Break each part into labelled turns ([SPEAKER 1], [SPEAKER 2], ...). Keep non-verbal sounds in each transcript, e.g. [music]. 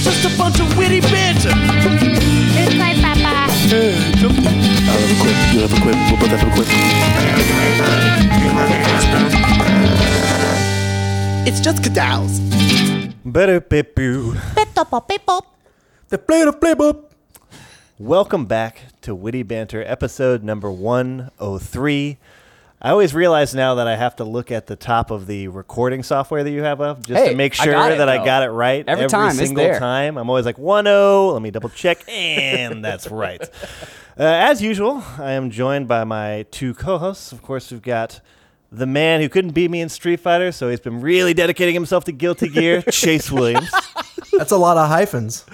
[SPEAKER 1] just a bunch of witty banter.
[SPEAKER 2] It's my papa.
[SPEAKER 1] I love a quip. You love a quip. We'll both have a quip. It's just cadals.
[SPEAKER 3] Better pip you. The play the play bop. Welcome back to Witty Banter, episode number 103. I always realize now that I have to look at the top of the recording software that you have up just
[SPEAKER 4] Hey,
[SPEAKER 3] to make
[SPEAKER 4] I
[SPEAKER 3] sure
[SPEAKER 4] got it,
[SPEAKER 3] that I
[SPEAKER 4] though.
[SPEAKER 3] got it right
[SPEAKER 4] Every time, it's
[SPEAKER 3] single
[SPEAKER 4] there.
[SPEAKER 3] time. I'm always like 10, let me double check and that's
[SPEAKER 4] [laughs]
[SPEAKER 3] right. Uh, as usual, I am joined by my two co-hosts. Of course, we've got the man who couldn't beat me in Street Fighter, so he's been really dedicating himself to Guilty
[SPEAKER 4] [laughs]
[SPEAKER 3] Gear, Chase Williams.
[SPEAKER 5] That's a lot of hyphens.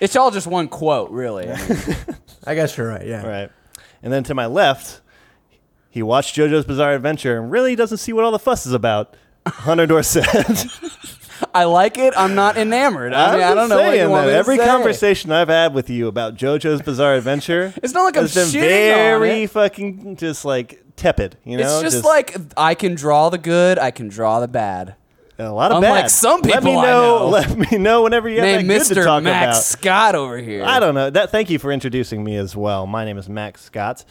[SPEAKER 4] It's all just one quote, really. I mean,
[SPEAKER 5] I guess you're right. Yeah.
[SPEAKER 3] Right. And then to my left, he watched JoJo's Bizarre Adventure and really doesn't see what all the fuss is about. Hunter [laughs] Dorset.
[SPEAKER 4] [laughs] I like it. I'm not enamored. I,
[SPEAKER 3] I'm
[SPEAKER 4] mean, I don't
[SPEAKER 3] just
[SPEAKER 4] know what you
[SPEAKER 3] saying
[SPEAKER 4] want
[SPEAKER 3] that
[SPEAKER 4] me to
[SPEAKER 3] every
[SPEAKER 4] say.
[SPEAKER 3] conversation I've had with you about JoJo's Bizarre Adventure,
[SPEAKER 4] [laughs] It's not like I'm
[SPEAKER 3] has been
[SPEAKER 4] shitting on
[SPEAKER 3] very
[SPEAKER 4] it.
[SPEAKER 3] fucking just like tepid. You know,
[SPEAKER 4] It's just, like I can draw the good, I can draw the bad.
[SPEAKER 3] a lot of
[SPEAKER 4] unlike
[SPEAKER 3] bad.
[SPEAKER 4] some
[SPEAKER 3] let me
[SPEAKER 4] people I
[SPEAKER 3] [laughs]
[SPEAKER 4] know.
[SPEAKER 3] Let me know whenever you have
[SPEAKER 4] Name
[SPEAKER 3] that good to
[SPEAKER 4] Mr.
[SPEAKER 3] talk
[SPEAKER 4] Max
[SPEAKER 3] about.
[SPEAKER 4] Scott over here.
[SPEAKER 3] I don't know. That. Thank you for introducing me as well. My name is Max Scott,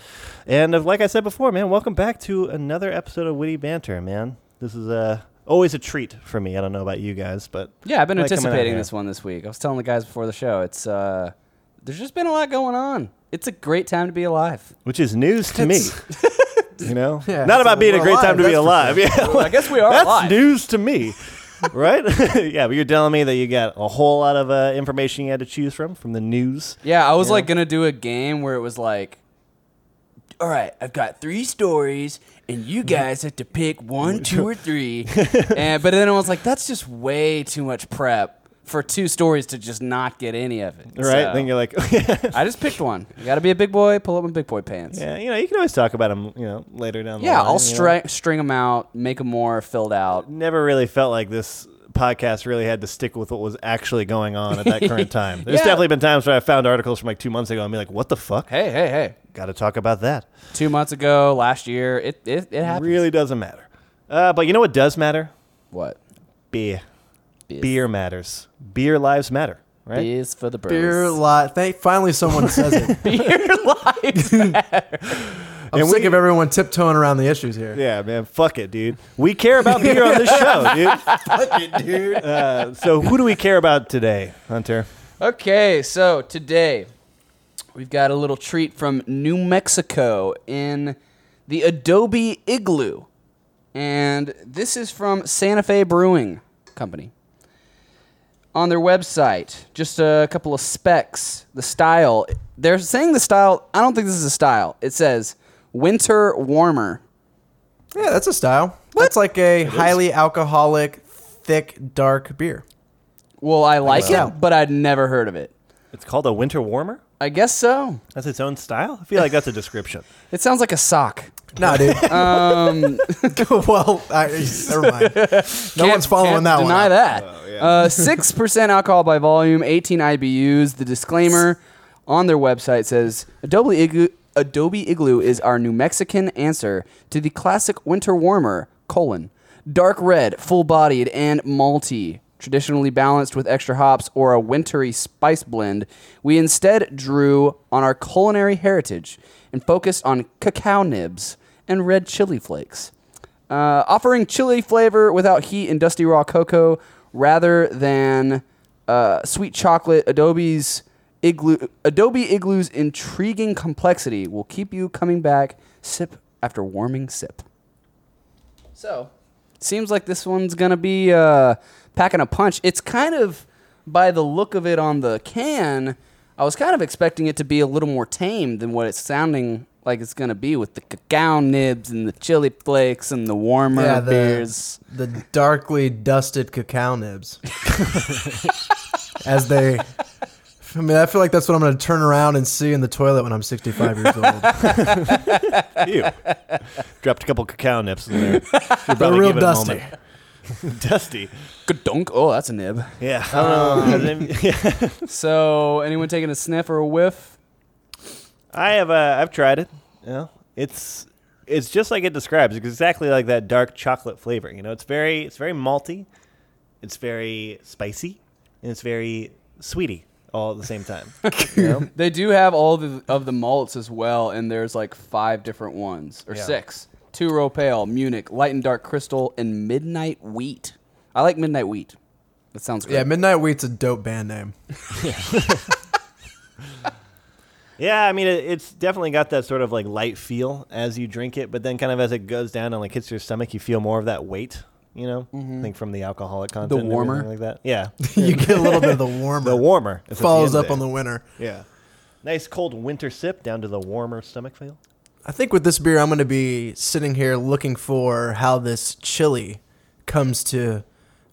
[SPEAKER 3] and uh, like I said before, man, welcome back to another episode of Witty Banter, man. This is uh, always a treat for me. I don't know about you guys, but
[SPEAKER 4] Yeah, I've been
[SPEAKER 3] I like coming out
[SPEAKER 4] anticipating
[SPEAKER 3] here.
[SPEAKER 4] this one this week. I was telling the guys before the show. It's uh, there's just been a lot going on. It's a great time to
[SPEAKER 3] [laughs]
[SPEAKER 4] be alive.
[SPEAKER 3] which is news to me. [laughs] you know,
[SPEAKER 5] Yeah,
[SPEAKER 3] not
[SPEAKER 5] it's
[SPEAKER 3] about
[SPEAKER 5] a-
[SPEAKER 3] being a
[SPEAKER 5] we're
[SPEAKER 3] great
[SPEAKER 5] alive,
[SPEAKER 3] time to be
[SPEAKER 5] that's for
[SPEAKER 3] alive.
[SPEAKER 5] sure.
[SPEAKER 3] [laughs] Yeah,
[SPEAKER 4] I guess we are
[SPEAKER 3] that's
[SPEAKER 4] alive.
[SPEAKER 3] news to me. [laughs] right? [laughs] yeah, but you're telling me that you got a whole lot of uh, information you had to choose from from the news.
[SPEAKER 4] Yeah, I was like gonna do a game where it was like, all right, I've got three stories, and you guys have to pick one, two, or [laughs] three. and but then I was like, that's just way too much prep for two stories to just not get any of it.
[SPEAKER 3] Right?
[SPEAKER 4] So,
[SPEAKER 3] Then you're like, [laughs]
[SPEAKER 4] I just picked one. You got to be a big boy. Pull up my big boy pants. Yeah,
[SPEAKER 3] yeah, you know, you can always talk about them, you know, later down the line.
[SPEAKER 4] I'll
[SPEAKER 3] you know?
[SPEAKER 4] stri- string them out, make them more filled out.
[SPEAKER 3] never really felt like this podcast really had to stick with what was actually going on at that current time. There's
[SPEAKER 4] Yeah.
[SPEAKER 3] definitely been times where I found articles from like two months ago and be like, what the fuck?
[SPEAKER 4] Hey, hey, hey!
[SPEAKER 3] Got to talk about that.
[SPEAKER 4] Two months ago, last year, it it, it happened.
[SPEAKER 3] Really doesn't matter. Uh, but you know what does matter?
[SPEAKER 4] What?
[SPEAKER 3] Beer.
[SPEAKER 4] Beer.
[SPEAKER 3] Beer matters. Beer lives matter, right?
[SPEAKER 4] Beers for the bros.
[SPEAKER 5] Beer lot. Thank. Finally, someone says it.
[SPEAKER 4] Beer [laughs] lives matter.
[SPEAKER 5] I'm
[SPEAKER 3] And
[SPEAKER 5] sick
[SPEAKER 3] we-
[SPEAKER 5] of everyone tiptoeing around the issues here.
[SPEAKER 3] Yeah, man. Fuck it, dude. We care about beer on this show, dude.
[SPEAKER 5] [laughs] Fuck it, dude.
[SPEAKER 3] Uh, so who do we care about today, Hunter?
[SPEAKER 4] Okay, so today we've got a little treat from New Mexico in the Adobe Igloo. And this is from Santa Fe Brewing Company. On their website, just a couple of specs. The style, they're saying the style, I don't think this is a style. It says winter warmer.
[SPEAKER 5] yeah, that's a style. That's like a highly alcoholic, thick, dark beer.
[SPEAKER 4] Well, I like
[SPEAKER 5] Wow.
[SPEAKER 4] it, but I'd never heard of it.
[SPEAKER 3] It's called a winter warmer.
[SPEAKER 4] I guess so.
[SPEAKER 3] That's its own style. I feel like that's a
[SPEAKER 5] [laughs]
[SPEAKER 3] description.
[SPEAKER 4] It sounds like a sock.
[SPEAKER 5] No, dude. um. [laughs] well, I, never mind. No one's
[SPEAKER 4] can't
[SPEAKER 5] following that
[SPEAKER 4] deny
[SPEAKER 5] one. up.
[SPEAKER 4] that. Uh, Six percent alcohol by volume, eighteen IBUs. The disclaimer on their website says Adobe Igloo, Adobe Igloo is our New Mexican answer to the classic winter warmer: colon dark red, full-bodied, and malty. Traditionally balanced with extra hops or a wintry spice blend, we instead drew on our culinary heritage and focused on cacao nibs and red chili flakes uh, offering chili flavor without heat and dusty raw cocoa rather than uh, sweet chocolate. Adobe's igloo, Adobe Igloo's intriguing complexity will keep you coming back sip after warming sip. So, seems like this one's gonna be uh, packing a punch. It's kind of by the look of it on the can. I was kind of expecting it to be a little more tame than what it's sounding like it's gonna be with the cacao nibs and the chili flakes and the warmer
[SPEAKER 5] Yeah, the,
[SPEAKER 4] beers.
[SPEAKER 5] the darkly dusted cacao nibs. As they, I mean, I feel like that's what I'm going to turn around and see in the toilet when I'm 65 years old.
[SPEAKER 3] Ew. Dropped a couple cacao nips in
[SPEAKER 5] [laughs]
[SPEAKER 3] there. Should probably
[SPEAKER 5] real
[SPEAKER 3] give it a
[SPEAKER 5] dusty.
[SPEAKER 3] moment. [laughs] dusty.
[SPEAKER 4] Gadunk. Oh, that's a nib.
[SPEAKER 3] Yeah. I [laughs] don't know. Yeah.
[SPEAKER 4] So, anyone taking a sniff or a whiff?
[SPEAKER 3] I have. Uh, I've tried it. You know, it's it's just like it describes. It's exactly like that dark chocolate flavor. You know, it's very it's very malty. It's very spicy and it's very sweety all at the same
[SPEAKER 5] [laughs]
[SPEAKER 3] time. you know?
[SPEAKER 4] They do have all the, of the malts as well, and there's like five different ones or
[SPEAKER 3] Yeah.
[SPEAKER 4] six: two row pale, Munich, light and dark crystal, and midnight wheat. I like midnight wheat. That sounds good.
[SPEAKER 5] Yeah, Midnight Wheat's a dope band name.
[SPEAKER 3] Yeah, I mean, it, it's definitely got that sort of like light feel as you drink it, but then kind of as it goes down and like hits your stomach, you feel more of that weight, you know,
[SPEAKER 5] Mm-hmm.
[SPEAKER 3] I think from the alcoholic content, and
[SPEAKER 4] warmer.
[SPEAKER 3] everything like that. Yeah,
[SPEAKER 5] [laughs] you get a little bit of [laughs] the warmer.
[SPEAKER 3] the warmer is at the
[SPEAKER 5] follows
[SPEAKER 3] end
[SPEAKER 5] up
[SPEAKER 3] there.
[SPEAKER 5] on the winter.
[SPEAKER 3] yeah, nice cold winter sip down to the warmer stomach feel.
[SPEAKER 5] I think with this beer, I'm going to be sitting here looking for how this chili comes to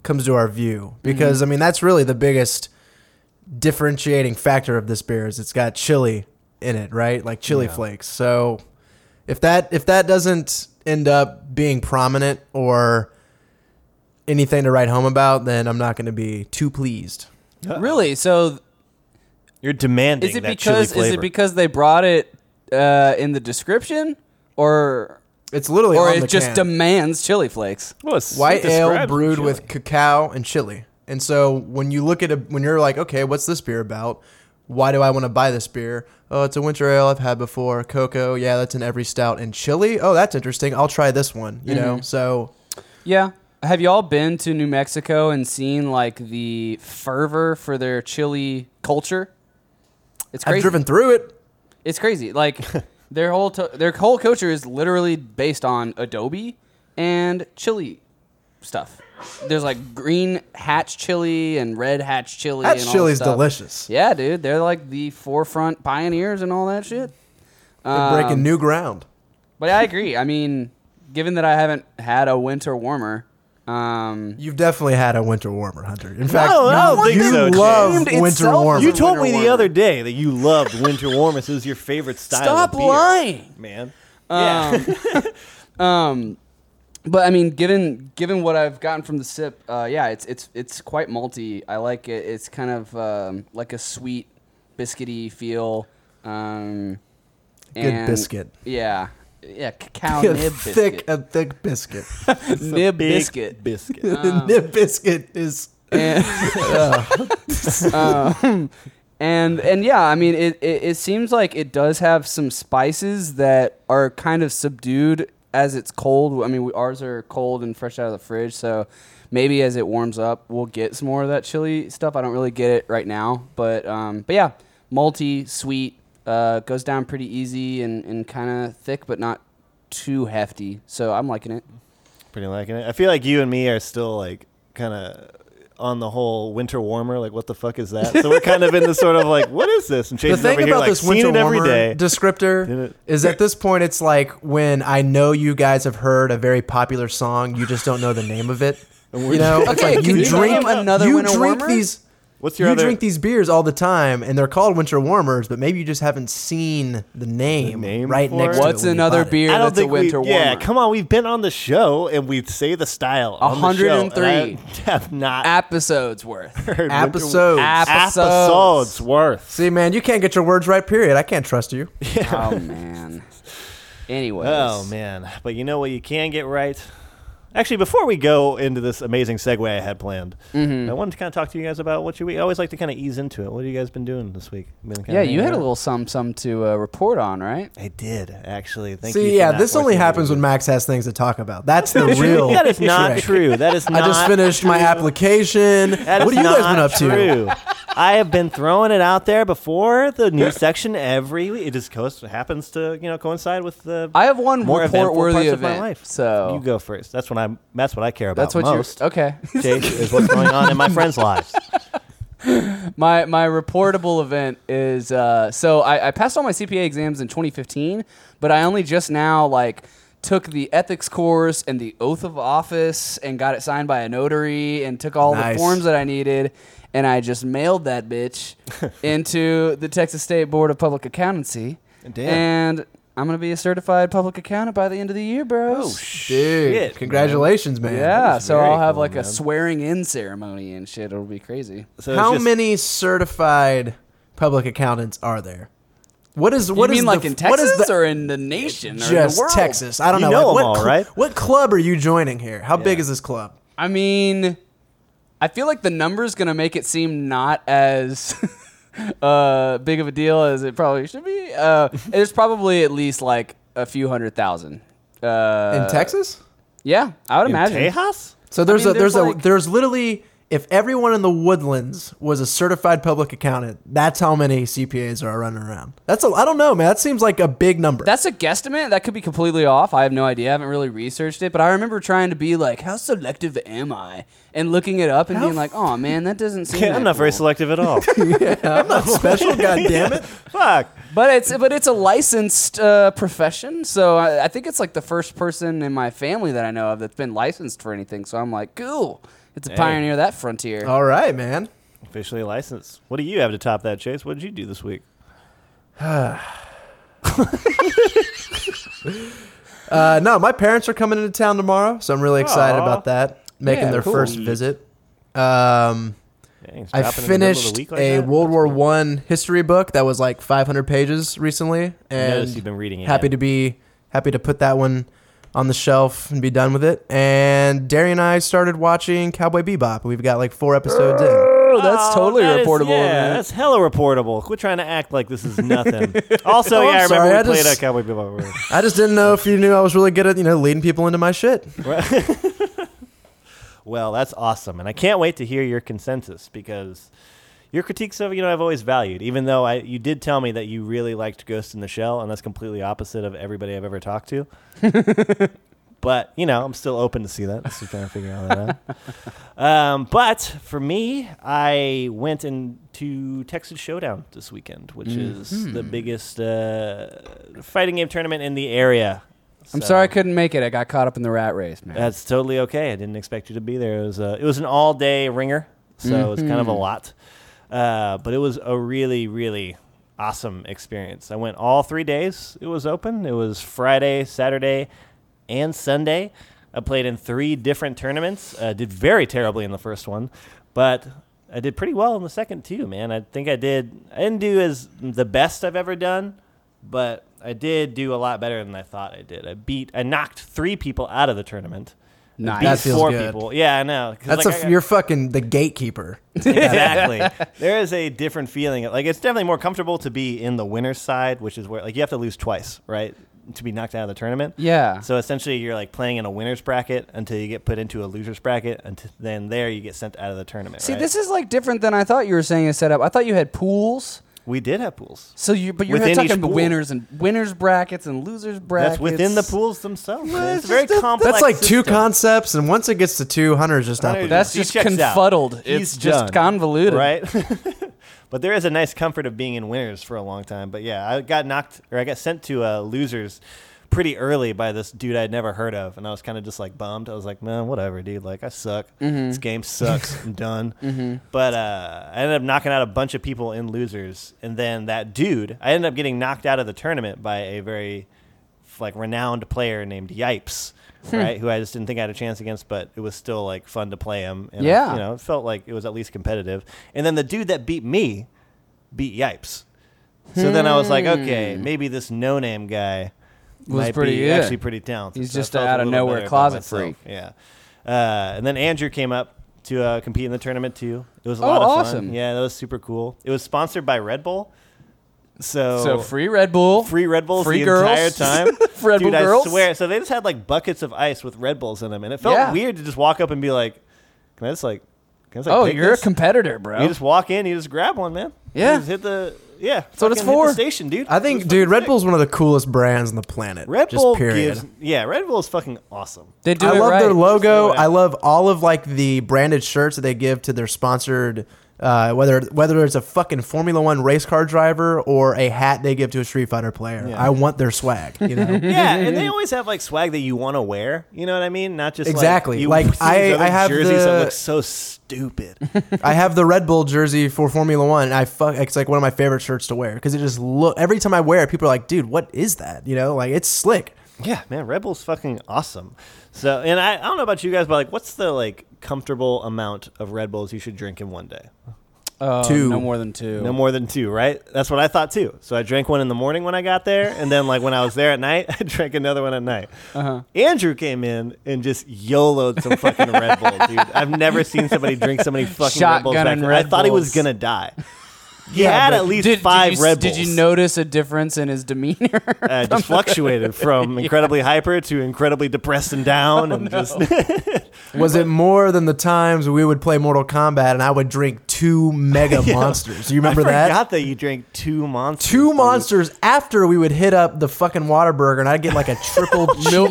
[SPEAKER 5] comes to our view because I mean that's really the biggest differentiating factor of this beer is it's got chili in it, right? Like chili flakes. So if that if that doesn't end up being prominent or anything to write home about, then I'm not going to be too pleased.
[SPEAKER 4] really? So
[SPEAKER 3] You're demanding.
[SPEAKER 4] is it
[SPEAKER 3] that
[SPEAKER 4] because
[SPEAKER 3] chili
[SPEAKER 4] is it
[SPEAKER 3] flavor.
[SPEAKER 4] because they brought it uh, in the description, or
[SPEAKER 5] It's literally
[SPEAKER 4] or
[SPEAKER 5] on
[SPEAKER 4] it
[SPEAKER 5] the
[SPEAKER 4] just
[SPEAKER 5] can.
[SPEAKER 4] demands chili flakes?
[SPEAKER 3] Well, it's- it
[SPEAKER 5] white ale
[SPEAKER 3] describes
[SPEAKER 5] brewed
[SPEAKER 3] chili.
[SPEAKER 5] with cacao and chili. And so when you look at a, when you're like, okay, what's this beer about? Why do I want to buy this beer? Oh, it's a winter ale I've had before. Cocoa, yeah, that's in every stout. And chili, oh, that's interesting. I'll try this one. You
[SPEAKER 4] Mm-hmm.
[SPEAKER 5] know, so
[SPEAKER 4] Yeah. Have y'all been to New Mexico and seen like the fervor for their chili culture? It's crazy.
[SPEAKER 5] I've driven through it.
[SPEAKER 4] It's crazy.
[SPEAKER 5] [laughs]
[SPEAKER 4] Like their whole to- their whole culture is literally based on Adobe and chili stuff. There's like green hatch chili and red hatch chili.
[SPEAKER 5] That
[SPEAKER 4] and all
[SPEAKER 5] chili's
[SPEAKER 4] this stuff.
[SPEAKER 5] delicious.
[SPEAKER 4] Yeah, dude, they're like the forefront pioneers and all that shit.
[SPEAKER 5] They're
[SPEAKER 4] Um,
[SPEAKER 5] breaking new ground.
[SPEAKER 4] But I agree. I mean, given that I haven't had a winter warmer, um,
[SPEAKER 5] You've definitely had a winter warmer, Hunter. In fact,
[SPEAKER 3] I don't
[SPEAKER 5] you,
[SPEAKER 3] think
[SPEAKER 5] you
[SPEAKER 3] so, Jay.
[SPEAKER 5] love
[SPEAKER 4] Named
[SPEAKER 5] winter
[SPEAKER 4] itself
[SPEAKER 5] warmer.
[SPEAKER 3] You
[SPEAKER 4] for
[SPEAKER 3] told
[SPEAKER 4] winter
[SPEAKER 3] me the
[SPEAKER 4] warmer.
[SPEAKER 3] other day that you loved winter warmers. This is your favorite style.
[SPEAKER 4] Stop
[SPEAKER 3] of beer,
[SPEAKER 4] lying. Um,
[SPEAKER 3] man.
[SPEAKER 4] But I mean, given given what I've gotten from the sip, uh, yeah, it's it's it's quite malty. I like it. It's kind of um, like a sweet, biscuity feel. Um,
[SPEAKER 5] Good biscuit.
[SPEAKER 4] Yeah, yeah, cacao
[SPEAKER 5] a
[SPEAKER 4] nib
[SPEAKER 5] [laughs] thick,
[SPEAKER 4] biscuit.
[SPEAKER 5] a
[SPEAKER 4] [laughs]
[SPEAKER 5] thick biscuit.
[SPEAKER 4] [laughs]
[SPEAKER 3] [laughs] Big
[SPEAKER 4] nib biscuit.
[SPEAKER 3] biscuit.
[SPEAKER 5] Nib biscuit is
[SPEAKER 4] and, Um, and and yeah, I mean, it, it it seems like it does have some spices that are kind of subdued as it's cold. I mean, we, ours are cold and fresh out of the fridge, so maybe as it warms up, we'll get some more of that chili stuff. I don't really get it right now, but um, but yeah, malty, sweet, uh, goes down pretty easy and and kind of thick, but not too hefty. So I'm liking it.
[SPEAKER 3] pretty liking it. I feel like you and me are still like kind of on the whole winter warmer. Like, what the fuck is that? So we're kind of in the sort of like, what is this? And
[SPEAKER 5] the
[SPEAKER 3] Jason's
[SPEAKER 5] thing
[SPEAKER 3] over here
[SPEAKER 5] about
[SPEAKER 3] like,
[SPEAKER 5] this
[SPEAKER 3] seen
[SPEAKER 5] winter
[SPEAKER 3] it every
[SPEAKER 5] warmer
[SPEAKER 3] day. Did
[SPEAKER 5] descriptor
[SPEAKER 3] it.
[SPEAKER 5] is at this point it's like when I know you guys have heard a very popular song, you just don't know the name of
[SPEAKER 3] [laughs]
[SPEAKER 5] it. You know, it's
[SPEAKER 4] Okay,
[SPEAKER 5] like
[SPEAKER 4] can
[SPEAKER 5] you
[SPEAKER 4] you name
[SPEAKER 5] drink
[SPEAKER 4] another
[SPEAKER 5] you
[SPEAKER 4] winter
[SPEAKER 5] drink
[SPEAKER 4] warmer?
[SPEAKER 5] these.
[SPEAKER 3] What's your
[SPEAKER 5] you
[SPEAKER 3] other-
[SPEAKER 5] drink these beers all the time, and they're called winter warmers, but maybe you just haven't seen the name,
[SPEAKER 3] The name
[SPEAKER 5] right
[SPEAKER 3] for
[SPEAKER 5] next.
[SPEAKER 3] it?
[SPEAKER 5] to
[SPEAKER 4] What's
[SPEAKER 5] it when you
[SPEAKER 4] another
[SPEAKER 5] bought it.
[SPEAKER 4] beer
[SPEAKER 3] I don't
[SPEAKER 4] that's a
[SPEAKER 3] think
[SPEAKER 4] winter
[SPEAKER 3] we,
[SPEAKER 4] warmer?
[SPEAKER 3] Yeah, come on. We'd been on the show and we'd say the style. on the show, and
[SPEAKER 4] 103.
[SPEAKER 3] I have not
[SPEAKER 4] episodes worth.
[SPEAKER 3] heard winter-
[SPEAKER 5] Episodes.
[SPEAKER 4] Ap-
[SPEAKER 3] episodes worth.
[SPEAKER 5] See, man, you can't get your words right. Period. I can't trust you.
[SPEAKER 3] [laughs]
[SPEAKER 4] oh man. Anyways.
[SPEAKER 3] Oh man, but you know what you can get right. Actually, before we go into this amazing segue I had planned,
[SPEAKER 4] Mm-hmm.
[SPEAKER 3] I wanted to kind of talk to you guys about what you. We always like to kind of ease into it. What have you guys been doing this week? Been kinda
[SPEAKER 4] Yeah, you
[SPEAKER 3] hanging
[SPEAKER 4] had a
[SPEAKER 3] out?
[SPEAKER 4] little some some to uh, report on, right?
[SPEAKER 3] I did actually. Thank you.
[SPEAKER 5] See,
[SPEAKER 3] for
[SPEAKER 5] yeah,
[SPEAKER 3] not
[SPEAKER 5] this only
[SPEAKER 3] working
[SPEAKER 5] happens
[SPEAKER 3] with
[SPEAKER 5] when
[SPEAKER 3] me.
[SPEAKER 5] Max has things to talk about. That's the real.
[SPEAKER 3] that is not
[SPEAKER 5] trick.
[SPEAKER 3] true. That is not.
[SPEAKER 5] [laughs] I just finished my application.
[SPEAKER 3] That
[SPEAKER 5] what
[SPEAKER 3] is
[SPEAKER 5] have you guys
[SPEAKER 3] not
[SPEAKER 5] been up to?
[SPEAKER 3] True. I have been throwing it out there before the
[SPEAKER 5] [laughs]
[SPEAKER 3] news section every week. It just coast, happens to you know coincide with the.
[SPEAKER 4] I have one
[SPEAKER 3] more
[SPEAKER 4] report
[SPEAKER 3] eventful
[SPEAKER 4] worthy
[SPEAKER 3] parts of
[SPEAKER 4] event.
[SPEAKER 3] my life.
[SPEAKER 4] So
[SPEAKER 3] you go first. That's when I'm. That's what I care about
[SPEAKER 4] that's what
[SPEAKER 3] most.
[SPEAKER 5] [laughs]
[SPEAKER 3] [laughs]
[SPEAKER 4] you okay.
[SPEAKER 5] Oh,
[SPEAKER 3] Jake, is what's going on in my friends' lives.
[SPEAKER 4] my my reportable event is uh, so I, I passed all my CPA exams in 2015, but I only just now like took the ethics course and the oath of office and got it signed by a notary and took all
[SPEAKER 5] Nice.
[SPEAKER 4] the forms that I needed and I just mailed
[SPEAKER 3] [laughs]
[SPEAKER 4] that bitch into the Texas State Board of Public Accountancy.
[SPEAKER 3] Damn.
[SPEAKER 4] And I'm gonna be a certified public accountant by the end of the year, bros.
[SPEAKER 5] Oh, Dude,
[SPEAKER 3] Oh, Shit,
[SPEAKER 5] congratulations, man.
[SPEAKER 4] yeah,
[SPEAKER 3] is
[SPEAKER 4] so
[SPEAKER 3] very
[SPEAKER 4] I'll have
[SPEAKER 3] cool,
[SPEAKER 4] like
[SPEAKER 3] man.
[SPEAKER 4] a swearing in ceremony and shit. It'll be crazy.
[SPEAKER 3] So it's
[SPEAKER 5] How
[SPEAKER 3] just-
[SPEAKER 5] many certified public accountants are there? What is what
[SPEAKER 4] you
[SPEAKER 5] is
[SPEAKER 4] mean
[SPEAKER 5] the-
[SPEAKER 4] like in
[SPEAKER 5] what
[SPEAKER 4] Texas
[SPEAKER 5] is the,
[SPEAKER 4] or in the nation or in the
[SPEAKER 5] just
[SPEAKER 4] world?
[SPEAKER 5] Texas? I don't
[SPEAKER 3] You
[SPEAKER 5] know.
[SPEAKER 3] know
[SPEAKER 5] like,
[SPEAKER 3] them
[SPEAKER 5] what
[SPEAKER 3] all, right?
[SPEAKER 5] What club are you joining here? How big is this club?
[SPEAKER 4] I mean, I feel like the number's going to make it seem not as [laughs] uh, big of a deal as it probably should be. Uh, there's probably at least like a few hundred thousand. Uh,
[SPEAKER 5] in Texas.
[SPEAKER 4] Yeah, I would imagine.
[SPEAKER 3] Tejas?
[SPEAKER 5] So there's
[SPEAKER 4] mean,
[SPEAKER 5] a there's,
[SPEAKER 4] there's
[SPEAKER 5] a
[SPEAKER 4] like-
[SPEAKER 5] there's literally if everyone in the woodlands was a certified public accountant, that's how many CPAs are running around. That's a I don't know, man. That seems like a big number.
[SPEAKER 4] That's a guesstimate. That could be completely off. I have no idea. I haven't really researched it, but I remember trying to be like, "How selective am I?" and looking it up and being like, "Oh man, that doesn't [laughs] seem."
[SPEAKER 3] Yeah,
[SPEAKER 4] that
[SPEAKER 3] I'm not very
[SPEAKER 4] cool."
[SPEAKER 3] selective at
[SPEAKER 5] [laughs]
[SPEAKER 3] all.
[SPEAKER 5] I'm
[SPEAKER 3] [laughs]
[SPEAKER 5] not special, god damn it.
[SPEAKER 3] Fuck.
[SPEAKER 4] But it's but it's a licensed uh, profession, so I, I think it's like the first person in my family that I know of that's been licensed for anything. So I'm like, cool. It's a pioneer of that frontier.
[SPEAKER 3] Oh,
[SPEAKER 5] All right, man.
[SPEAKER 3] Officially licensed. What do you have to top that, Chase? What did you do this week?
[SPEAKER 5] Uh, no, my parents are coming into town tomorrow, so I'm really excited
[SPEAKER 3] Aw.
[SPEAKER 5] about that. Making
[SPEAKER 4] Yeah,
[SPEAKER 5] their
[SPEAKER 4] cool.
[SPEAKER 5] first visit. Um,
[SPEAKER 3] Dang, it's dropping in the
[SPEAKER 5] I
[SPEAKER 3] middle of the
[SPEAKER 5] finished
[SPEAKER 3] week like
[SPEAKER 5] a
[SPEAKER 3] that?
[SPEAKER 5] World War One history book that was like 500 pages recently, and
[SPEAKER 3] noticed you've been reading it.
[SPEAKER 5] happy to be happy to put that one on the shelf and be done with it. And Derry and I started watching Cowboy Bebop. We've got like four episodes in.
[SPEAKER 4] Oh, that's totally
[SPEAKER 3] that is-
[SPEAKER 4] reportable.
[SPEAKER 3] yeah,
[SPEAKER 4] man.
[SPEAKER 3] that's hella reportable. Quit trying to act like this is nothing. also,
[SPEAKER 5] Oh,
[SPEAKER 3] yeah, I
[SPEAKER 5] I'm
[SPEAKER 3] remember
[SPEAKER 5] sorry,
[SPEAKER 3] we
[SPEAKER 5] I
[SPEAKER 3] played
[SPEAKER 5] just-
[SPEAKER 3] a Cowboy Bebop.
[SPEAKER 5] I just didn't know if you knew I was really good at you know leading people into my shit.
[SPEAKER 3] [laughs] Well, that's awesome, and I can't wait to hear your consensus because your critiques of you know I've always valued, even though I you did tell me that you really liked Ghost in the Shell, and that's completely opposite of everybody I've ever talked to.
[SPEAKER 4] [laughs]
[SPEAKER 3] but you know, I'm still open to see that. Still trying to figure all that out. [laughs] Um, but for me, I went into Texas Showdown this weekend, which is
[SPEAKER 4] Mm-hmm.
[SPEAKER 3] the biggest uh, fighting game tournament in the area.
[SPEAKER 4] I'm
[SPEAKER 3] So-
[SPEAKER 4] sorry I couldn't make it. I got caught up in the rat race, man.
[SPEAKER 3] that's totally okay. I didn't expect you to be there. It was uh, it was an all day ringer, so it was kind of a lot, uh, but it was a really really awesome experience. I went all three days. It was open. It was Friday, Saturday, and Sunday. I played in three different tournaments. Uh, did very terribly in the first one, but I did pretty well in the second too. Man, I think I did. I didn't do as the best I've ever done, but I did do a lot better than I thought I did. I beat, I knocked three people out of the tournament. I
[SPEAKER 4] Nice.
[SPEAKER 3] beat
[SPEAKER 5] That feels
[SPEAKER 3] four
[SPEAKER 5] good.
[SPEAKER 3] people. Yeah, I know. 'Cause,
[SPEAKER 5] That's
[SPEAKER 3] like,
[SPEAKER 5] a
[SPEAKER 3] I got-
[SPEAKER 5] you're fucking
[SPEAKER 3] [laughs]
[SPEAKER 5] the gatekeeper.
[SPEAKER 3] exactly. there is a different feeling. Like it's definitely more comfortable to be in the winner's side, which is where like you have to lose twice, right, to be knocked out of the tournament.
[SPEAKER 4] Yeah.
[SPEAKER 3] So essentially, you're like playing in a winner's bracket until you get put into a loser's bracket, and t- then there you get sent out of the tournament.
[SPEAKER 4] See,
[SPEAKER 3] right?
[SPEAKER 4] this is like different than I thought you were saying a setup. I thought you had pools.
[SPEAKER 3] we did have pools.
[SPEAKER 4] So you, but you're
[SPEAKER 3] Within each
[SPEAKER 4] talking
[SPEAKER 3] pool.
[SPEAKER 4] winners and winners brackets and losers brackets.
[SPEAKER 3] That's within the pools themsells. man.
[SPEAKER 4] it's
[SPEAKER 3] It's, very
[SPEAKER 4] just a-
[SPEAKER 3] complex.
[SPEAKER 5] That's like two
[SPEAKER 3] system.
[SPEAKER 5] concepts, and once it gets to two, Hunter's just out.
[SPEAKER 3] Hunter
[SPEAKER 5] the-
[SPEAKER 4] That's
[SPEAKER 3] He
[SPEAKER 4] just
[SPEAKER 3] checks out.
[SPEAKER 4] confuddled.
[SPEAKER 3] He's
[SPEAKER 4] it's just
[SPEAKER 3] done,
[SPEAKER 4] convoluted. [laughs]
[SPEAKER 3] Right. [laughs] but there is a nice comfort of being in winners for a long time. But yeah, I got knocked or I got sent to uh, losers pretty early by this dude I'd never heard of, and I was kind of just like bummed. I was like, man, whatever, dude. Like I suck.
[SPEAKER 4] Mm-hmm.
[SPEAKER 3] This game sucks. I'm
[SPEAKER 4] [laughs]
[SPEAKER 3] done. But uh, I ended up knocking out a bunch of people in losers, and then that dude, I ended up getting knocked out of the tournament by a very like renowned player named Yipes,
[SPEAKER 4] Hmm.
[SPEAKER 3] right? Who I just didn't think I had a chance against, but it was still like fun to play him. And,
[SPEAKER 4] Yeah.
[SPEAKER 3] you know, it felt like it was at least competitive. And then the dude that beat me beat Yipes. So then I was like, okay, maybe this no-name guy
[SPEAKER 4] Hmm. Was
[SPEAKER 3] might
[SPEAKER 4] pretty
[SPEAKER 3] be
[SPEAKER 4] good.
[SPEAKER 3] actually pretty talented.
[SPEAKER 4] He's
[SPEAKER 3] I
[SPEAKER 4] just
[SPEAKER 3] felt
[SPEAKER 4] a
[SPEAKER 3] a
[SPEAKER 4] out of
[SPEAKER 3] little
[SPEAKER 4] nowhere
[SPEAKER 3] better about
[SPEAKER 4] closet
[SPEAKER 3] myself.
[SPEAKER 4] freak.
[SPEAKER 3] Yeah. Uh, and then Andrew came up to uh, compete in the tournament too. It was a
[SPEAKER 4] Oh,
[SPEAKER 3] lot of
[SPEAKER 4] awesome.
[SPEAKER 3] fun. Yeah, that was super cool. It was sponsored by Red Bull. So,
[SPEAKER 4] So free Red Bull,
[SPEAKER 3] free Red Bulls
[SPEAKER 4] Free
[SPEAKER 3] the
[SPEAKER 4] girls.
[SPEAKER 3] entire time.
[SPEAKER 4] [laughs] Red
[SPEAKER 3] Dude,
[SPEAKER 4] Bull
[SPEAKER 3] I
[SPEAKER 4] girls.
[SPEAKER 3] swear. So they just had like buckets of ice with Red Bulls in them, and it felt
[SPEAKER 4] Yeah.
[SPEAKER 3] weird to just walk up and be like, "Can I just like, can I just like?"
[SPEAKER 4] Oh,
[SPEAKER 3] take
[SPEAKER 4] you're
[SPEAKER 3] this?
[SPEAKER 4] a competitor, bro.
[SPEAKER 3] You just walk in, you just grab one, man. You
[SPEAKER 4] Yeah.
[SPEAKER 3] just hit the yeah.
[SPEAKER 4] That's what it's
[SPEAKER 3] fucking hit the
[SPEAKER 4] for.
[SPEAKER 3] station, dude.
[SPEAKER 5] I think,
[SPEAKER 3] It's
[SPEAKER 5] dude,
[SPEAKER 3] fucking
[SPEAKER 5] Red
[SPEAKER 3] sick.
[SPEAKER 5] Bull's one of the coolest brands on the planet.
[SPEAKER 3] Red
[SPEAKER 5] just
[SPEAKER 3] Bull
[SPEAKER 5] period.
[SPEAKER 3] gives yeah. Red Bull is fucking
[SPEAKER 4] [laughs]
[SPEAKER 3] awesome.
[SPEAKER 4] they do
[SPEAKER 5] I
[SPEAKER 4] it
[SPEAKER 5] love
[SPEAKER 4] right.
[SPEAKER 5] their logo.
[SPEAKER 3] Just do it.
[SPEAKER 5] I love all of like the branded shirts that they give to their sponsored, uh, whether whether it's a fucking Formula One race car driver or a hat they give to a Street Fighter player.
[SPEAKER 3] Yeah.
[SPEAKER 5] I want their swag.
[SPEAKER 3] [laughs]
[SPEAKER 5] You know.
[SPEAKER 3] yeah, and they always have like swag that you want to wear. You know what I mean? Not just
[SPEAKER 5] Exactly.
[SPEAKER 3] Like,
[SPEAKER 5] Like,
[SPEAKER 3] you see these
[SPEAKER 5] I-
[SPEAKER 3] other
[SPEAKER 5] I have
[SPEAKER 3] jerseys
[SPEAKER 5] the-
[SPEAKER 3] that look so stupid.
[SPEAKER 4] [laughs]
[SPEAKER 5] I have the Red Bull jersey for Formula One. And I fuck. It's like one of my favorite shirts to wear because it just look. Every time I wear it, people are like, "Dude, what is that?" You know, like it's slick.
[SPEAKER 3] Yeah, man, Red Bull's fucking awesome. So, and I, I don't know about you guys, but like, what's the like comfortable amount of Red Bulls you should drink in one day?
[SPEAKER 4] Oh,
[SPEAKER 5] Two.
[SPEAKER 4] No more than two.
[SPEAKER 3] No more than two, right? That's what I thought too. So I drank one in the morning when I got there, and then like when I was there at night, [laughs] I drank another one at night.
[SPEAKER 4] Uh-huh.
[SPEAKER 3] Andrew came in and just YOLO'd some fucking Red Bull, dude. I've never seen somebody drink so many fucking Red Bulls.
[SPEAKER 4] Shotgun
[SPEAKER 3] back
[SPEAKER 4] and
[SPEAKER 3] to-
[SPEAKER 4] Red
[SPEAKER 3] I thought he was
[SPEAKER 4] Bulls.
[SPEAKER 3] gonna
[SPEAKER 4] [laughs]
[SPEAKER 3] die. He had at least
[SPEAKER 4] Did- did
[SPEAKER 3] five
[SPEAKER 4] you-
[SPEAKER 3] Red Bulls.
[SPEAKER 4] Did you notice a diffference in his
[SPEAKER 3] [laughs]
[SPEAKER 4] demeanor?
[SPEAKER 3] Uh, just fluctuated
[SPEAKER 4] [laughs]
[SPEAKER 3] from incredibly hyper to incredibly depressed and
[SPEAKER 4] Oh,
[SPEAKER 3] down, and just [laughs]
[SPEAKER 5] Was it more than the times we would play Mortal Kombat and I would drink
[SPEAKER 3] [laughs]
[SPEAKER 5] two mega monsters? You remember
[SPEAKER 3] I
[SPEAKER 5] that?
[SPEAKER 3] Forgot that you drank two monsters.
[SPEAKER 5] Two
[SPEAKER 3] dude. [laughs]
[SPEAKER 5] monsters after we would hit up the fucking Whataburger and I'd get like
[SPEAKER 3] [laughs]
[SPEAKER 5] a triple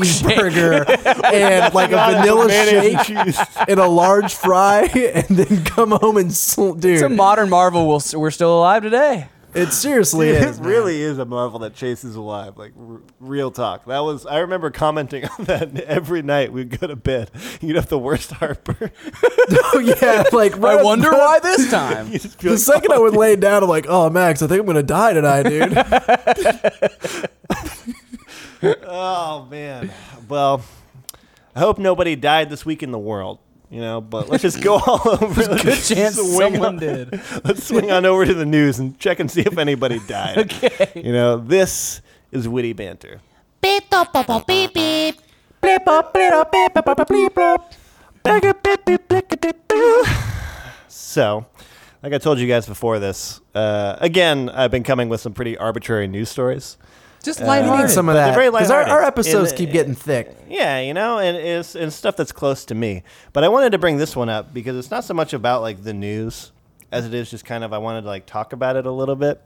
[SPEAKER 5] cheeseburger and like a vanilla
[SPEAKER 3] Mayonnaise
[SPEAKER 5] shake [laughs]
[SPEAKER 3] and cheese.
[SPEAKER 5] and a large fry [laughs] and then come home and sl-
[SPEAKER 6] It's a
[SPEAKER 5] dude.
[SPEAKER 6] modern marvel. We'll, we're still alive today.
[SPEAKER 5] It seriously
[SPEAKER 3] Dude,
[SPEAKER 5] is.
[SPEAKER 3] [laughs] it
[SPEAKER 5] man.
[SPEAKER 3] really is a marvel that Chase is alive. Like r- real talk. That was I remember commenting [laughs] on that every night we'd go to bed. [laughs] You'd have the worst heartburn.
[SPEAKER 5] [laughs]
[SPEAKER 3] [laughs]
[SPEAKER 5] Oh yeah, like
[SPEAKER 6] I
[SPEAKER 5] right-
[SPEAKER 6] wonder why this time.
[SPEAKER 3] You just be
[SPEAKER 5] [laughs] The
[SPEAKER 3] like,
[SPEAKER 5] second I would lay down, I'm like, oh Max, I think I'm gonna die tonight,
[SPEAKER 3] [laughs]
[SPEAKER 5] dude.
[SPEAKER 3] oh man. Well, I hope nobody died this week in the world. You know, but let's just go [laughs] all over. Let's
[SPEAKER 4] Good
[SPEAKER 3] just
[SPEAKER 4] chance
[SPEAKER 3] swing
[SPEAKER 4] someone
[SPEAKER 3] on- [laughs]
[SPEAKER 4] did.
[SPEAKER 3] Let's swing on over to the news and check and see if anybody died.
[SPEAKER 5] [laughs]
[SPEAKER 3] okay. You know, this is witty banter.
[SPEAKER 2] Pito popo beep beep.
[SPEAKER 3] So, like I told you guys before this, uh, again, I've been coming with some pretty arbitrary news stories.
[SPEAKER 4] Uh,
[SPEAKER 6] Just
[SPEAKER 5] We need
[SPEAKER 6] lighthearted.
[SPEAKER 5] some of
[SPEAKER 3] They're
[SPEAKER 5] that
[SPEAKER 3] very
[SPEAKER 5] because our, our
[SPEAKER 3] lighthearted.
[SPEAKER 5] episodes
[SPEAKER 3] In-
[SPEAKER 5] keep getting thick.
[SPEAKER 3] Yeah, you know, and it's and stuff that's close to me. But I wanted to bring this one up because it's not so much about like the news as it is just kind of I wanted to like talk about it a little bit.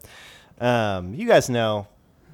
[SPEAKER 3] Um, you guys know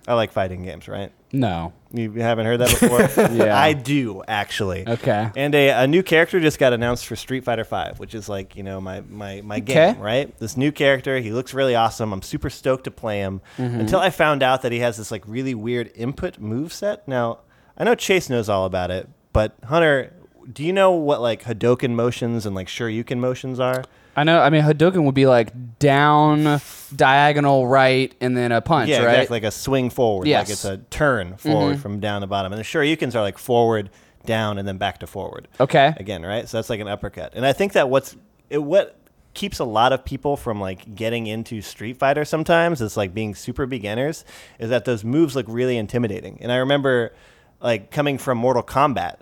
[SPEAKER 3] I like fighting games, right?
[SPEAKER 4] No.
[SPEAKER 3] You haven't heard that before?
[SPEAKER 4] [laughs] Yeah.
[SPEAKER 3] I do actually.
[SPEAKER 4] Okay.
[SPEAKER 3] And a, a new character just got announced for Street Fighter Five, which is like you know my my my
[SPEAKER 4] Okay.
[SPEAKER 3] game, right? This new character, he looks really awesome. I'm super stoked to play him.
[SPEAKER 4] Mm-hmm.
[SPEAKER 3] Until I found out that he has this like really weird input move set. Now I know Chase knows all about it, but Hunter, do you know what like Hadoken motions and like Shoryuken motions are?
[SPEAKER 4] I know. I mean, Hadouken would be like down, diagonal, right, and then a punch,
[SPEAKER 3] yeah,
[SPEAKER 4] right?
[SPEAKER 3] exactly. Like a swing forward.
[SPEAKER 4] Yes. Mm-hmm.
[SPEAKER 3] Like it's a turn forward from down to bottom. And the Shoryukens are like forward, down, and then back to forward.
[SPEAKER 4] Okay.
[SPEAKER 3] Again, right? So that's like an uppercut. And I think that what's it, what keeps a lot of people from like getting into Street Fighter sometimes is like being super beginners is that those moves look really intimidating. And I remember like coming from Mortal Kombat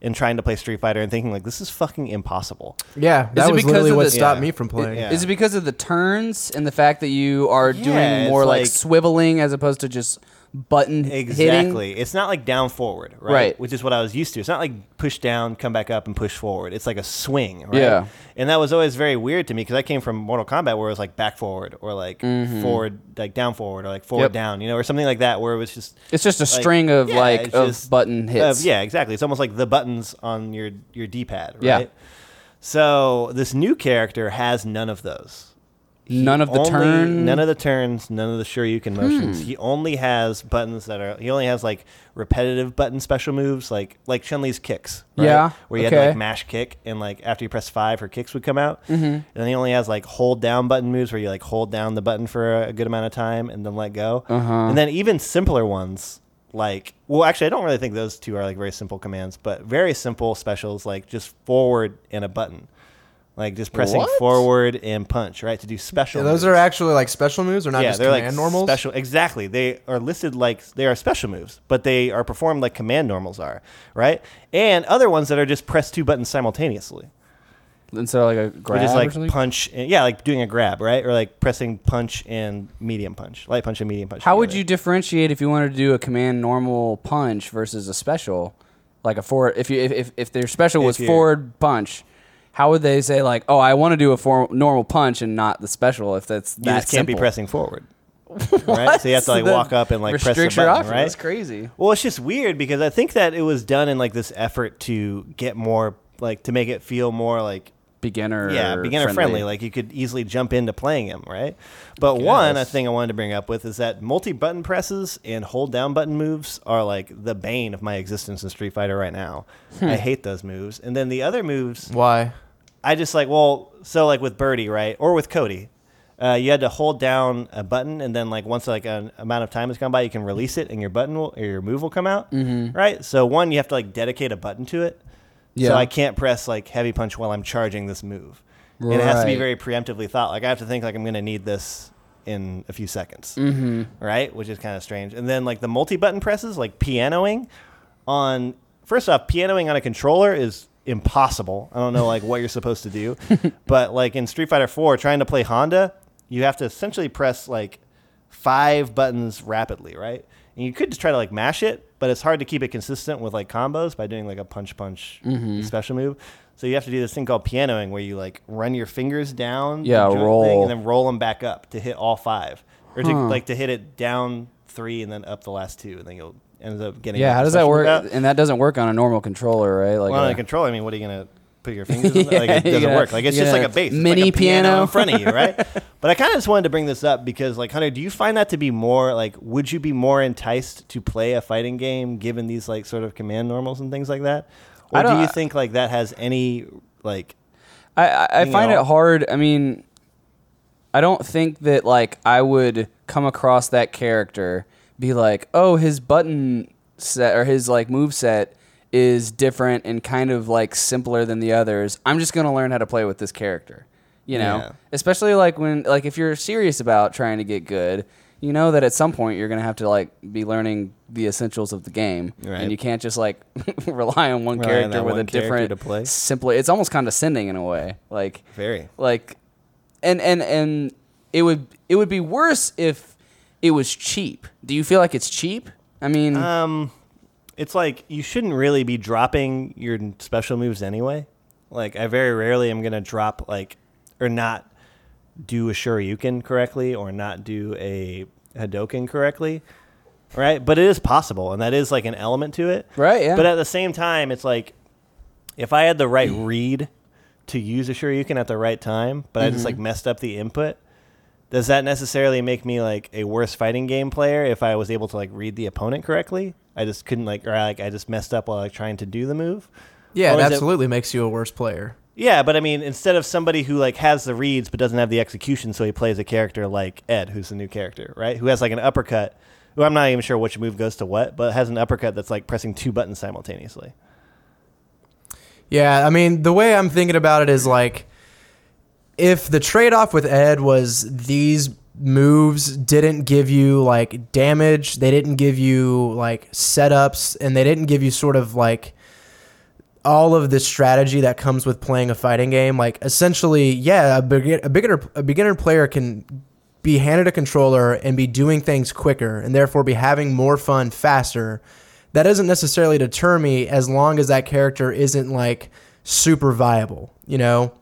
[SPEAKER 3] and trying to play Street Fighter and thinking like this is fucking impossible.
[SPEAKER 5] Yeah, that
[SPEAKER 4] it
[SPEAKER 5] was
[SPEAKER 4] because
[SPEAKER 5] literally
[SPEAKER 4] of
[SPEAKER 5] what
[SPEAKER 4] the-
[SPEAKER 5] stopped
[SPEAKER 3] Yeah.
[SPEAKER 5] me from playing.
[SPEAKER 3] Yeah.
[SPEAKER 4] Is it because of the turns and the fact that you are
[SPEAKER 3] Yeah,
[SPEAKER 4] doing
[SPEAKER 3] it's
[SPEAKER 4] more like,
[SPEAKER 3] like-
[SPEAKER 4] swiveling as opposed to just button hitting?
[SPEAKER 3] Exactly. It's not like down forward, right?
[SPEAKER 4] Right.
[SPEAKER 3] Which is what I was used to. It's not like push down, come back up, and push forward. It's like a swing, right?
[SPEAKER 4] Yeah.
[SPEAKER 3] And that was always very weird to me because I came from Mortal Kombat where it was like back forward or like forward, like down forward or like forward
[SPEAKER 4] Mm-hmm. Yep.
[SPEAKER 3] down, you know, or something like that where it was just.
[SPEAKER 4] It's just a
[SPEAKER 3] like-
[SPEAKER 4] string of
[SPEAKER 3] Yeah,
[SPEAKER 4] like
[SPEAKER 3] it's
[SPEAKER 4] of
[SPEAKER 3] just-
[SPEAKER 4] button hits.
[SPEAKER 3] of- yeah, exactly. It's almost like the buttons on your your D pad, right?
[SPEAKER 4] Yeah.
[SPEAKER 3] So this new character has none of those.
[SPEAKER 4] None of the
[SPEAKER 3] Only-
[SPEAKER 4] turn.
[SPEAKER 3] None of the turns, none of the Shoryuken
[SPEAKER 5] Hmm.
[SPEAKER 3] motions. He only has buttons that are. He only has like repetitive button special moves, like like Chun Li's kicks. right?
[SPEAKER 4] Yeah,
[SPEAKER 3] where you had to
[SPEAKER 4] okay. Mm-hmm.
[SPEAKER 3] like mash kick, and like after you press five, her kicks would come out. And then he only has like hold down button moves, where you like hold down the button for a good amount of time and then let go.
[SPEAKER 4] Uh-huh.
[SPEAKER 3] And then even simpler ones. Like well, actually, I don't really think those two are like very simple commands, but very simple specials like just forward and a button, like just pressing
[SPEAKER 4] What?
[SPEAKER 3] forward and punch, right? To do special.
[SPEAKER 5] Yeah, those
[SPEAKER 3] moves
[SPEAKER 5] are actually like special moves, or not
[SPEAKER 3] yeah,
[SPEAKER 5] just
[SPEAKER 3] they're
[SPEAKER 5] command
[SPEAKER 3] like
[SPEAKER 5] normals.
[SPEAKER 3] special. Exactly, they are listed like they are special moves, but they are performed like command normals are, right? And other ones that are just press two buttons simultaneously,
[SPEAKER 4] and so like a grab
[SPEAKER 3] which is
[SPEAKER 4] or
[SPEAKER 3] like
[SPEAKER 4] something?
[SPEAKER 3] punch, and, yeah, like doing a grab, right, or like pressing punch and medium punch, light punch and medium punch.
[SPEAKER 4] How would
[SPEAKER 3] together.
[SPEAKER 4] you differentiate if you wanted to do a command normal punch versus a special, like a forward? If you if if, if their special was
[SPEAKER 3] If you-
[SPEAKER 4] forward punch, how would they say like, oh, I want to do a for- normal punch and not the special? If that's
[SPEAKER 3] You
[SPEAKER 4] that
[SPEAKER 3] just can't be
[SPEAKER 4] simple?
[SPEAKER 3] pressing
[SPEAKER 4] [laughs]
[SPEAKER 3] forward, right? So you have to like
[SPEAKER 4] That
[SPEAKER 3] walk up and like press the
[SPEAKER 4] restricts your
[SPEAKER 3] button,
[SPEAKER 4] options.
[SPEAKER 3] right?
[SPEAKER 4] That's crazy.
[SPEAKER 3] Well, it's just weird because I think that it was done in like this effort to get more, like to make it feel more like
[SPEAKER 4] Beginner,
[SPEAKER 3] yeah beginner friendly. like you could easily jump into playing him right but one a
[SPEAKER 4] Yes.
[SPEAKER 3] thing i wanted to bring up with is that multi-button presses and hold down button moves are like the bane of my existence in street fighter right now
[SPEAKER 4] Hmm.
[SPEAKER 3] i hate those moves and then the other moves
[SPEAKER 5] Why?
[SPEAKER 3] i just like well so like with birdie right or with cody uh, you had to hold down a button, and then like once like an amount of time has gone by, you can release it, and your button will, or your move will come out, right? So one, you have to like dedicate a button to it,
[SPEAKER 4] Mm-hmm. Yeah.
[SPEAKER 3] so I can't press like heavy punch while I'm charging this move. And it has to be very
[SPEAKER 4] Right.
[SPEAKER 3] preemptively thought. Like I have to think like I'm going to need this in a few seconds, right? Which is kind of strange. And then like the multi-button presses, like pianoing on. First off, pianoing on a controller is impossible. I don't know like what you're supposed to
[SPEAKER 4] [laughs]
[SPEAKER 3] do, but like in Street Fighter 4, trying to play Honda, you have to essentially press like five buttons rapidly, right? And you could just try to like mash it, but it's hard to keep it consistent with like combos by doing like a punch punch
[SPEAKER 4] Mm-hmm.
[SPEAKER 3] special move. So you have to do this thing called pianoing where you like run your fingers down, the
[SPEAKER 4] Yeah,
[SPEAKER 3] joint thing,
[SPEAKER 4] roll.
[SPEAKER 3] and then roll them back up to hit all five, or to like to hit it down three and then up the last two, and then you'll end up getting.
[SPEAKER 4] Yeah,
[SPEAKER 3] like,
[SPEAKER 4] how
[SPEAKER 3] a
[SPEAKER 4] does that
[SPEAKER 3] special
[SPEAKER 4] work?
[SPEAKER 3] move out.
[SPEAKER 4] And that doesn't work on a normal controller, right? Like
[SPEAKER 3] Well, on
[SPEAKER 4] [laughs] a-
[SPEAKER 3] a controller, I mean, what are you gonna put your fingers? in? Like
[SPEAKER 4] [laughs] Yeah,
[SPEAKER 3] it doesn't
[SPEAKER 4] you gotta-
[SPEAKER 3] work. Like it's
[SPEAKER 4] you
[SPEAKER 3] just like a
[SPEAKER 4] gotta
[SPEAKER 3] bass, It's
[SPEAKER 4] mini
[SPEAKER 3] like a
[SPEAKER 4] piano.
[SPEAKER 3] in front of you,
[SPEAKER 4] [laughs]
[SPEAKER 3] right? but I kind of just wanted to bring this up because, like, Hunter, do you find that to be more like? Would you be more enticed to play a fighting game given these like sort of command normals and things like that? Or
[SPEAKER 4] I
[SPEAKER 3] do
[SPEAKER 4] don't-
[SPEAKER 3] you think like that has any like?
[SPEAKER 4] I, I, I
[SPEAKER 3] you
[SPEAKER 4] find
[SPEAKER 3] know.
[SPEAKER 4] it hard. I mean, I don't think that like I would come across that character be like, oh, his button set or his like move set is different and kind of like simpler than the others. I'm just gonna learn how to play with this character. You know,
[SPEAKER 3] Yeah.
[SPEAKER 4] especially like when like if you're serious about trying to get good, you know that at some point you're gonna have to like be learning the essentials of the game,
[SPEAKER 3] Right.
[SPEAKER 4] and you can't just like [laughs] rely on one
[SPEAKER 3] Rely on
[SPEAKER 4] character
[SPEAKER 3] that
[SPEAKER 4] with a
[SPEAKER 3] one character
[SPEAKER 4] different
[SPEAKER 3] to play.
[SPEAKER 4] simpler. It's almost condescending in a way. Like
[SPEAKER 3] Very.
[SPEAKER 4] like, and and and it would it would be worse if it was cheap. Do you feel like it's cheap? I mean,
[SPEAKER 3] Um, it's like you shouldn't really be dropping your n- special moves anyway. Like I very rarely am gonna drop like or not do a Shoryuken correctly or not do a Hadoken correctly, right? But it is possible, and that is like an element to it,
[SPEAKER 4] Right, yeah.
[SPEAKER 3] But at the same time, it's like if I had the right read to use a Shoryuken at the right time, but I just like messed up the input. Does that necessarily make me like a worse fighting game player if I was able to like read the opponent correctly? I just couldn't like, or like I just messed up while like trying to do the move.
[SPEAKER 5] Yeah,
[SPEAKER 3] Or
[SPEAKER 5] it
[SPEAKER 3] is it-
[SPEAKER 5] absolutely makes you a worse player.
[SPEAKER 3] Yeah, but I mean, instead of somebody who like has the reads but doesn't have the execution, so he plays a character like Ed, who's the new character, right? Who has like an uppercut. Who I'm not even sure which move goes to what, but has an uppercut that's like pressing two buttons simultaneously.
[SPEAKER 5] Yeah, I mean, the way I'm thinking about it is like if the trade off with Ed was these moves didn't give you like damage, they didn't give you like setups, and they didn't give you sort of like all of the strategy that comes with playing a fighting game. Like essentially, yeah, a, begin- a beginner a beginner player can be handed a controller and be doing things quicker, and therefore be having more fun faster. That doesn't necessarily deter me as long as that character isn't like super viable. You know,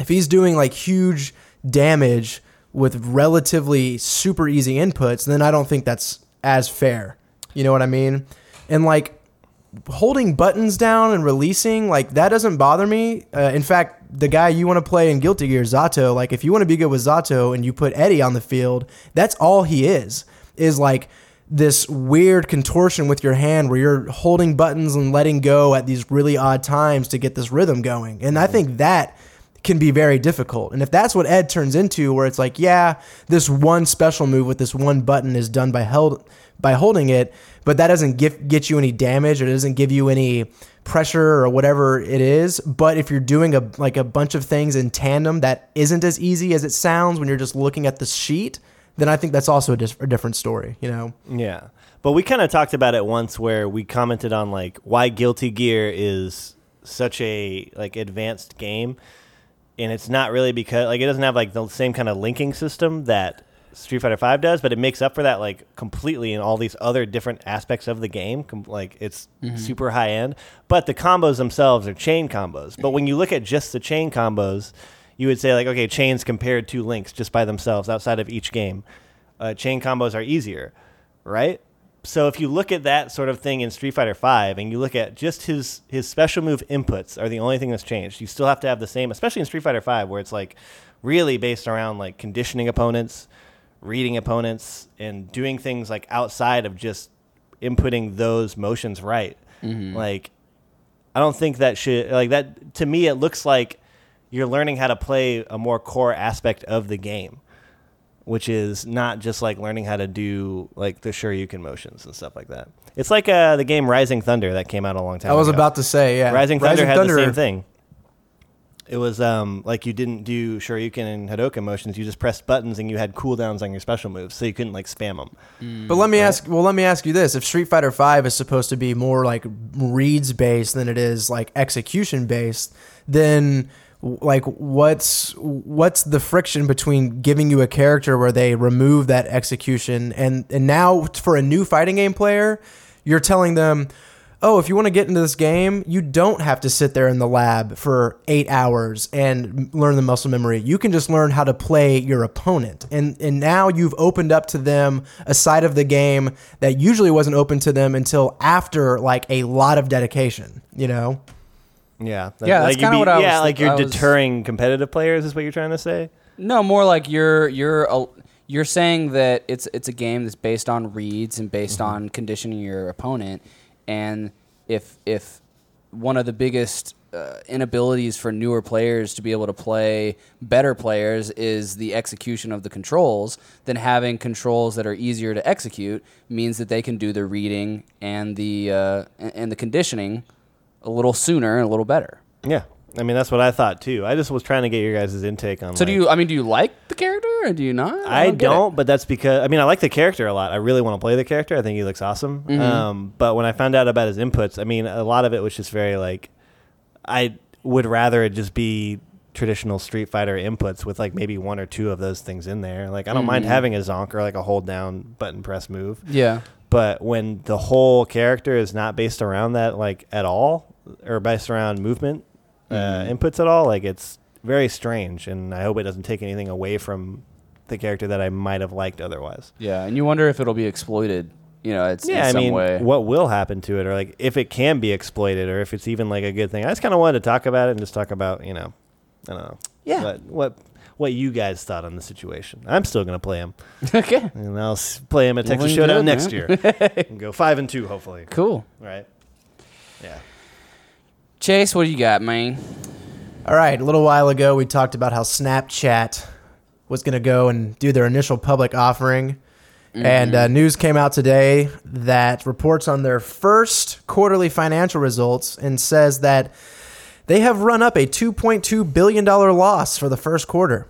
[SPEAKER 5] if he's doing like huge damage with relatively super easy inputs, then I don't think that's as fair. You know what I mean? And like holding buttons down and releasing like that doesn't bother me uh, in fact the guy you want to play in guilty gear zato like if you want to be good with zato and you put eddie on the field that's all he is is like this weird contortion with your hand where you're holding buttons and letting go at these really odd times to get this rhythm going and i think that can be very difficult. And if that's what Ed turns into, where it's like, yeah, this one special move with this one button is done by held by holding it, but that doesn't get get you any damage or doesn't give you any pressure or whatever it is. But if you're doing a like a bunch of things in tandem that isn't as easy as it sounds when you're just looking at the sheet, then I think that's also a, dis- a different story. You know,
[SPEAKER 3] Yeah. But we kind of talked about it once where we commented on like why Guilty Gear is such a like advanced game and it's not really because like it doesn't have like the same kind of linking system that Street Fighter 5 does, but it makes up for that like completely in all these other different aspects of the game. Com- like it's super high end, but the combos themselves are chain combos. But when you look at just the chain combos, you would say like okay, chains compared to links just by themselves outside of each game. Uh, chain combos are easier, right? So if you look at that sort of thing in Street Fighter Five, and you look at just his his special move inputs are the only thing that's changed. You still have to have the same, especially in Street Fighter Five, where it's like really based around like conditioning opponents, reading opponents, and doing things like outside of just inputting those motions right. Like I don't think that should like that to me. It looks like you're learning how to play a more core aspect of the game which is not just like learning how to do like the Shoryuken motions and stuff like that. It's like uh, the game Rising Thunder that came out a long time.
[SPEAKER 5] I was
[SPEAKER 3] ago.
[SPEAKER 5] about to say, yeah,
[SPEAKER 3] Rising Thunder had the same thing. It was um, like you didn't do Shoryuken and Hadoken motions. You just pressed buttons and you had cooldowns on your special moves, so you couldn't like spam them.
[SPEAKER 5] But let me ask. Well, let me ask you this: If Street Fighter Five is supposed to be more like reads based than it is like execution based, then w- like what's what's the friction between giving you a character where they remove that execution and and now for a new fighting game player, you're telling them. Oh, if you want to get into this game, you don't have to sit there in the lab for eight hours and m- learn the muscle memory. You can just learn how to play your opponent. And and now you've opened up to them a side of the game that usually wasn't open to them until after like a lot of dedication, you know?
[SPEAKER 3] Yeah,
[SPEAKER 4] Yeah, that's
[SPEAKER 3] you'd
[SPEAKER 4] kinda
[SPEAKER 3] be-
[SPEAKER 4] what I
[SPEAKER 3] Yeah,
[SPEAKER 4] was-
[SPEAKER 3] like you're
[SPEAKER 4] I was-
[SPEAKER 3] deterring competitive players. Is what you're trying to say?
[SPEAKER 4] No, more like you're you're a, you're saying that it's it's a game that's based on reads and based
[SPEAKER 3] Mm-hmm.
[SPEAKER 4] on conditioning your opponent, and if if one of the biggest uh, inabilities for newer players to be able to play better players is the execution of the controls. Then having controls that are easier to execute means that they can do the reading and the uh, and, and the conditioning a little sooner and a little better.
[SPEAKER 3] Yeah, I mean that's what I thought too. I just was trying to get your guys' intake on.
[SPEAKER 4] So do
[SPEAKER 3] like-
[SPEAKER 4] you? I mean, do you like the character or do you not?
[SPEAKER 3] I don't,
[SPEAKER 4] get it.
[SPEAKER 3] but that's because I mean I like the character a lot. I really want to play the character. I think he looks awesome.
[SPEAKER 4] Mm-hmm.
[SPEAKER 3] Um, but when I found out about his inputs, I mean a lot of it was just very like I would rather it just be traditional Street Fighter inputs with like maybe one or two of those things in there. Like I don't mind having a zonk or like a hold down button press move,
[SPEAKER 4] Mm-hmm. Yeah.
[SPEAKER 3] but when the whole character is not based around that like at all or based around movement uh,
[SPEAKER 4] Mm-hmm.
[SPEAKER 3] inputs at all like it's very strange and i hope it doesn't take anything away from the character that i might have liked otherwise
[SPEAKER 4] Yeah, and you wonder if it'll be exploited. You know, it's
[SPEAKER 3] yeah
[SPEAKER 4] in
[SPEAKER 3] i
[SPEAKER 4] some
[SPEAKER 3] mean
[SPEAKER 4] way.
[SPEAKER 3] what will happen to it or like if it can be exploited or if it's even like a good thing i just kind of wanted to talk about it and just talk about you know i don't know
[SPEAKER 4] Yeah.
[SPEAKER 3] what what what you guys thought on the situation i'm still gonna play him
[SPEAKER 4] [laughs] okay,
[SPEAKER 3] and i'll s- play him at
[SPEAKER 4] Well,
[SPEAKER 3] texas
[SPEAKER 4] then
[SPEAKER 3] showdown
[SPEAKER 4] good,
[SPEAKER 3] next
[SPEAKER 4] man.
[SPEAKER 3] year [laughs] and go five and two hopefully
[SPEAKER 4] cool.
[SPEAKER 3] right yeah
[SPEAKER 4] Chase, what do you got, man?
[SPEAKER 5] All right, a little while ago, we talked about how Snapchat was going to go and do their initial public offering. And uh, news came out today that reports on their first quarterly financial results and says that they have run up a $2.2 billion loss for the first quarter.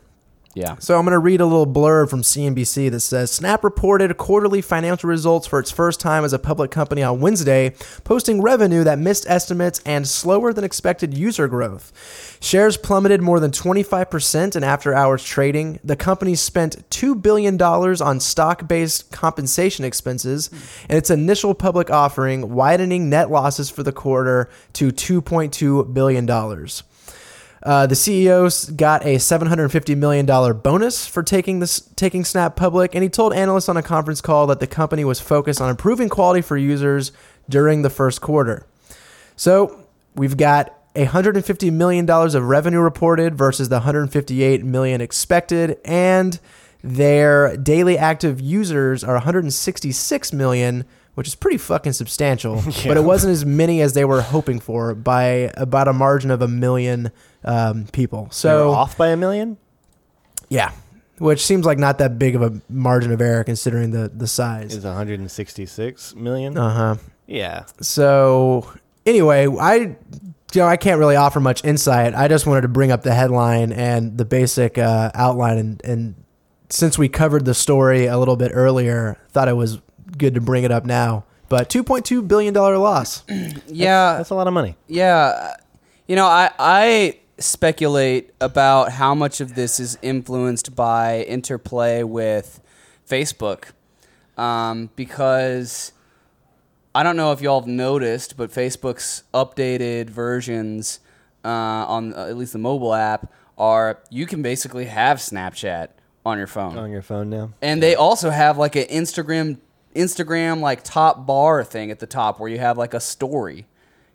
[SPEAKER 4] Yeah.
[SPEAKER 5] So I'm going to read a little blurb from CNBC that says Snap reported quarterly financial results for its first time as a public company on Wednesday, posting revenue that missed estimates and slower than expected user growth. Shares plummeted more than 25% in after hours trading. The company spent $2 billion on stock based compensation expenses in its initial public offering, widening net losses for the quarter to $2.2 billion. Uh, the CEO s- got a $750 million bonus for taking this taking Snap public, and he told analysts on a conference call that the company was focused on improving quality for users during the first quarter. So we've got $150 million of revenue reported versus the $158 million expected, and their daily active users are 166 million, which is pretty
[SPEAKER 3] [laughs]
[SPEAKER 5] fucking substantial. But it wasn't as many as they were hoping for by about a margin of a million um,
[SPEAKER 3] They
[SPEAKER 5] people.
[SPEAKER 3] were
[SPEAKER 5] So
[SPEAKER 3] off by a million.
[SPEAKER 5] yeah, which seems like not that big of a margin of error considering the the size.
[SPEAKER 3] Is 166 million.
[SPEAKER 5] Uh huh.
[SPEAKER 3] Yeah,
[SPEAKER 5] So anyway, I you know I can't really offer much insight. I just wanted to bring up the headline and the basic uh, outline, and, and since we covered the story a little bit earlier, thought it was good to bring it up now. But 2.2 billion dollar loss.
[SPEAKER 4] Yeah.
[SPEAKER 3] that's a lot of money.
[SPEAKER 4] Yeah, you know, I I speculate about how much of this is influenced by interplay with Facebook, um, because I don't know if y'all have noticed, but Facebook's updated versions uh, on uh, at least the mobile app are you can basically have Snapchat on your phone
[SPEAKER 3] On your phone now.
[SPEAKER 4] and they also have like an Instagram Instagram like top bar thing at the top where you have like a story.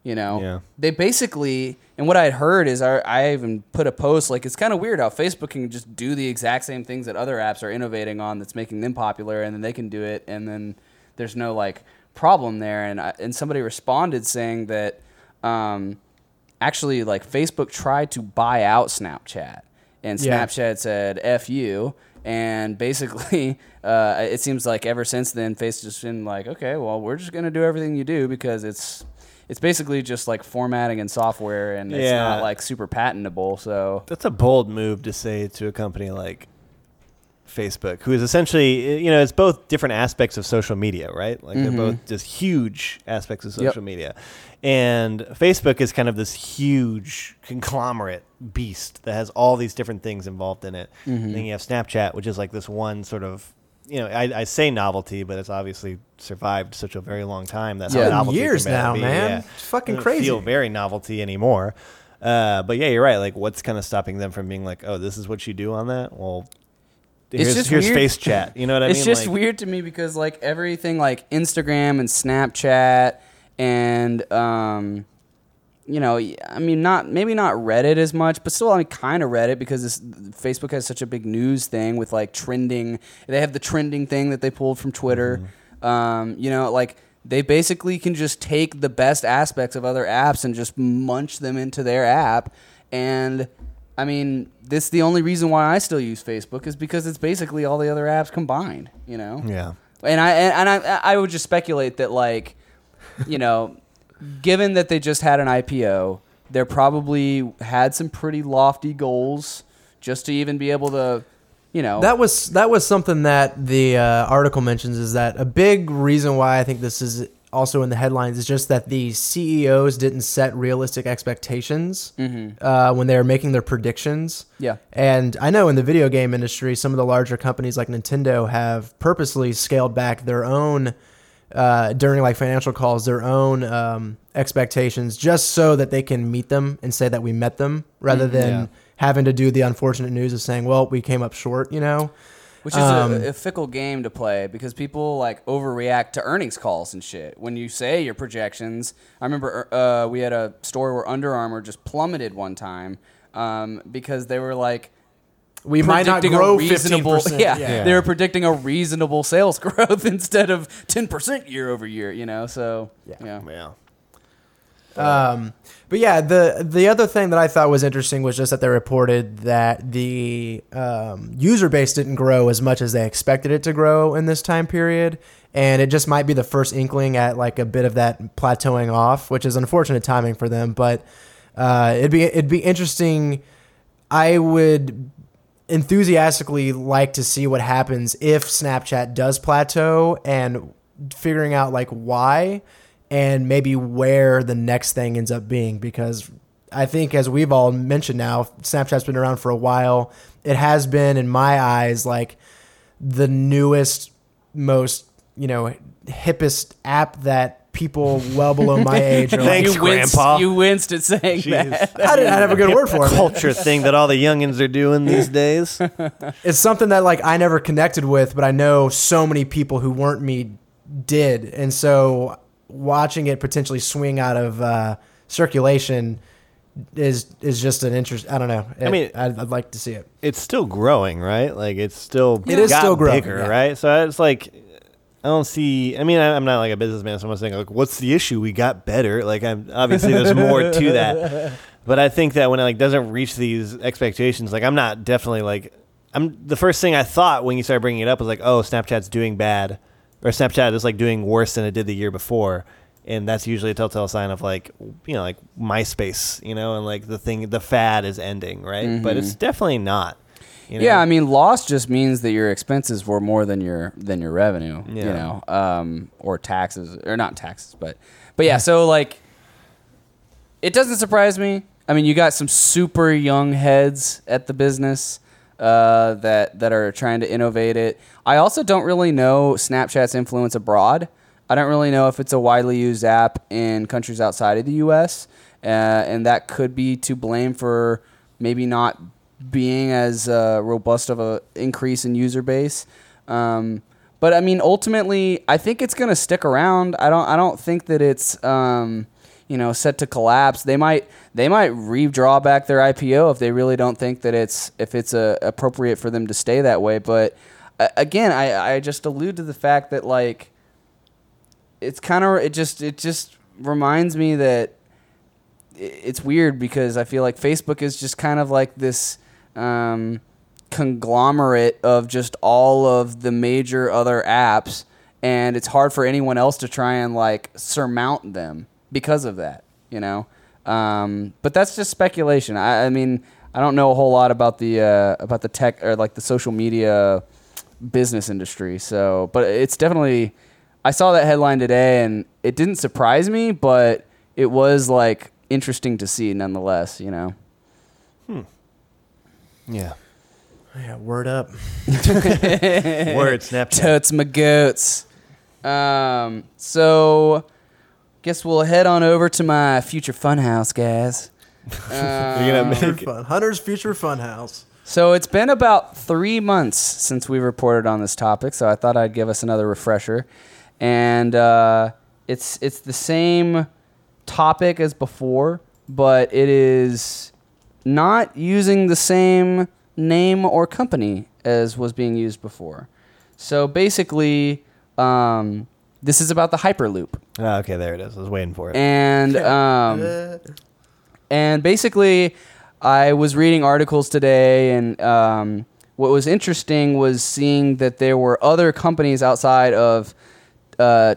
[SPEAKER 4] You know,
[SPEAKER 3] Yeah.
[SPEAKER 4] they basically and what I had heard is I, I even put a post like it's kind of weird how Facebook can just do the exact same things that other apps are innovating on that's making them popular, and then they can do it, and then there's no like problem there. And I, and somebody responded saying that um, actually like Facebook tried to buy out Snapchat, and
[SPEAKER 5] Yeah.
[SPEAKER 4] Snapchat. Snapchat said "f you," and basically, [laughs] uh, it seems like ever since then, Facebook's been like, "Okay, well, we're just gonna do everything you do because it's it's basically just like formatting and software, and it's
[SPEAKER 3] Yeah.
[SPEAKER 4] not like super patentable. So
[SPEAKER 3] That's a bold move to say to a company like Facebook, who is essentially, uh, you know, it's both different aspects of social media, right? Like they're both just huge aspects of social media. And Facebook is kind of this huge conglomerate beast that has all these different things involved in it. Then you have Snapchat, which is like this one sort of, you know, I, I say novelty, but it's obviously survived such a very long time. That's
[SPEAKER 4] Yeah.
[SPEAKER 3] how novelty
[SPEAKER 5] Years
[SPEAKER 3] came out to
[SPEAKER 5] now,
[SPEAKER 3] be,
[SPEAKER 5] man.
[SPEAKER 3] yeah.
[SPEAKER 5] It's fucking
[SPEAKER 3] Doesn't
[SPEAKER 5] crazy.
[SPEAKER 3] feel very novelty anymore. Uh, but yeah, you're right. Like, what's kind of stopping them from being like, oh, this is what you do on that? Well, here's,
[SPEAKER 4] just
[SPEAKER 3] here's
[SPEAKER 4] weird.
[SPEAKER 3] face chat. You know what I
[SPEAKER 4] it's
[SPEAKER 3] mean?
[SPEAKER 4] just
[SPEAKER 3] Like,
[SPEAKER 4] weird to me because like everything like Instagram and Snapchat and um you know y- I mean not maybe not Reddit as much but still I mean, kind of Reddit because this, Facebook has such a big news thing with like trending they have the trending thing that they pulled from Twitter um you know like they basically can just take the best aspects of other apps and just munch them into their app and I mean, this the only reason why I still use Facebook is because it's basically all the other apps combined, you know.
[SPEAKER 3] Yeah.
[SPEAKER 4] And I and I I would just speculate that like, you know, given that they just had an IPO, they're probably had some pretty lofty goals just to even be able to, you know,
[SPEAKER 5] That was that was something that the uh, article mentions is that a big reason why I think this is also in the headlines is just that the CEOs didn't set realistic expectations uh, when they were making their predictions.
[SPEAKER 4] Yeah.
[SPEAKER 5] and I know in the video game industry, some of the larger companies like Nintendo have purposely scaled back their own. Uh, during like financial calls, their own um, expectations, just so that they can meet them and say that we met them, rather than
[SPEAKER 3] Yeah.
[SPEAKER 5] having to do the unfortunate news of saying, "Well, we came up short," you know.
[SPEAKER 4] which is
[SPEAKER 5] um,
[SPEAKER 4] a, a fickle game to play because people like overreact to earnings calls and shit. When you say your projections, I remember uh, we had a story where Under Armour just plummeted one time um, because they were like
[SPEAKER 5] We might not
[SPEAKER 4] predicting
[SPEAKER 5] grow
[SPEAKER 4] a reasonable. [laughs]
[SPEAKER 5] 15%.
[SPEAKER 4] Yeah,
[SPEAKER 5] yeah.
[SPEAKER 4] they were predicting a reasonable sales [laughs] growth instead of ten percent year over year. You know, so yeah,
[SPEAKER 3] Yeah.
[SPEAKER 5] Um, but yeah, the the other thing that I thought was interesting was just that they reported that the um, user base didn't grow as much as they expected it to grow in this time period, and it just might be the first inkling at like a bit of that plateauing off, which is unfortunate timing for them. But uh, it'd be it'd be interesting. I would enthusiastically like to see what happens if Snapchat does plateau and figuring out like why and maybe where the next thing ends up being because I think as we've all mentioned now Snapchat's been around for a while it has been in my eyes like the newest most you know hippest app that people well below my age are like
[SPEAKER 3] Thanks,
[SPEAKER 4] you winced,
[SPEAKER 3] Grandpa.
[SPEAKER 4] you winced at saying that.
[SPEAKER 3] Jeez.
[SPEAKER 5] I didn't have a good word for it
[SPEAKER 3] Culture thing that all the youngins are doing these days.
[SPEAKER 5] it's something that like I never connected with, but I know so many people who weren't me did, and so watching it potentially swing out of uh, circulation is is just an interest. I don't know.
[SPEAKER 3] I mean-
[SPEAKER 5] I'd, I'd like to see it.
[SPEAKER 3] It's still growing, right? Like it's still
[SPEAKER 5] It is
[SPEAKER 3] got
[SPEAKER 5] still growing,
[SPEAKER 3] bigger,
[SPEAKER 5] yeah.
[SPEAKER 3] right? So it's like I don't see. I mean, I, I'm not like a businessman. So I'm just thinking, like, what's the issue? We got better. Like, I'm obviously there's more to that. But I think that when it like doesn't reach these expectations, like I'm not definitely like I'm. The first thing I thought when you started bringing it up was like, oh, Snapchat's doing bad, or Snapchat is like doing worse than it did the year before. And that's usually a telltale sign of like, you know, like MySpace, you know, and like the thing, the fad is ending, right? But it's definitely not. you know?
[SPEAKER 4] Mm-hmm. Yeah, I mean, loss just means that your expenses were more than your than your revenue, you
[SPEAKER 3] Yeah.
[SPEAKER 4] know, um, or taxes or not taxes, but but yeah. So like, it doesn't surprise me. I mean, you got some super young heads at the business uh, that that are trying to innovate it. I also don't really know Snapchat's influence abroad. I don't really know if it's a widely used app in countries outside of the U.S. Uh, and that could be to blame for maybe not being as uh, robust of a increase in user base. Um, but I mean, ultimately, I think it's going to stick around. I don't. I don't think that it's. Um, you know, set to collapse. They might they might redraw back their IPO if they really don't think that it's if it's uh, appropriate for them to stay that way. But uh, again, I, I just allude to the fact that like it's kind of it just it just reminds me that i- it's weird because I feel like Facebook is just kind of like this um, conglomerate of just all of the major other apps, and it's hard for anyone else to try and like surmount them because of that, you know. Um, but that's just speculation. I, I mean, I don't know a whole lot about the uh, about the tech or like the social media business industry. So, but it's definitely. I saw that headline today, and it didn't surprise me, but it was like interesting to see nonetheless. You know. [laughs]
[SPEAKER 3] Yeah.
[SPEAKER 5] Yeah, word up.
[SPEAKER 4] eh,
[SPEAKER 3] Word Snapchat.
[SPEAKER 4] Totes my goats. Um, so guess we'll head on over to my future funhouse, guys. uh,
[SPEAKER 3] You're gonna make-
[SPEAKER 5] Future fun. Hunter's future fun house.
[SPEAKER 4] So it's been about three months since we reported on this topic, so I thought I'd give us another refresher. And uh, it's it's the same topic as before, but it is not using the same name or company as was being used before. So basically, um, this is about the Hyperloop,
[SPEAKER 3] Ah, okay, there it is. I was waiting for it.
[SPEAKER 4] and um, and basically, I was reading articles today, and um, what was interesting was seeing that there were other companies outside of uh,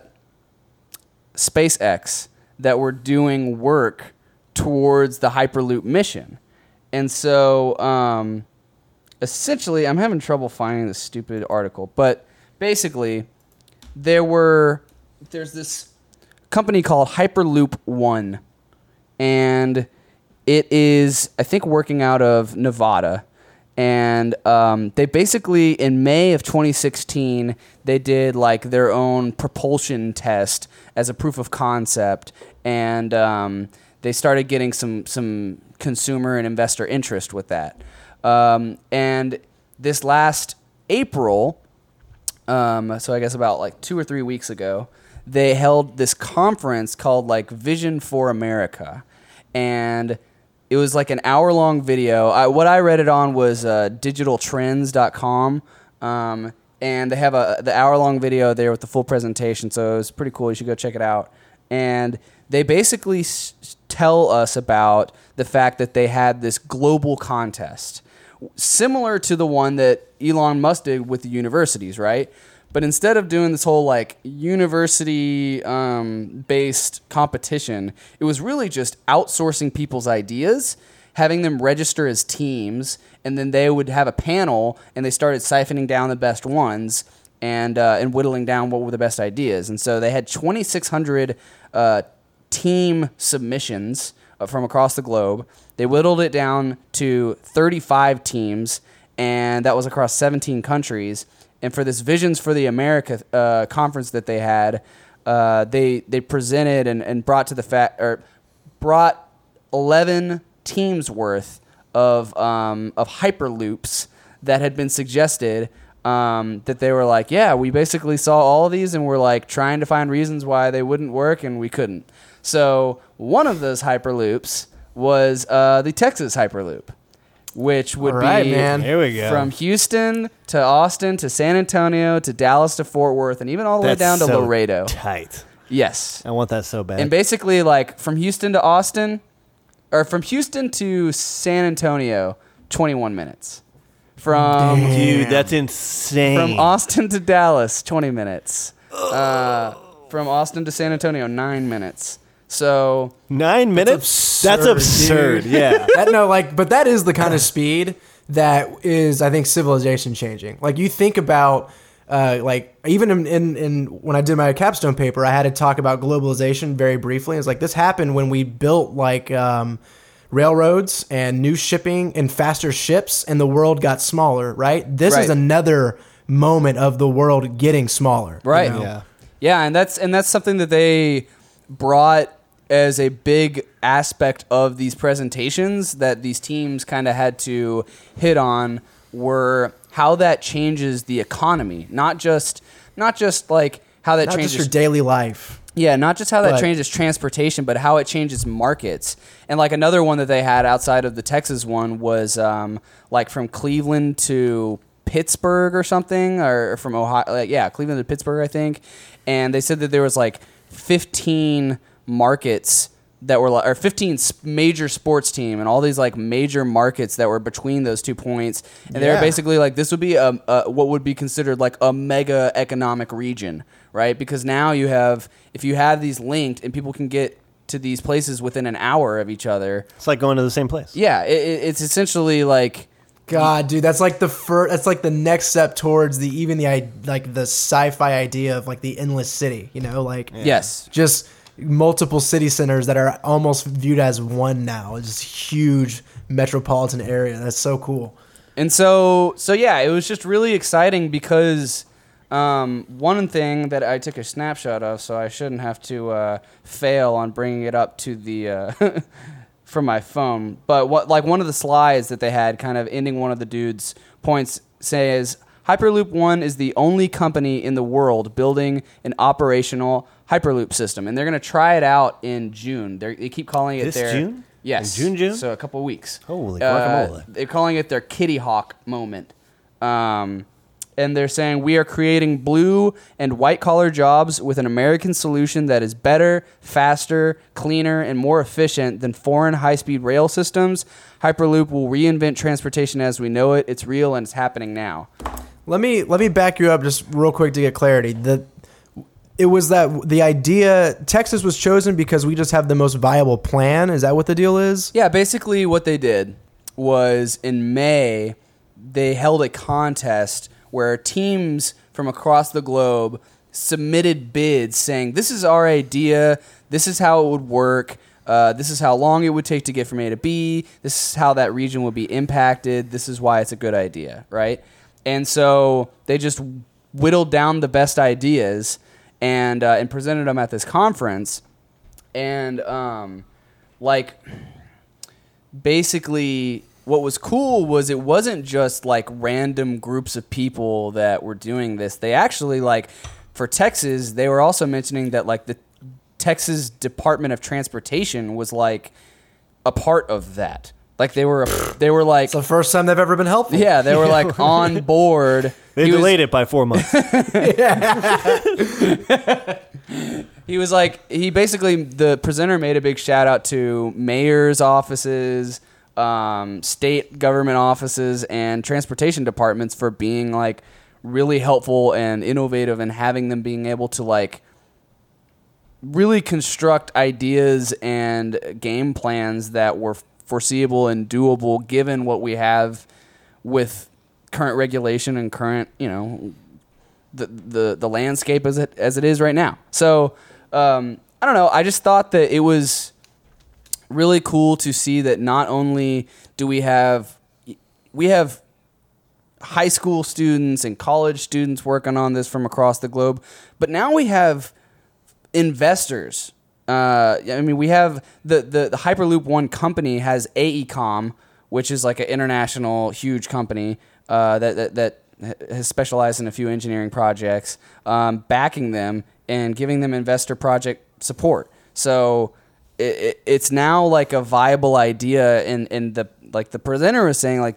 [SPEAKER 4] SpaceX that were doing work towards the Hyperloop mission. And so, um, essentially, I'm having trouble finding this stupid article, but basically, there were there's this company called Hyperloop One, and it is I think working out of Nevada, and um, they basically in May of 2016 they did like their own propulsion test as a proof of concept, and um, they started getting some some consumer and investor interest with that, um, and this last April um, so I guess about like two or three weeks ago, they held this conference called like Vision for America, and it was like an hour long video. I, what I read it on was uh, digitaltrends.com, um, and they have a the hour long video there with the full presentation. So it was pretty cool. You should go check it out. And they basically s- tell us about the fact that they had this global contest similar to the one that Elon Musk did with the universities, right? But instead of doing this whole like university um, based competition, it was really just outsourcing people's ideas, having them register as teams, and then they would have a panel and they started siphoning down the best ones and uh, and whittling down what were the best ideas. And so they had 2,600 uh, team submissions uh, from across the globe. They whittled it down to 35 teams, and that was across 17 countries. And for this Visions for the America uh, conference that they had, uh, they they presented and, and brought to the fact or brought 11 teams worth of um, of hyperloops that had been suggested um, that they were like, yeah, we basically saw all of these and we're like trying to find reasons why they wouldn't work and we couldn't. So one of those hyperloops was uh, the Texas hyperloop, which would
[SPEAKER 5] All right,
[SPEAKER 4] be
[SPEAKER 5] man.
[SPEAKER 3] Here we go.
[SPEAKER 4] from Houston to Austin to San Antonio to Dallas to Fort Worth and even all the way down to
[SPEAKER 3] so
[SPEAKER 4] Laredo.
[SPEAKER 3] Tight.
[SPEAKER 4] Yes.
[SPEAKER 3] I want that so bad.
[SPEAKER 4] And basically, like from Houston to Austin, or from Houston to San Antonio, 21 minutes. From
[SPEAKER 3] Dude, that's insane.
[SPEAKER 4] from Austin to Dallas, 20 minutes. Uh, from Austin to San Antonio, nine minutes. So
[SPEAKER 3] Nine minutes? That's absurd.
[SPEAKER 5] absurd, dude. [laughs]
[SPEAKER 3] Yeah.
[SPEAKER 5] that no, like, but that is the kind
[SPEAKER 4] [laughs]
[SPEAKER 5] of speed that is, I think, civilization changing. Like, you think about, uh, like, even in, in, in when I did my capstone paper, I had to talk about globalization very briefly. It's like this happened when we built like um, railroads and new shipping and faster ships, and the world got smaller. Right? This
[SPEAKER 4] Right.
[SPEAKER 5] is another moment of the world getting smaller. you
[SPEAKER 4] Right.
[SPEAKER 5] know?
[SPEAKER 4] Yeah. Yeah, and that's and that's something that they brought as a big aspect of these presentations that these teams kind of had to hit on were how that changes the economy, not just not just like how that
[SPEAKER 5] Not
[SPEAKER 4] changes
[SPEAKER 5] just your daily life.
[SPEAKER 4] yeah, not just how that
[SPEAKER 5] But-
[SPEAKER 4] changes transportation, but how it changes markets. And like another one that they had outside of the Texas one was um, like from Cleveland to Pittsburgh or something, or from Ohio. Like, yeah, Cleveland to Pittsburgh, I think. And they said that there was like 15 markets that were like, or 15 s- major sports team and all these like major markets that were between those two points and they were
[SPEAKER 5] Yeah.
[SPEAKER 4] basically like this would be a, a, what would be considered like a mega economic region right because now you have if you have these linked and people can get to these places within an hour of each other.
[SPEAKER 3] It's like going to the same place.
[SPEAKER 4] Yeah, it, it- it's essentially like
[SPEAKER 5] God, dude, that's like the first. That's like the next step towards the even the i- like the sci-fi idea of like the endless city. You know, like
[SPEAKER 4] yes,
[SPEAKER 5] just multiple city centers that are almost viewed as one now. It's just huge metropolitan area. That's so cool.
[SPEAKER 4] and so so yeah, it was just really exciting because um, one thing that I took a snapshot of, so I shouldn't have to uh, fail on bringing it up to the. Uh, [laughs] From my phone, but what like one of the slides that they had, kind of ending one of the dude's points, says Hyperloop One is the only company in the world building an operational Hyperloop system, and they're going to try it out in June. They're, they keep calling it
[SPEAKER 3] This
[SPEAKER 4] their
[SPEAKER 3] June?
[SPEAKER 4] yes
[SPEAKER 3] In June, June?
[SPEAKER 4] So a couple weeks.
[SPEAKER 3] Holy
[SPEAKER 4] Uh,
[SPEAKER 3] guacamole.
[SPEAKER 4] they're calling it their Kitty Hawk moment. Um, and they're saying we are creating blue and white collar jobs with an American solution that is better, faster, cleaner, and more efficient than foreign high speed rail systems. Hyperloop will reinvent transportation as we know it. It's real and it's happening now.
[SPEAKER 5] Let me let me back you up just real quick to get clarity. The it was that the idea Texas was chosen because we just have the most viable plan. Is that what the deal is?
[SPEAKER 4] Yeah, basically what they did was in May they held a contest where teams from across the globe submitted bids saying this is our idea, this is how it would work. Uh, this is how long it would take to get from A to B. This is how that region would be impacted. This is why it's a good idea, right? And so they just whittled down the best ideas and uh, and presented them at this conference. And um, like basically what was cool was it wasn't just like random groups of people that were doing this. They actually like for Texas, they were also mentioning that like the Texas Department of Transportation was like a part of that. Like they were they were like
[SPEAKER 5] It's the first time they've ever been helpful.
[SPEAKER 3] [laughs]
[SPEAKER 4] yeah, they were like on board.
[SPEAKER 3] They
[SPEAKER 4] He was-
[SPEAKER 3] delayed it by four
[SPEAKER 4] [laughs]
[SPEAKER 3] months.
[SPEAKER 4] He was like, he basically, the presenter made a big shout out to mayor's offices, um, state government offices, and transportation departments for being like really helpful and innovative and having them being able to like really construct ideas and game plans that were foreseeable and doable given what we have with current regulation and current, you know, the the the landscape as it as it is right now. So um, I don't know. I just thought that it was really cool to see that not only do we have we have high school students and college students working on this from across the globe, but now we have investors. Uh, I mean, we have the, the, the Hyperloop One company has AECOM, which is like an international huge company uh, that, that, that has specialized in a few engineering projects, um, backing them and giving them investor project support. So it, it, it's now like a viable idea, and, and the like the presenter was saying like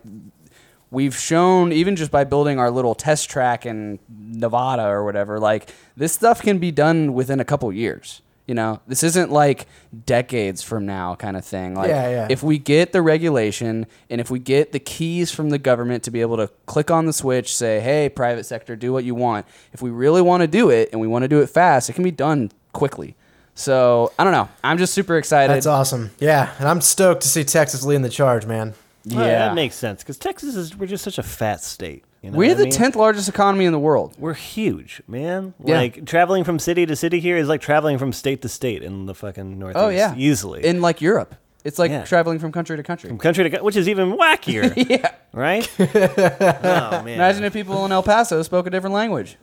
[SPEAKER 4] we've shown even just by building our little test track in Nevada or whatever, like this stuff can be done within a couple years. You know, this isn't like decades from now kind of thing. Like
[SPEAKER 5] Yeah, yeah.
[SPEAKER 4] if we get the regulation and if we get the keys from the government to be able to click on the switch, say, "Hey, private sector, do what you want." If we really want to do it and we want to do it fast, it can be done quickly. So, I don't know. I'm just super excited.
[SPEAKER 5] That's awesome. Yeah, and I'm stoked to see Texas leading the charge, man.
[SPEAKER 3] yeah, that makes sense because Texas is we're just such a fat state. You know
[SPEAKER 4] We're
[SPEAKER 3] what I
[SPEAKER 4] the
[SPEAKER 3] mean?
[SPEAKER 4] 10th largest economy in the world.
[SPEAKER 3] We're huge, man.
[SPEAKER 4] Yeah.
[SPEAKER 3] Like traveling from city to city here is like traveling from state to state in the fucking northeast.
[SPEAKER 4] Oh yeah,
[SPEAKER 3] easily
[SPEAKER 4] in like Europe. It's like
[SPEAKER 3] Yeah.
[SPEAKER 4] traveling from country to country.
[SPEAKER 3] from country to country, which is even wackier.
[SPEAKER 4] [laughs] Yeah,
[SPEAKER 3] right? oh man!
[SPEAKER 4] imagine if people in El Paso spoke a
[SPEAKER 3] [laughs]
[SPEAKER 4] different language.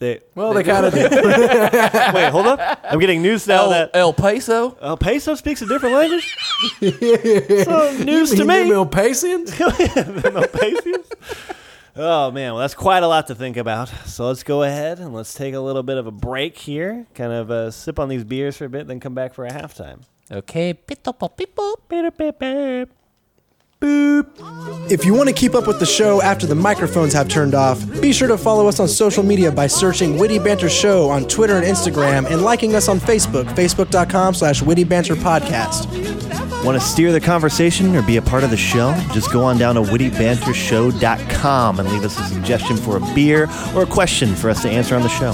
[SPEAKER 3] They-
[SPEAKER 5] Well, they kind of do.
[SPEAKER 3] wait, hold up. I'm getting news
[SPEAKER 4] [laughs]
[SPEAKER 3] now
[SPEAKER 4] El,
[SPEAKER 3] that
[SPEAKER 4] El Paso.
[SPEAKER 3] El Peso speaks a different
[SPEAKER 4] [laughs]
[SPEAKER 3] language. so news to me.
[SPEAKER 5] Emil Payson?
[SPEAKER 3] No Pesos? Oh man, well that's quite a lot to think about. So let's go ahead and let's take a little bit of a break here, kind of uh, sip on these beers for a bit, then come back for a halftime.
[SPEAKER 4] Okay,
[SPEAKER 2] pito po pipo.
[SPEAKER 5] [laughs] If you want to keep up with the show after the microphones have turned off, be sure to follow us on social media by searching Witty Banter Show on Twitter and Instagram and liking us on Facebook, facebook.com slash Witty Banter Podcast.
[SPEAKER 3] Want to steer the conversation or be a part of the show? Just go on down to wittybantershow.com and leave us a suggestion for a beer or a question for us to answer on the show.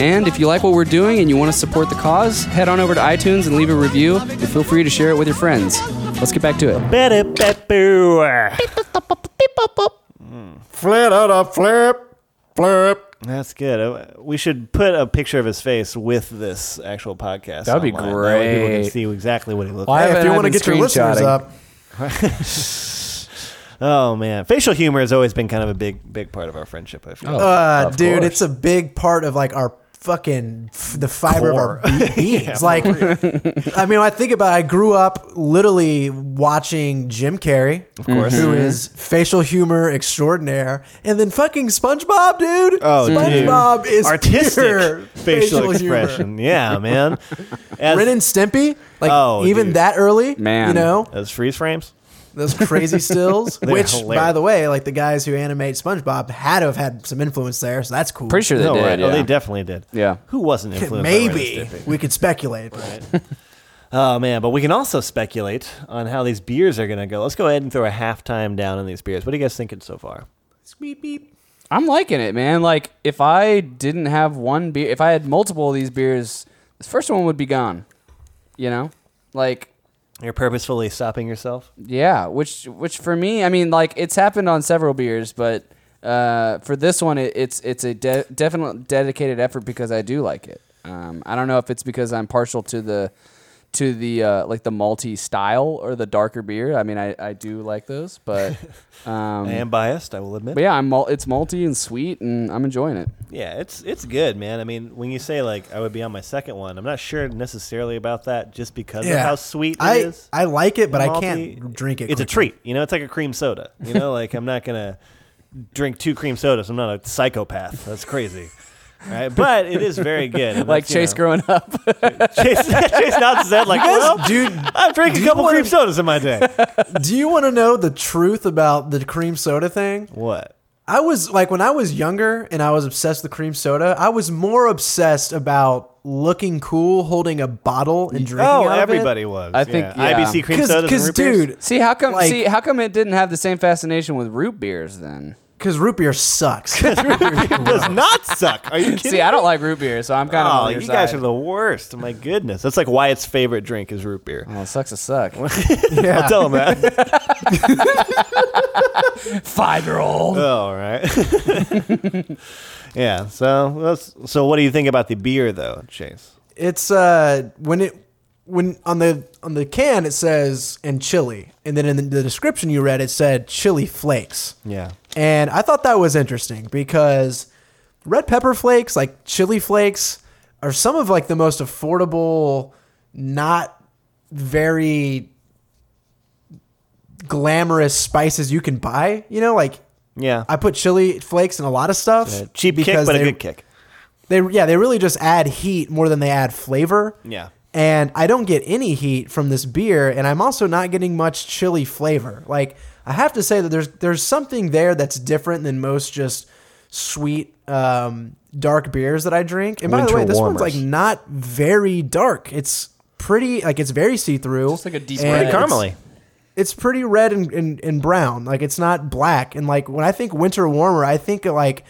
[SPEAKER 4] And if you like what we're doing and you want to support the cause, head on over to iTunes and leave a review, and feel free to share it with your friends. Let's get back to it.
[SPEAKER 3] Better, better.
[SPEAKER 5] Flip, up, flip, flip.
[SPEAKER 3] That's good. Uh, We should put a picture of his face with this actual podcast.
[SPEAKER 4] That'd be
[SPEAKER 3] online. That way people can
[SPEAKER 4] great.
[SPEAKER 3] see exactly what he looks
[SPEAKER 5] Hey,
[SPEAKER 3] like.
[SPEAKER 5] if
[SPEAKER 4] haven't-
[SPEAKER 5] you
[SPEAKER 4] I've
[SPEAKER 5] want to
[SPEAKER 4] been
[SPEAKER 5] get your listeners
[SPEAKER 4] screenshotting.
[SPEAKER 5] up,
[SPEAKER 3] Oh man, facial humor has always been kind of a big, big part of our friendship. I feel.
[SPEAKER 4] Oh,
[SPEAKER 5] uh,
[SPEAKER 4] of
[SPEAKER 5] dude,
[SPEAKER 4] course.
[SPEAKER 5] it's a big part of like our fucking f- the fiber of
[SPEAKER 3] [laughs]
[SPEAKER 5] our be- beings. [laughs] like, I mean, when I think about. It, I grew up literally watching Jim Carrey, of course, who
[SPEAKER 3] Mm-hmm.
[SPEAKER 5] is facial humor extraordinaire, and then fucking SpongeBob, dude.
[SPEAKER 3] Oh, dude.
[SPEAKER 5] SpongeBob is
[SPEAKER 3] Artistic
[SPEAKER 5] pure
[SPEAKER 3] facial,
[SPEAKER 5] humor.
[SPEAKER 3] expression. Yeah,
[SPEAKER 5] [laughs]
[SPEAKER 3] man. As,
[SPEAKER 5] Ren and Stimpy, like
[SPEAKER 3] Oh,
[SPEAKER 5] even
[SPEAKER 3] dude.
[SPEAKER 5] that early,
[SPEAKER 4] Man.
[SPEAKER 5] you know
[SPEAKER 3] as freeze frames.
[SPEAKER 5] those
[SPEAKER 3] [laughs]
[SPEAKER 5] crazy stills. which,
[SPEAKER 3] hilarious.
[SPEAKER 5] by the way, like the guys who animate SpongeBob had to have had some influence there, so that's cool.
[SPEAKER 4] Pretty sure they
[SPEAKER 3] no,
[SPEAKER 4] did.
[SPEAKER 3] right.
[SPEAKER 4] yeah.
[SPEAKER 3] Oh, they definitely did.
[SPEAKER 4] Yeah.
[SPEAKER 3] Who wasn't influenced? by Ren and
[SPEAKER 5] Maybe
[SPEAKER 3] Stimpy?
[SPEAKER 5] we could speculate.
[SPEAKER 3] Oh man, but we can also speculate on how these beers are going to go. Let's go ahead and throw a halftime down on these beers. What are you guys thinking so far?
[SPEAKER 5] Beep, beep.
[SPEAKER 4] I'm liking it, man. Like if I didn't have one beer, if I had multiple of these beers, this first one would be gone. You know, like
[SPEAKER 3] You're purposefully stopping yourself.
[SPEAKER 4] yeah, which which for me, I mean, like it's happened on several beers, but uh, for this one, it, it's it's a de- definite dedicated effort because I do like it. Um, I don't know if it's because I'm partial to the to the uh, like the malty style or the darker beer. I mean, I, I do like those, [laughs] but um,
[SPEAKER 3] I am biased, I will admit.
[SPEAKER 4] but yeah, I'm mal- it's malty and sweet, and I'm enjoying it.
[SPEAKER 3] Yeah, it's it's good, man. I mean, when you say like I would be on my second one, I'm not sure necessarily about that just because of
[SPEAKER 5] Yeah,
[SPEAKER 3] how sweet
[SPEAKER 5] I
[SPEAKER 3] it is.
[SPEAKER 5] I like it, but I can't
[SPEAKER 3] Malty.
[SPEAKER 5] drink it.
[SPEAKER 3] It's a
[SPEAKER 5] quickly.
[SPEAKER 3] treat, you know. It's like a cream soda, you know. like I'm not gonna drink two cream sodas. I'm not a psychopath. That's crazy. Right? But it is very good. and
[SPEAKER 4] Like
[SPEAKER 3] that's, you
[SPEAKER 4] Chase
[SPEAKER 3] know-
[SPEAKER 4] growing up.
[SPEAKER 3] [laughs] Chase, Chase nods his head like, well,
[SPEAKER 5] Dude,
[SPEAKER 3] I've drank a couple
[SPEAKER 5] wanna-
[SPEAKER 3] cream sodas in my day.
[SPEAKER 5] do you want to know the truth about the cream soda thing?
[SPEAKER 3] what?
[SPEAKER 5] I was like when I was younger and I was obsessed with cream soda. I was more obsessed about looking cool, holding a bottle and drinking.
[SPEAKER 3] Oh,
[SPEAKER 5] out of it.
[SPEAKER 3] everybody was.
[SPEAKER 4] I think- yeah.
[SPEAKER 3] IBC cream sodas. and
[SPEAKER 5] because
[SPEAKER 3] root beers?
[SPEAKER 5] dude,
[SPEAKER 4] [laughs] See how come?
[SPEAKER 5] Like-
[SPEAKER 4] see how come it didn't have the same fascination with root beers then?
[SPEAKER 5] because root
[SPEAKER 3] [laughs]
[SPEAKER 5] beer sucks.
[SPEAKER 3] it does not suck. Are you kidding?
[SPEAKER 4] [laughs] See, I don't like root beer, so I'm kind of.
[SPEAKER 3] Oh,
[SPEAKER 4] on
[SPEAKER 3] you
[SPEAKER 4] your
[SPEAKER 3] guys
[SPEAKER 4] side.
[SPEAKER 3] are the worst. My goodness. That's like Wyatt's favorite drink is root beer.
[SPEAKER 4] Oh, sucks to [laughs] suck.
[SPEAKER 5] yeah.
[SPEAKER 3] I'll tell him that. [laughs]
[SPEAKER 4] Five year old.
[SPEAKER 3] oh, all right. [laughs] yeah. So that's, so what do you think about the beer though, Chase?
[SPEAKER 5] [laughs] It's uh when it when on the on the can it says and chili, and then in the, the description you read it said chili flakes.
[SPEAKER 3] Yeah.
[SPEAKER 5] And I thought that was interesting because red pepper flakes, like chili flakes, are some of like the most affordable, not very glamorous spices you can buy. You know, like
[SPEAKER 3] Yeah.
[SPEAKER 5] I put chili flakes in a lot of stuff.
[SPEAKER 3] A cheap kick,
[SPEAKER 5] because
[SPEAKER 3] but a
[SPEAKER 5] they-
[SPEAKER 3] good kick.
[SPEAKER 5] They yeah, they really just add heat more than they add flavor.
[SPEAKER 3] Yeah.
[SPEAKER 5] And I don't get any heat from this beer, and I'm also not getting much chili flavor. Like I have to say that there's there's something there that's different than most just sweet um, dark beers that I drink. And by the
[SPEAKER 3] Winter
[SPEAKER 5] way, this
[SPEAKER 3] warmers.
[SPEAKER 5] one's like not very dark. It's pretty like it's very see through.
[SPEAKER 4] Just like a deep
[SPEAKER 5] and
[SPEAKER 4] red.
[SPEAKER 5] it's-
[SPEAKER 3] Caramely.
[SPEAKER 5] it's pretty red and, and, and brown. Like it's not black. And like when I think winter warmer, I think of like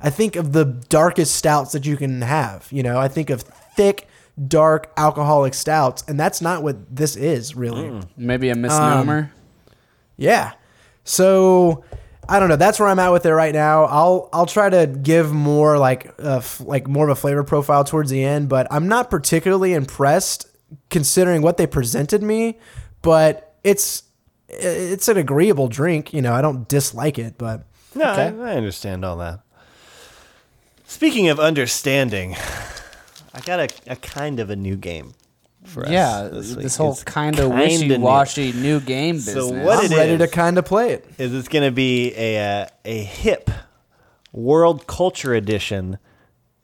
[SPEAKER 5] I think of the darkest stouts that you can have. You know, I think of thick, dark alcoholic stouts, and that's not what this is really.
[SPEAKER 4] Maybe a misnomer.
[SPEAKER 5] Yeah. So I don't know. That's where I'm at with it right now. I'll I'll try to give more like uh, f- like more of a flavor profile towards the end, but I'm not particularly impressed considering what they presented me. But it's it's an agreeable drink. You know, I don't dislike it, but
[SPEAKER 3] No,
[SPEAKER 5] Okay.
[SPEAKER 3] I, I understand all that. Speaking of understanding, [sighs] I got a, a kind of a new game for us.
[SPEAKER 4] yeah,
[SPEAKER 3] this,
[SPEAKER 4] this,
[SPEAKER 3] week.
[SPEAKER 4] whole
[SPEAKER 3] It's
[SPEAKER 4] kind of
[SPEAKER 3] kinda new.
[SPEAKER 4] wishy washy new game business.
[SPEAKER 3] So what
[SPEAKER 5] I'm
[SPEAKER 3] it
[SPEAKER 5] ready
[SPEAKER 3] is-
[SPEAKER 5] to kind of play it.
[SPEAKER 3] is it's going to be a uh, a hip world culture edition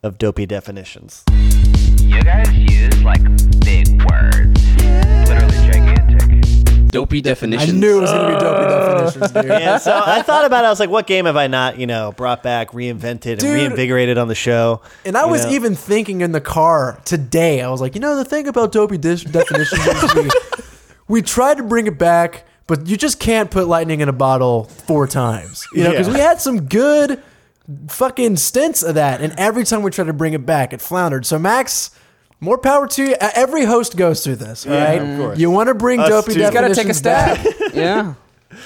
[SPEAKER 3] of dopey
[SPEAKER 4] [laughs]
[SPEAKER 3] definitions.
[SPEAKER 7] You guys use like big words. Literally gigantic.
[SPEAKER 4] dopey
[SPEAKER 5] I
[SPEAKER 4] definition?
[SPEAKER 5] knew it was gonna be dopey definitions, dude.
[SPEAKER 3] And so I thought about it. I was like, what game have I not, you know, brought back, reinvented,
[SPEAKER 5] Dude.
[SPEAKER 3] and reinvigorated on the show?
[SPEAKER 5] And I
[SPEAKER 3] You
[SPEAKER 5] was
[SPEAKER 3] know?
[SPEAKER 5] even thinking in the car today, I was like, you know, the thing about dopey dish [laughs] definitions is we, we tried to bring it back, but you just can't put lightning in a bottle four times. You know, because
[SPEAKER 3] Yeah.
[SPEAKER 5] we had some good fucking stints of that, and every time we tried to bring it back, it floundered. So Max. More power to you. Uh, Every host goes through this, all
[SPEAKER 3] Yeah,
[SPEAKER 5] right?
[SPEAKER 3] of course.
[SPEAKER 5] You want to bring
[SPEAKER 3] Us
[SPEAKER 5] dopey
[SPEAKER 3] too. He's
[SPEAKER 5] definitions
[SPEAKER 3] gotta
[SPEAKER 4] gotta take a
[SPEAKER 5] back.
[SPEAKER 4] stab. [laughs] yeah.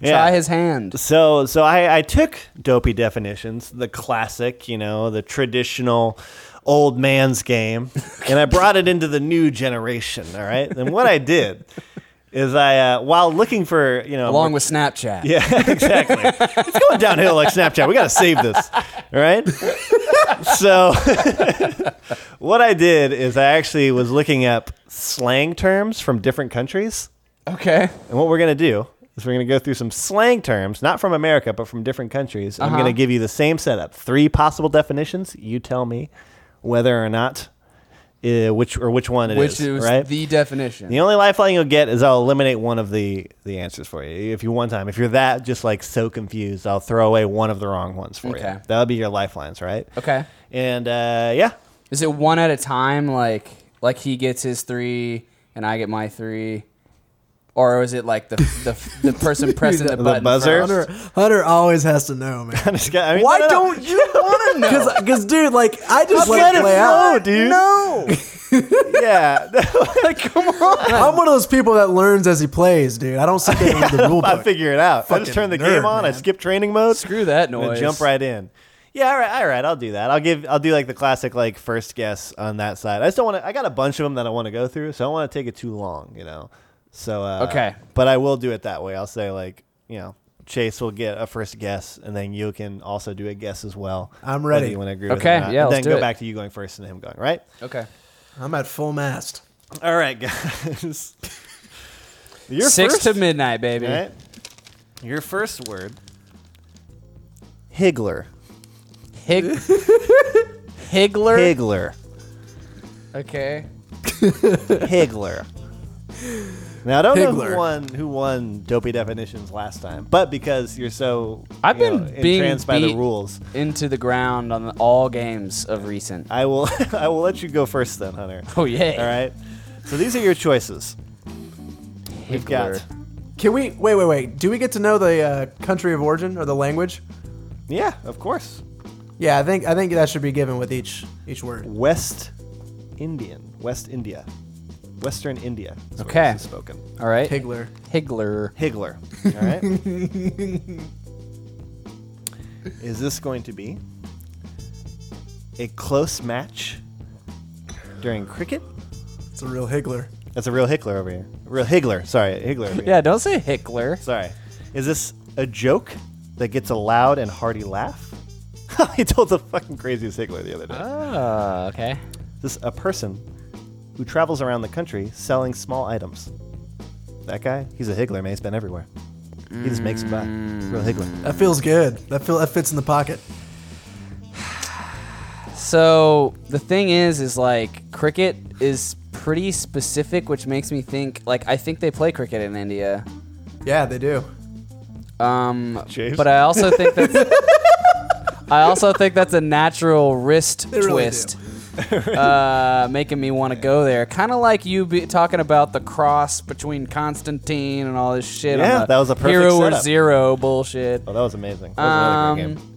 [SPEAKER 3] Yeah.
[SPEAKER 4] Try his hand.
[SPEAKER 3] So, so I, I took dopey definitions, the classic, you know, the traditional old man's
[SPEAKER 4] [laughs]
[SPEAKER 3] game, and I brought it into the new generation. All right, and what I did is I, uh, while looking for, you know,
[SPEAKER 4] Along with Snapchat.
[SPEAKER 3] yeah, exactly, it's going downhill like Snapchat. We got to save this. All right. So, [laughs] what I did is I actually was looking up slang terms from different countries.
[SPEAKER 4] Okay.
[SPEAKER 3] And what we're going to do is we're going to go through some slang terms, not from America, but from different countries. And
[SPEAKER 4] Uh-huh.
[SPEAKER 3] I'm going to give you the same setup three possible definitions. You tell me whether or not. Uh, which or which one it is,
[SPEAKER 4] Which is
[SPEAKER 3] right?
[SPEAKER 4] the definition.
[SPEAKER 3] The only lifeline you'll get is I'll eliminate one of the the answers for you. If you one time, if you're that just like so confused, I'll throw away one of the wrong ones for
[SPEAKER 4] Okay.
[SPEAKER 3] you. That'll be your lifelines, right?
[SPEAKER 4] Okay.
[SPEAKER 3] And uh, yeah,
[SPEAKER 4] Is it one at a time? Like like he gets his three and I get my three, or is it like the
[SPEAKER 3] [laughs]
[SPEAKER 4] the, the person pressing the,
[SPEAKER 3] The
[SPEAKER 4] button
[SPEAKER 3] buzzer?
[SPEAKER 4] first?
[SPEAKER 5] Hunter, Hunter always has to know, man.
[SPEAKER 3] I just got- I mean,
[SPEAKER 5] Why
[SPEAKER 3] no, no, no.
[SPEAKER 5] don't you want [laughs] to know? Because, dude, like, I just
[SPEAKER 3] Just
[SPEAKER 5] let,
[SPEAKER 3] let it
[SPEAKER 5] play
[SPEAKER 3] flow,
[SPEAKER 5] out.
[SPEAKER 3] dude.
[SPEAKER 5] No.
[SPEAKER 3] Yeah, [laughs] come on.
[SPEAKER 5] I'm one of those people that learns as he plays, dude. I don't sit there and read the rule
[SPEAKER 3] I
[SPEAKER 5] book.
[SPEAKER 3] figure it out. I
[SPEAKER 5] Fucking
[SPEAKER 3] just turn the
[SPEAKER 5] nerd,
[SPEAKER 3] game on. I
[SPEAKER 5] man.
[SPEAKER 3] skip training mode.
[SPEAKER 4] Screw that
[SPEAKER 3] and then
[SPEAKER 4] noise.
[SPEAKER 3] jump right in. Yeah, all right, all right. I'll do that. I'll give. I'll do like the classic, like first guess on that side. I just don't want to. I got a bunch of them that I want to go through, so I don't want to take it too long, you know. So uh,
[SPEAKER 4] Okay.
[SPEAKER 3] but I will do it that way. I'll say like, you know, Chase will get a first guess, and then you can also do a guess as well.
[SPEAKER 5] I'm
[SPEAKER 3] whether
[SPEAKER 5] ready.
[SPEAKER 3] You want to agree? with
[SPEAKER 4] Okay,
[SPEAKER 3] it or not.
[SPEAKER 4] yeah,
[SPEAKER 3] And then
[SPEAKER 4] let's do
[SPEAKER 3] go
[SPEAKER 4] it.
[SPEAKER 3] back to you going first and him going right.
[SPEAKER 4] Okay.
[SPEAKER 5] I'm at full mast.
[SPEAKER 3] All right,
[SPEAKER 4] [laughs]
[SPEAKER 3] guys. Your
[SPEAKER 4] Six
[SPEAKER 3] first,
[SPEAKER 4] to midnight, baby.
[SPEAKER 3] all right. Your first word. Higgler.
[SPEAKER 4] Hig-
[SPEAKER 3] [laughs]
[SPEAKER 4] Higgler.
[SPEAKER 3] Higgler.
[SPEAKER 4] Okay.
[SPEAKER 3] Higgler. Now I don't know who
[SPEAKER 5] Higgler.
[SPEAKER 3] won who won dopey definitions last time, but because you're so
[SPEAKER 4] I've
[SPEAKER 3] you
[SPEAKER 4] been
[SPEAKER 3] know,
[SPEAKER 4] being
[SPEAKER 3] entranced by the
[SPEAKER 4] beat.
[SPEAKER 3] rules,
[SPEAKER 4] Into the ground on all games of recent.
[SPEAKER 3] I will [laughs] I will let you go first then, Hunter.
[SPEAKER 4] Oh yeah.
[SPEAKER 3] All right. So these are your choices. We've got
[SPEAKER 5] Can we wait? Wait, wait. Do we get to know the uh, country of origin or the language?
[SPEAKER 3] yeah, of course,
[SPEAKER 5] Yeah, I think I think that should be given with each each word.
[SPEAKER 3] West Indian, West India, Western India. is where
[SPEAKER 4] Okay.
[SPEAKER 3] this is spoken
[SPEAKER 4] All right.
[SPEAKER 5] Higgler.
[SPEAKER 4] Higgler.
[SPEAKER 3] Higgler. All right. [laughs] is this going to be a close match during cricket?
[SPEAKER 5] It's a real Higgler.
[SPEAKER 3] That's a real Hickler over here. Real Higgler. Sorry, Higgler. Over here.
[SPEAKER 4] Yeah. Don't say Hickler.
[SPEAKER 3] Sorry. Is this a joke that gets a loud and hearty laugh? [laughs] he told the fucking craziest Higgler the other day.
[SPEAKER 4] Oh, okay.
[SPEAKER 3] Is this a person who travels around the country selling small items? That guy, he's a Higgler, man. He's been everywhere. He just makes it back. Real Higgler.
[SPEAKER 5] That feels good. That feel that fits in the pocket.
[SPEAKER 4] So the thing is, is like cricket is pretty specific, which makes me think. Like I think they play cricket in India.
[SPEAKER 5] Yeah, they do.
[SPEAKER 4] Um,
[SPEAKER 3] James?
[SPEAKER 4] but I also think that's I also think that's a natural wrist
[SPEAKER 5] really
[SPEAKER 4] twist, uh, making me want to go there. Kind of like you be talking about the cross between Constantine and all this shit. on
[SPEAKER 3] Yeah,
[SPEAKER 4] the
[SPEAKER 3] that was a perfect
[SPEAKER 4] hero or
[SPEAKER 3] setup.
[SPEAKER 4] zero bullshit.
[SPEAKER 3] Oh, that was amazing. That was another great game.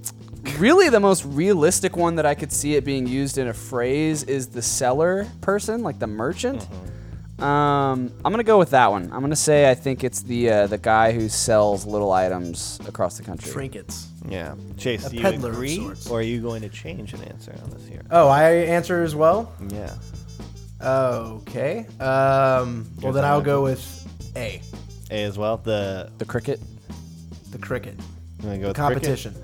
[SPEAKER 4] Really, the most realistic one that I could see it being used in a phrase is the seller person, like the merchant.
[SPEAKER 3] Mm-hmm.
[SPEAKER 4] Um, I'm gonna go with that one. I'm gonna say I think it's the uh, the guy who sells little items across the country.
[SPEAKER 5] Trinkets.
[SPEAKER 3] Yeah. Chase,
[SPEAKER 5] A
[SPEAKER 3] do you
[SPEAKER 5] peddler of
[SPEAKER 3] agree,
[SPEAKER 5] sorts.
[SPEAKER 3] or are you going to change an answer on this here?
[SPEAKER 5] Oh, I answer as well.
[SPEAKER 3] Um, Yeah.
[SPEAKER 5] Okay. Um, well, then I'll go with A,
[SPEAKER 3] A as well. The,
[SPEAKER 4] The cricket.
[SPEAKER 5] the cricket
[SPEAKER 3] you wanna go with cricket?
[SPEAKER 5] competition.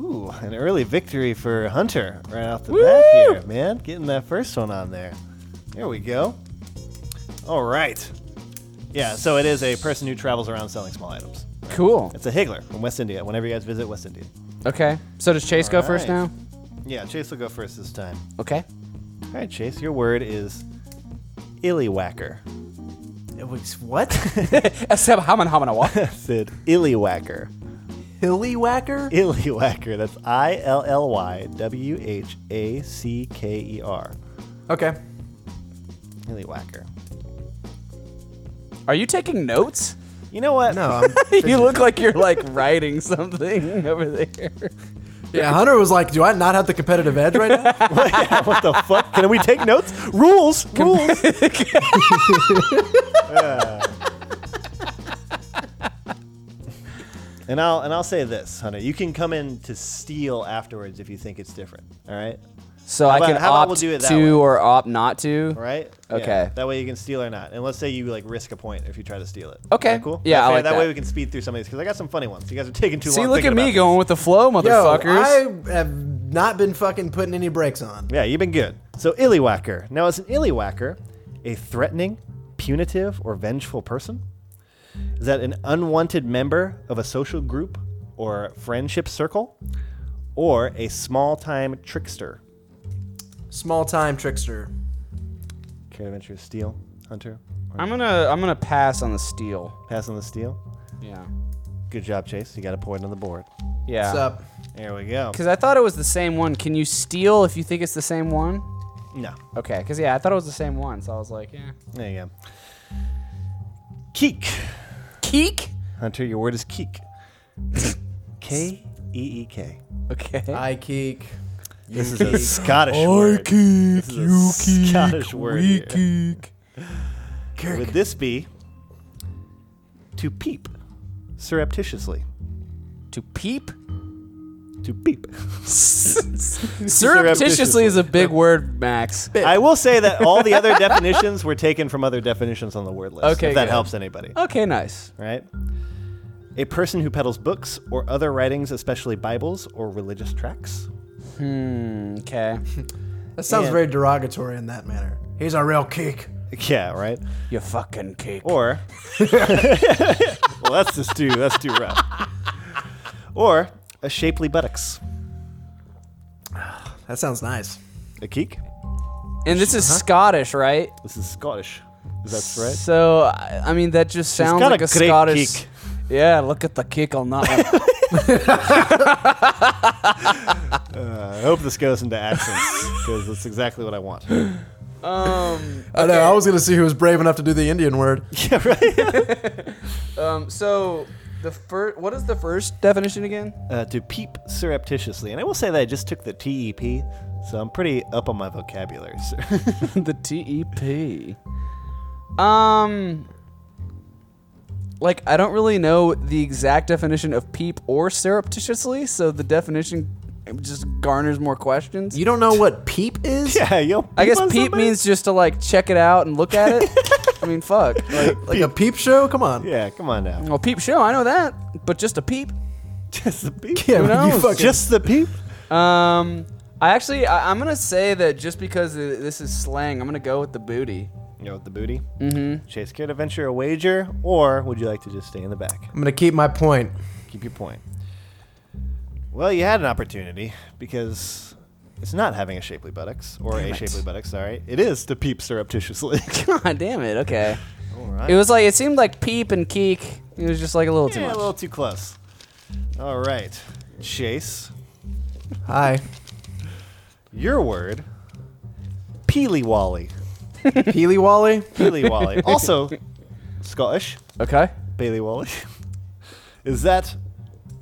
[SPEAKER 3] Ooh, an early victory for Hunter right off the bat here, man. Getting that first one on there. There we go. All right. Yeah, so it is a person who travels around selling small items.
[SPEAKER 4] Cool.
[SPEAKER 3] It's a higgler from West India. Whenever you guys visit West India.
[SPEAKER 4] Okay. So does Chase go first
[SPEAKER 3] Alright.
[SPEAKER 4] now?
[SPEAKER 3] Yeah, Chase will go first this time.
[SPEAKER 4] Okay. [laughs]
[SPEAKER 3] All right, Chase, your word is illywhacker.
[SPEAKER 5] It was what? [laughs]
[SPEAKER 4] Except Haman
[SPEAKER 3] [laughs]
[SPEAKER 4] Hamana Wa.
[SPEAKER 3] Sid, illywhacker.
[SPEAKER 5] Hilly whacker?
[SPEAKER 3] Illywhacker. That's I L L Y W H A C K E R.
[SPEAKER 5] Okay.
[SPEAKER 3] Illywhacker.
[SPEAKER 4] Are you
[SPEAKER 3] [laughs]
[SPEAKER 4] taking notes? [laughs]
[SPEAKER 3] You know what?
[SPEAKER 5] No, I'm
[SPEAKER 4] [laughs] you look like you're like writing something over there.
[SPEAKER 5] Yeah, Hunter was like, "Do I not have the competitive edge right
[SPEAKER 3] [laughs]
[SPEAKER 5] now?"
[SPEAKER 3] what the fuck? Can we take notes? Rules, rules. Yeah. And I'll and I'll say this, honey. You can come in to steal afterwards if you think it's different. All right,
[SPEAKER 4] So
[SPEAKER 3] How
[SPEAKER 4] I
[SPEAKER 3] about-
[SPEAKER 4] can
[SPEAKER 3] how about
[SPEAKER 4] opt
[SPEAKER 3] we'll do it that
[SPEAKER 4] to
[SPEAKER 3] way?
[SPEAKER 4] or opt not to.
[SPEAKER 3] all right.
[SPEAKER 4] Okay.
[SPEAKER 3] That way you can steal or not. And let's say you like risk a point if you try to steal it.
[SPEAKER 4] Okay.
[SPEAKER 3] Is that cool.
[SPEAKER 4] Yeah, I
[SPEAKER 3] Okay,
[SPEAKER 4] like that.
[SPEAKER 3] way we can speed through some of these because I got some funny ones. You guys are taking too
[SPEAKER 4] See,
[SPEAKER 3] long.
[SPEAKER 4] look at
[SPEAKER 3] thinking
[SPEAKER 4] me
[SPEAKER 3] about
[SPEAKER 4] going with the flow,
[SPEAKER 5] Yo,
[SPEAKER 4] motherfuckers.
[SPEAKER 5] I have not been fucking putting any brakes on.
[SPEAKER 3] this. Yeah, you've been good. So illywhacker. Now, is an illywhacker a threatening, punitive, or vengeful person? Is that an unwanted member of a social group or friendship circle, or a small-time trickster?
[SPEAKER 5] Small time trickster.
[SPEAKER 3] Care to venture a steal, Hunter?
[SPEAKER 4] I'm gonna I'm gonna pass on the steal.
[SPEAKER 3] Pass on the steal.
[SPEAKER 4] Yeah.
[SPEAKER 3] Good job, Chase. You got a point on the board.
[SPEAKER 4] Yeah.
[SPEAKER 5] What's up?
[SPEAKER 3] There we go.
[SPEAKER 4] Because I thought it was the same one. Can you steal if you think it's the same one?
[SPEAKER 3] No.
[SPEAKER 4] Okay. Because yeah, I thought it was the same one, so I was like, yeah.
[SPEAKER 3] There you go. Keek.
[SPEAKER 4] Keek.
[SPEAKER 3] Hunter, your word is keek. K E E K.
[SPEAKER 4] Okay.
[SPEAKER 5] I keek.
[SPEAKER 3] This is a Scottish word. This is a Scottish word. here. Would this be to peep surreptitiously?
[SPEAKER 4] to peep.
[SPEAKER 3] To peep.
[SPEAKER 4] Surreptitiously is a big word, Max.
[SPEAKER 3] [laughs] I will say that all the other definitions were taken from other definitions on the word list.
[SPEAKER 4] Okay,
[SPEAKER 3] if that
[SPEAKER 4] good.
[SPEAKER 3] helps anybody.
[SPEAKER 4] Okay, nice.
[SPEAKER 3] right? A person who peddles books or other writings, especially Bibles or religious tracts. [laughs]
[SPEAKER 4] Okay.
[SPEAKER 5] That sounds
[SPEAKER 3] Yeah.
[SPEAKER 5] very derogatory in that manner. He's a real keek.
[SPEAKER 3] Yeah, right.
[SPEAKER 4] You fucking keek.
[SPEAKER 3] [laughs] Or, well, that's just too that's too rough. Or a shapely buttocks,
[SPEAKER 5] That sounds nice.
[SPEAKER 3] a keek.
[SPEAKER 4] And this is Scottish, right?
[SPEAKER 3] This is Scottish. Is that right?
[SPEAKER 4] So I I mean, that just sounds
[SPEAKER 3] got
[SPEAKER 4] like
[SPEAKER 3] a
[SPEAKER 4] a,
[SPEAKER 3] great
[SPEAKER 4] Scottish.
[SPEAKER 3] kick.
[SPEAKER 4] Yeah, look at the kick on that one.
[SPEAKER 3] Uh, I hope this goes into accents because that's exactly what I [laughs] want.
[SPEAKER 5] I know. I was gonna see who was brave enough to do the
[SPEAKER 3] [laughs]
[SPEAKER 5] Indian word.
[SPEAKER 4] um, so the first, what is the first definition again?
[SPEAKER 3] Uh, to peep surreptitiously, and I will say that I just took the TEP, so I'm pretty up on my vocabulary. sir.
[SPEAKER 4] the TEP. Um, like I don't really know the exact definition of peep or surreptitiously, so the definition just garners more questions.
[SPEAKER 5] You don't know what peep
[SPEAKER 3] [laughs]
[SPEAKER 5] is?
[SPEAKER 3] yeah, yo.
[SPEAKER 4] I guess
[SPEAKER 3] on
[SPEAKER 4] peep
[SPEAKER 3] somebody?
[SPEAKER 4] means just to like check it out and look
[SPEAKER 3] [laughs]
[SPEAKER 4] at it. I mean, fuck. Like,
[SPEAKER 5] Like a peep show? Come on.
[SPEAKER 3] Yeah, come on now.
[SPEAKER 4] well, peep show, I know that, but just a peep.
[SPEAKER 3] [laughs] Just the peep.
[SPEAKER 5] Yeah,
[SPEAKER 4] Who
[SPEAKER 5] you
[SPEAKER 4] knows?
[SPEAKER 5] fucking-
[SPEAKER 3] Just the peep.
[SPEAKER 4] Um, I actually, I, I'm gonna say that just because uh, this is slang, I'm gonna go with the booty. [laughs]
[SPEAKER 3] You know, with the booty. Mm-hmm. Chase, care to venture a wager, or would you like to just stay in the back?
[SPEAKER 5] I'm gonna keep my point.
[SPEAKER 3] Keep your point. Well, you had an opportunity because it's not having a shapely buttocks or a shapely buttocks. Sorry, it is to peep surreptitiously. [laughs]
[SPEAKER 4] God damn it. Okay.
[SPEAKER 3] All right.
[SPEAKER 4] It was like it seemed like peep and keek. It was just like a little too
[SPEAKER 3] Yeah,
[SPEAKER 4] much.
[SPEAKER 3] a little too close. All right, Chase, [laughs]
[SPEAKER 5] Hi.
[SPEAKER 3] your word, peely wally,
[SPEAKER 5] Peely Wally?
[SPEAKER 3] peely wally, also Scottish,
[SPEAKER 4] Okay.
[SPEAKER 3] Bailey Wally. [laughs] Is that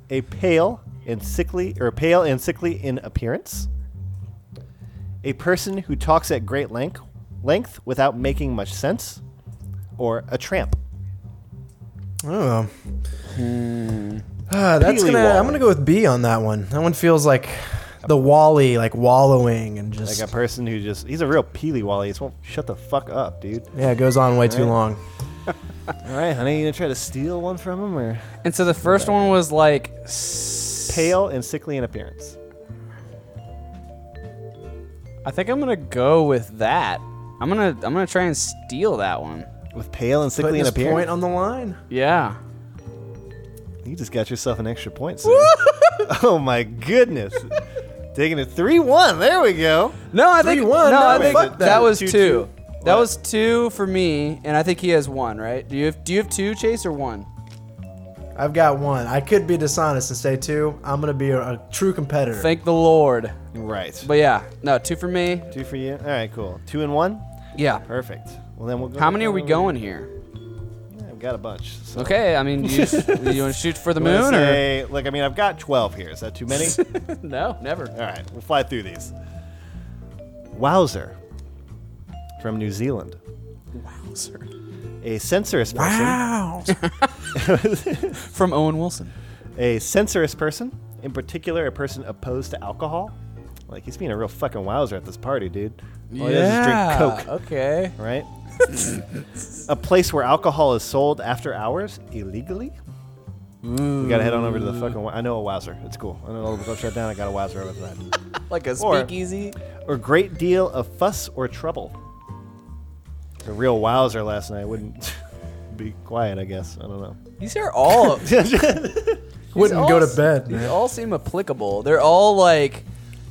[SPEAKER 3] a pale and sickly, or pale and sickly in appearance? A person who talks at great length, length without making much sense, or a tramp?
[SPEAKER 5] Oh. Ah, that's
[SPEAKER 3] Hmm. Peely
[SPEAKER 5] gonna.
[SPEAKER 3] Wally.
[SPEAKER 5] I'm gonna go with B on that one. That one feels like the Wally, like wallowing and just
[SPEAKER 3] Like a person who just—he's a real peely wally. He just won't shut the fuck up, dude.
[SPEAKER 5] yeah, it goes on way too
[SPEAKER 3] Right.
[SPEAKER 5] long.
[SPEAKER 3] All right, honey, you gonna try to steal one from him, or
[SPEAKER 4] And so the first one was like s-
[SPEAKER 3] pale and sickly in appearance?
[SPEAKER 4] I think I'm gonna go with that. I'm gonna I'm gonna try and steal that one.
[SPEAKER 3] With pale and sickly
[SPEAKER 5] Putting
[SPEAKER 3] in
[SPEAKER 5] his
[SPEAKER 3] appearance,
[SPEAKER 5] point on the line.
[SPEAKER 4] Yeah.
[SPEAKER 3] you just got yourself an extra point, sir. [laughs] oh my goodness, taking it three-one. There we go.
[SPEAKER 4] No, I think
[SPEAKER 5] one?
[SPEAKER 4] No,
[SPEAKER 5] No,
[SPEAKER 4] I think
[SPEAKER 5] fuck
[SPEAKER 4] that.
[SPEAKER 5] that.
[SPEAKER 4] was two.
[SPEAKER 3] Two, two.
[SPEAKER 4] That
[SPEAKER 3] What?
[SPEAKER 4] was two for me, and I think he has one, right? Do you have Do you have two, Chase, or one?
[SPEAKER 5] I've got one. I could be dishonest and say two. I'm gonna be a, a true competitor.
[SPEAKER 4] Thank the Lord.
[SPEAKER 3] Right.
[SPEAKER 4] But yeah, no, two for me.
[SPEAKER 3] Two for you. All right, cool. Two and one.
[SPEAKER 4] Yeah.
[SPEAKER 3] Perfect. Well, then we'll go.
[SPEAKER 4] How many are we going here?
[SPEAKER 3] Yeah, got a bunch. So
[SPEAKER 4] Okay, I mean, do you, [laughs] do you want to shoot for the
[SPEAKER 3] I'm gonna
[SPEAKER 4] moon or
[SPEAKER 3] say- look, I mean, I've got 12 here. Is that too
[SPEAKER 4] [laughs]
[SPEAKER 3] many?
[SPEAKER 4] no? Never.
[SPEAKER 3] All right, we'll fly through these. Wowzer from New Zealand. Wowzer. A sensorous person.
[SPEAKER 4] From Owen Wilson.
[SPEAKER 3] A sensorous person, in particular, a person opposed to alcohol. Like he's being a real fucking wowzer at this party, dude. All Oh, he does is drink coke,
[SPEAKER 4] Okay.
[SPEAKER 3] right? a place where alcohol is sold after hours illegally. We gotta head on over to the fucking. Wa- I know a wowzer. It's cool. I know a little shut down. I got a wowzer over that.
[SPEAKER 4] Like a
[SPEAKER 3] Or-
[SPEAKER 4] speakeasy.
[SPEAKER 3] or great deal of fuss or trouble. A real wowzer last night wouldn't [laughs] be quiet, I guess. I don't know.
[SPEAKER 4] These are all
[SPEAKER 5] Wouldn't
[SPEAKER 4] These
[SPEAKER 5] go to
[SPEAKER 4] all-
[SPEAKER 5] bed,
[SPEAKER 4] These
[SPEAKER 5] man.
[SPEAKER 4] all seem applicable. They're all like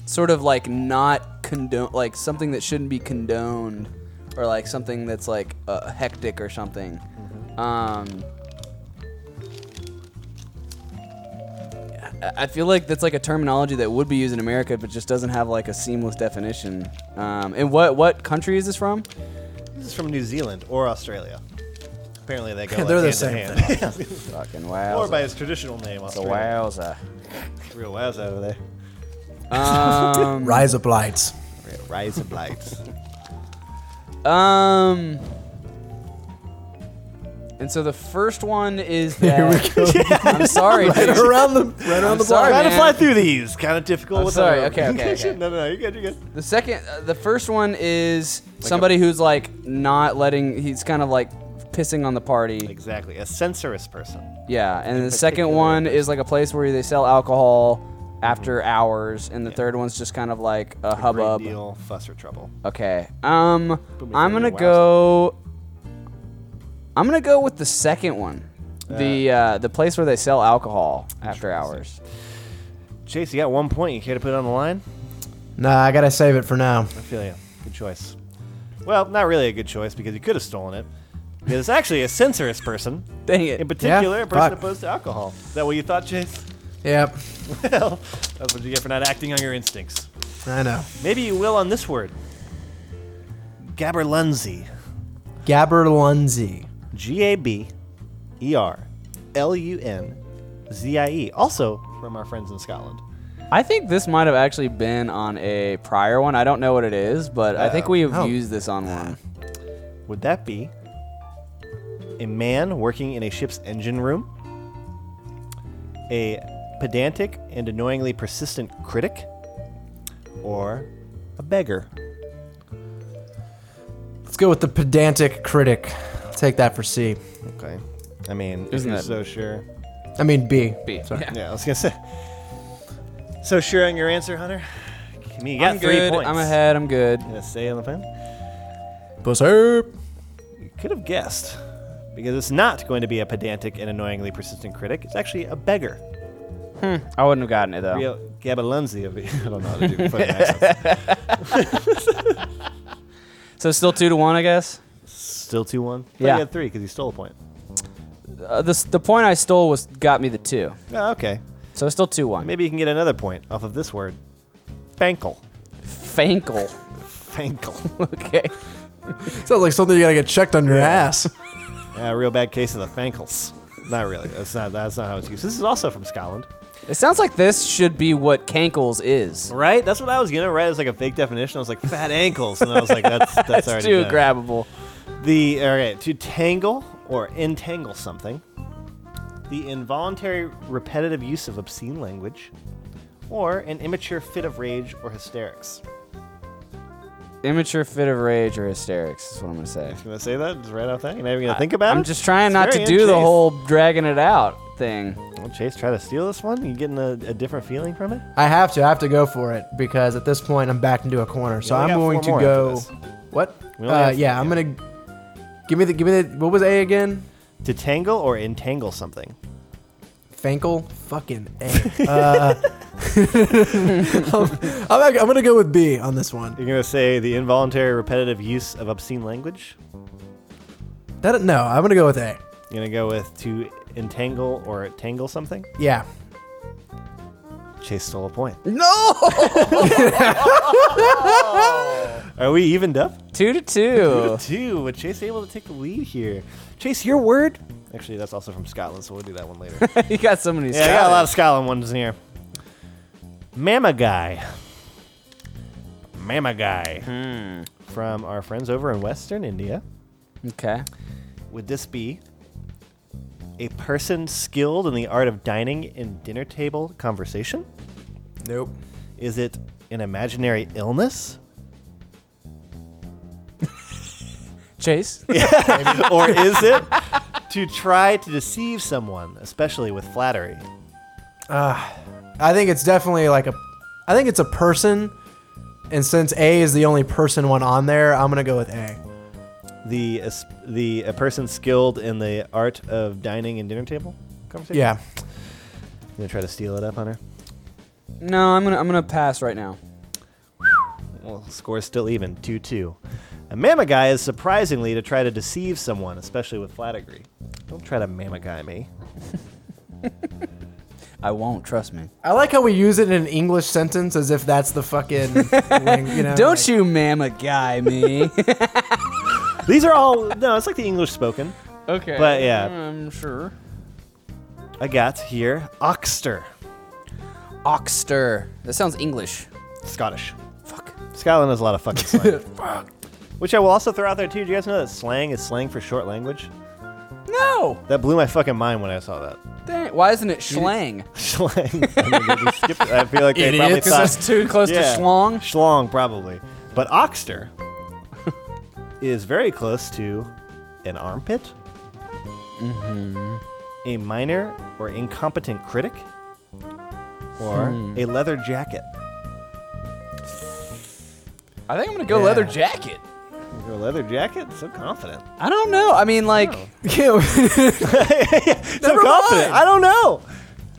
[SPEAKER 4] sort of like not condone like something that shouldn't be condoned or like something that's like uh, hectic or something. Um I- I feel like that's like a terminology that would be used in America, but just doesn't have like a seamless definition. Um, and what what country is this from?
[SPEAKER 3] This is from New Zealand or Australia. Apparently they go like,
[SPEAKER 5] [laughs] They're the
[SPEAKER 3] hand
[SPEAKER 5] same
[SPEAKER 3] in hand. [laughs]
[SPEAKER 4] Fucking
[SPEAKER 3] or by
[SPEAKER 4] wow!
[SPEAKER 3] his traditional name,
[SPEAKER 4] The
[SPEAKER 3] Australia.
[SPEAKER 4] wowza.
[SPEAKER 3] Real wowzer over there.
[SPEAKER 5] Um, Rise up lights.
[SPEAKER 3] Real Rise of lights.
[SPEAKER 4] Um. And so the first one
[SPEAKER 5] [laughs]
[SPEAKER 4] is that. I'm sorry, dude.
[SPEAKER 5] around the [laughs] right around
[SPEAKER 4] I'm
[SPEAKER 5] the
[SPEAKER 4] sorry,
[SPEAKER 5] block.
[SPEAKER 3] Trying to
[SPEAKER 4] man.
[SPEAKER 3] fly through these. Kind of difficult.
[SPEAKER 4] I'm
[SPEAKER 3] with
[SPEAKER 4] sorry,
[SPEAKER 3] other- [laughs]
[SPEAKER 4] okay, okay, okay.
[SPEAKER 3] no, no, no. You're good, you're good.
[SPEAKER 4] The second, uh, the first one is somebody who's like not letting. He's kind of like pissing on the party.
[SPEAKER 3] Exactly. A sensorous person.
[SPEAKER 4] Yeah. And the second one is like a place where they sell alcohol after hours, and the third one's just kind of Mm-hmm. like a hubbub.
[SPEAKER 3] Great deal, fuss or trouble.
[SPEAKER 4] Okay. Um,
[SPEAKER 3] Put me
[SPEAKER 4] I'm
[SPEAKER 3] through
[SPEAKER 4] gonna
[SPEAKER 3] the wowzer.
[SPEAKER 4] go. I'm gonna go with the second one. The uh, the place where they sell alcohol after hours.
[SPEAKER 3] Chase, you got one point. You care to put it on the line?
[SPEAKER 5] Nah, I gotta save it for now.
[SPEAKER 3] I feel you. Good choice. Well, not really a good choice because you could have stolen it. Because it's actually a sensorous person.
[SPEAKER 4] Dang
[SPEAKER 3] In
[SPEAKER 4] it!
[SPEAKER 3] particular,
[SPEAKER 5] Yeah,
[SPEAKER 3] a person
[SPEAKER 5] fuck.
[SPEAKER 3] opposed to alcohol. Is that what you thought, Chase? [laughs]
[SPEAKER 5] Yep,
[SPEAKER 3] Well, that's what you get for not acting on your instincts.
[SPEAKER 5] I know.
[SPEAKER 3] Maybe you will on this word. Gaberlunzi.
[SPEAKER 5] Gabber Lunzi.
[SPEAKER 3] G A B E R L U N Z I E. Also from our friends in Scotland.
[SPEAKER 4] I think this might have actually been on a prior one. I don't know what it is, but I think we have
[SPEAKER 5] oh.
[SPEAKER 4] used this on one.
[SPEAKER 3] Would that be a man working in a ship's engine room? A pedantic and annoyingly persistent critic? Or a beggar?
[SPEAKER 5] Let's go with the pedantic critic. Take that for C.
[SPEAKER 3] Okay. I mean,
[SPEAKER 4] Isn't
[SPEAKER 3] isn't
[SPEAKER 4] that-
[SPEAKER 3] so sure?
[SPEAKER 5] I mean B.
[SPEAKER 4] B. Yeah.
[SPEAKER 3] Yeah, I was gonna [laughs] say. So sure on your answer, Hunter? I mean, you got
[SPEAKER 4] I'm
[SPEAKER 3] three
[SPEAKER 4] good.
[SPEAKER 3] points.
[SPEAKER 4] I'm ahead. I'm good.
[SPEAKER 3] Gonna stay on the pen?
[SPEAKER 5] Puss herp.
[SPEAKER 3] You could have guessed. Because it's not going to be a pedantic and annoyingly persistent critic. It's actually a beggar.
[SPEAKER 4] I wouldn't have gotten it though.
[SPEAKER 3] Real Gabalenzi of [laughs] I don't know how to do fucking accents.
[SPEAKER 4] So still two to one, I guess.
[SPEAKER 3] [laughs] Still 2 1?
[SPEAKER 4] Yeah.
[SPEAKER 3] You had three because you stole a point.
[SPEAKER 4] Uh, this the point I stole was got me the two.
[SPEAKER 3] Oh, okay.
[SPEAKER 4] So it's still two one.
[SPEAKER 3] Maybe you can get another point off of this word. Fankle.
[SPEAKER 4] Fankle.
[SPEAKER 3] [laughs] Fankle.
[SPEAKER 4] [laughs] Okay.
[SPEAKER 5] Sounds like something you gotta get checked on your ass.
[SPEAKER 3] yeah, real bad case of the fankles. Not really. That's not that's not how it's used. This is also from Scotland.
[SPEAKER 4] It sounds like this should be what cankles is.
[SPEAKER 3] Right? That's what I was gonna write as like a fake definition. I was like fat ankles, and I was like, that's [laughs] that's,
[SPEAKER 4] It's
[SPEAKER 3] already
[SPEAKER 4] too
[SPEAKER 3] done.
[SPEAKER 4] grabbable.
[SPEAKER 3] the all right to tangle or entangle something, the involuntary repetitive use of obscene language, or an immature fit of rage or hysterics.
[SPEAKER 4] Immature fit of rage or hysterics is what I'm gonna say.
[SPEAKER 3] You gonna say that just right off that? You're not even gonna think about it.
[SPEAKER 4] I'm just trying
[SPEAKER 3] It's
[SPEAKER 4] not to
[SPEAKER 3] very
[SPEAKER 4] do the
[SPEAKER 3] unchaste.
[SPEAKER 4] whole dragging it out thing.
[SPEAKER 3] Well, Chase, try to steal this one. You getting a, a different feeling from it?
[SPEAKER 5] I have to. I have to go for it because at this point I'm backed into a corner. So
[SPEAKER 3] only
[SPEAKER 5] I'm
[SPEAKER 3] got four
[SPEAKER 5] going to
[SPEAKER 3] more
[SPEAKER 5] go.
[SPEAKER 3] after
[SPEAKER 5] What?
[SPEAKER 3] We only
[SPEAKER 5] Uh,
[SPEAKER 3] have-
[SPEAKER 5] yeah, I'm gonna. Give me the. Give me the. What was A again?
[SPEAKER 3] To tangle or entangle something.
[SPEAKER 5] Fankel. Fucking
[SPEAKER 3] [laughs]
[SPEAKER 5] A. uh, [laughs] I'm, I'm ac- I'm gonna go with B on this one.
[SPEAKER 3] You're gonna say the involuntary repetitive use of obscene language.
[SPEAKER 5] That, no, I'm gonna go with A.
[SPEAKER 3] You're gonna go with to entangle or tangle something.
[SPEAKER 5] Yeah.
[SPEAKER 3] Chase stole a point.
[SPEAKER 4] No!
[SPEAKER 3] Are we evened up?
[SPEAKER 4] two to two. [laughs]
[SPEAKER 3] Two. Was Chase able to take the lead here? Chase, your word Actually, that's also from Scotland, so we'll do that one later. [laughs]
[SPEAKER 4] you got so many.
[SPEAKER 3] yeah, I got a lot of Scotland ones in here. Mama guy. Mama guy. From our friends over in Western India.
[SPEAKER 4] Okay.
[SPEAKER 3] Would this be a person skilled in the art of dining and dinner table conversation?
[SPEAKER 5] Nope.
[SPEAKER 3] Is it an imaginary illness?
[SPEAKER 4] Chase.
[SPEAKER 3] or is it to try to deceive someone, especially with flattery?
[SPEAKER 5] [laughs] I think it's definitely like a. I think it's a person, and since A is the only person one on there, I'm gonna go with A.
[SPEAKER 3] The es- the a person skilled in the art of dining and dinner table conversation.
[SPEAKER 5] Yeah.
[SPEAKER 3] you gonna try to steal it up on her.
[SPEAKER 4] No, I'm gonna I'm gonna pass right now.
[SPEAKER 3] Well, score's still even, two two. A mama guy is surprisingly to try to deceive someone, especially with flattery. Don't try to mama guy me.
[SPEAKER 4] I won't. Trust me.
[SPEAKER 5] I like how we use it in an English sentence as if that's the [laughs] fucking. lang- you know,
[SPEAKER 4] Don't
[SPEAKER 5] like-
[SPEAKER 4] you, mama guy, [laughs] me.
[SPEAKER 3] These are all no. It's like the English spoken,
[SPEAKER 4] okay.
[SPEAKER 3] but yeah,
[SPEAKER 4] I'm sure.
[SPEAKER 3] I got here oxter,
[SPEAKER 4] Oxter. That sounds English.
[SPEAKER 3] Scottish. Fuck. Scotland has a lot of fucking slang. Which I will also throw out there too. Do you guys know that slang is slang for short language?
[SPEAKER 4] No.
[SPEAKER 3] That blew my fucking mind when I saw that. [laughs]
[SPEAKER 4] Dang, why isn't it schlang?
[SPEAKER 3] Schlong. I, mean, they just skipped it. I feel
[SPEAKER 4] [laughs]
[SPEAKER 3] like they probably
[SPEAKER 5] Idiots.
[SPEAKER 3] thought
[SPEAKER 4] That's too close
[SPEAKER 3] Yeah.
[SPEAKER 4] to schlong.
[SPEAKER 3] Schlong, probably. But
[SPEAKER 4] [laughs]
[SPEAKER 3] oxter is very close to an armpit,
[SPEAKER 4] Mm-hmm.
[SPEAKER 3] a minor or incompetent critic, or
[SPEAKER 4] Hmm.
[SPEAKER 3] a leather jacket.
[SPEAKER 4] I think I'm gonna go leather jacket.
[SPEAKER 3] Your leather jacket? So
[SPEAKER 4] [laughs]
[SPEAKER 3] confident. [laughs]
[SPEAKER 4] I don't know. I mean, like, Oh. [laughs]
[SPEAKER 3] so confident. I don't know.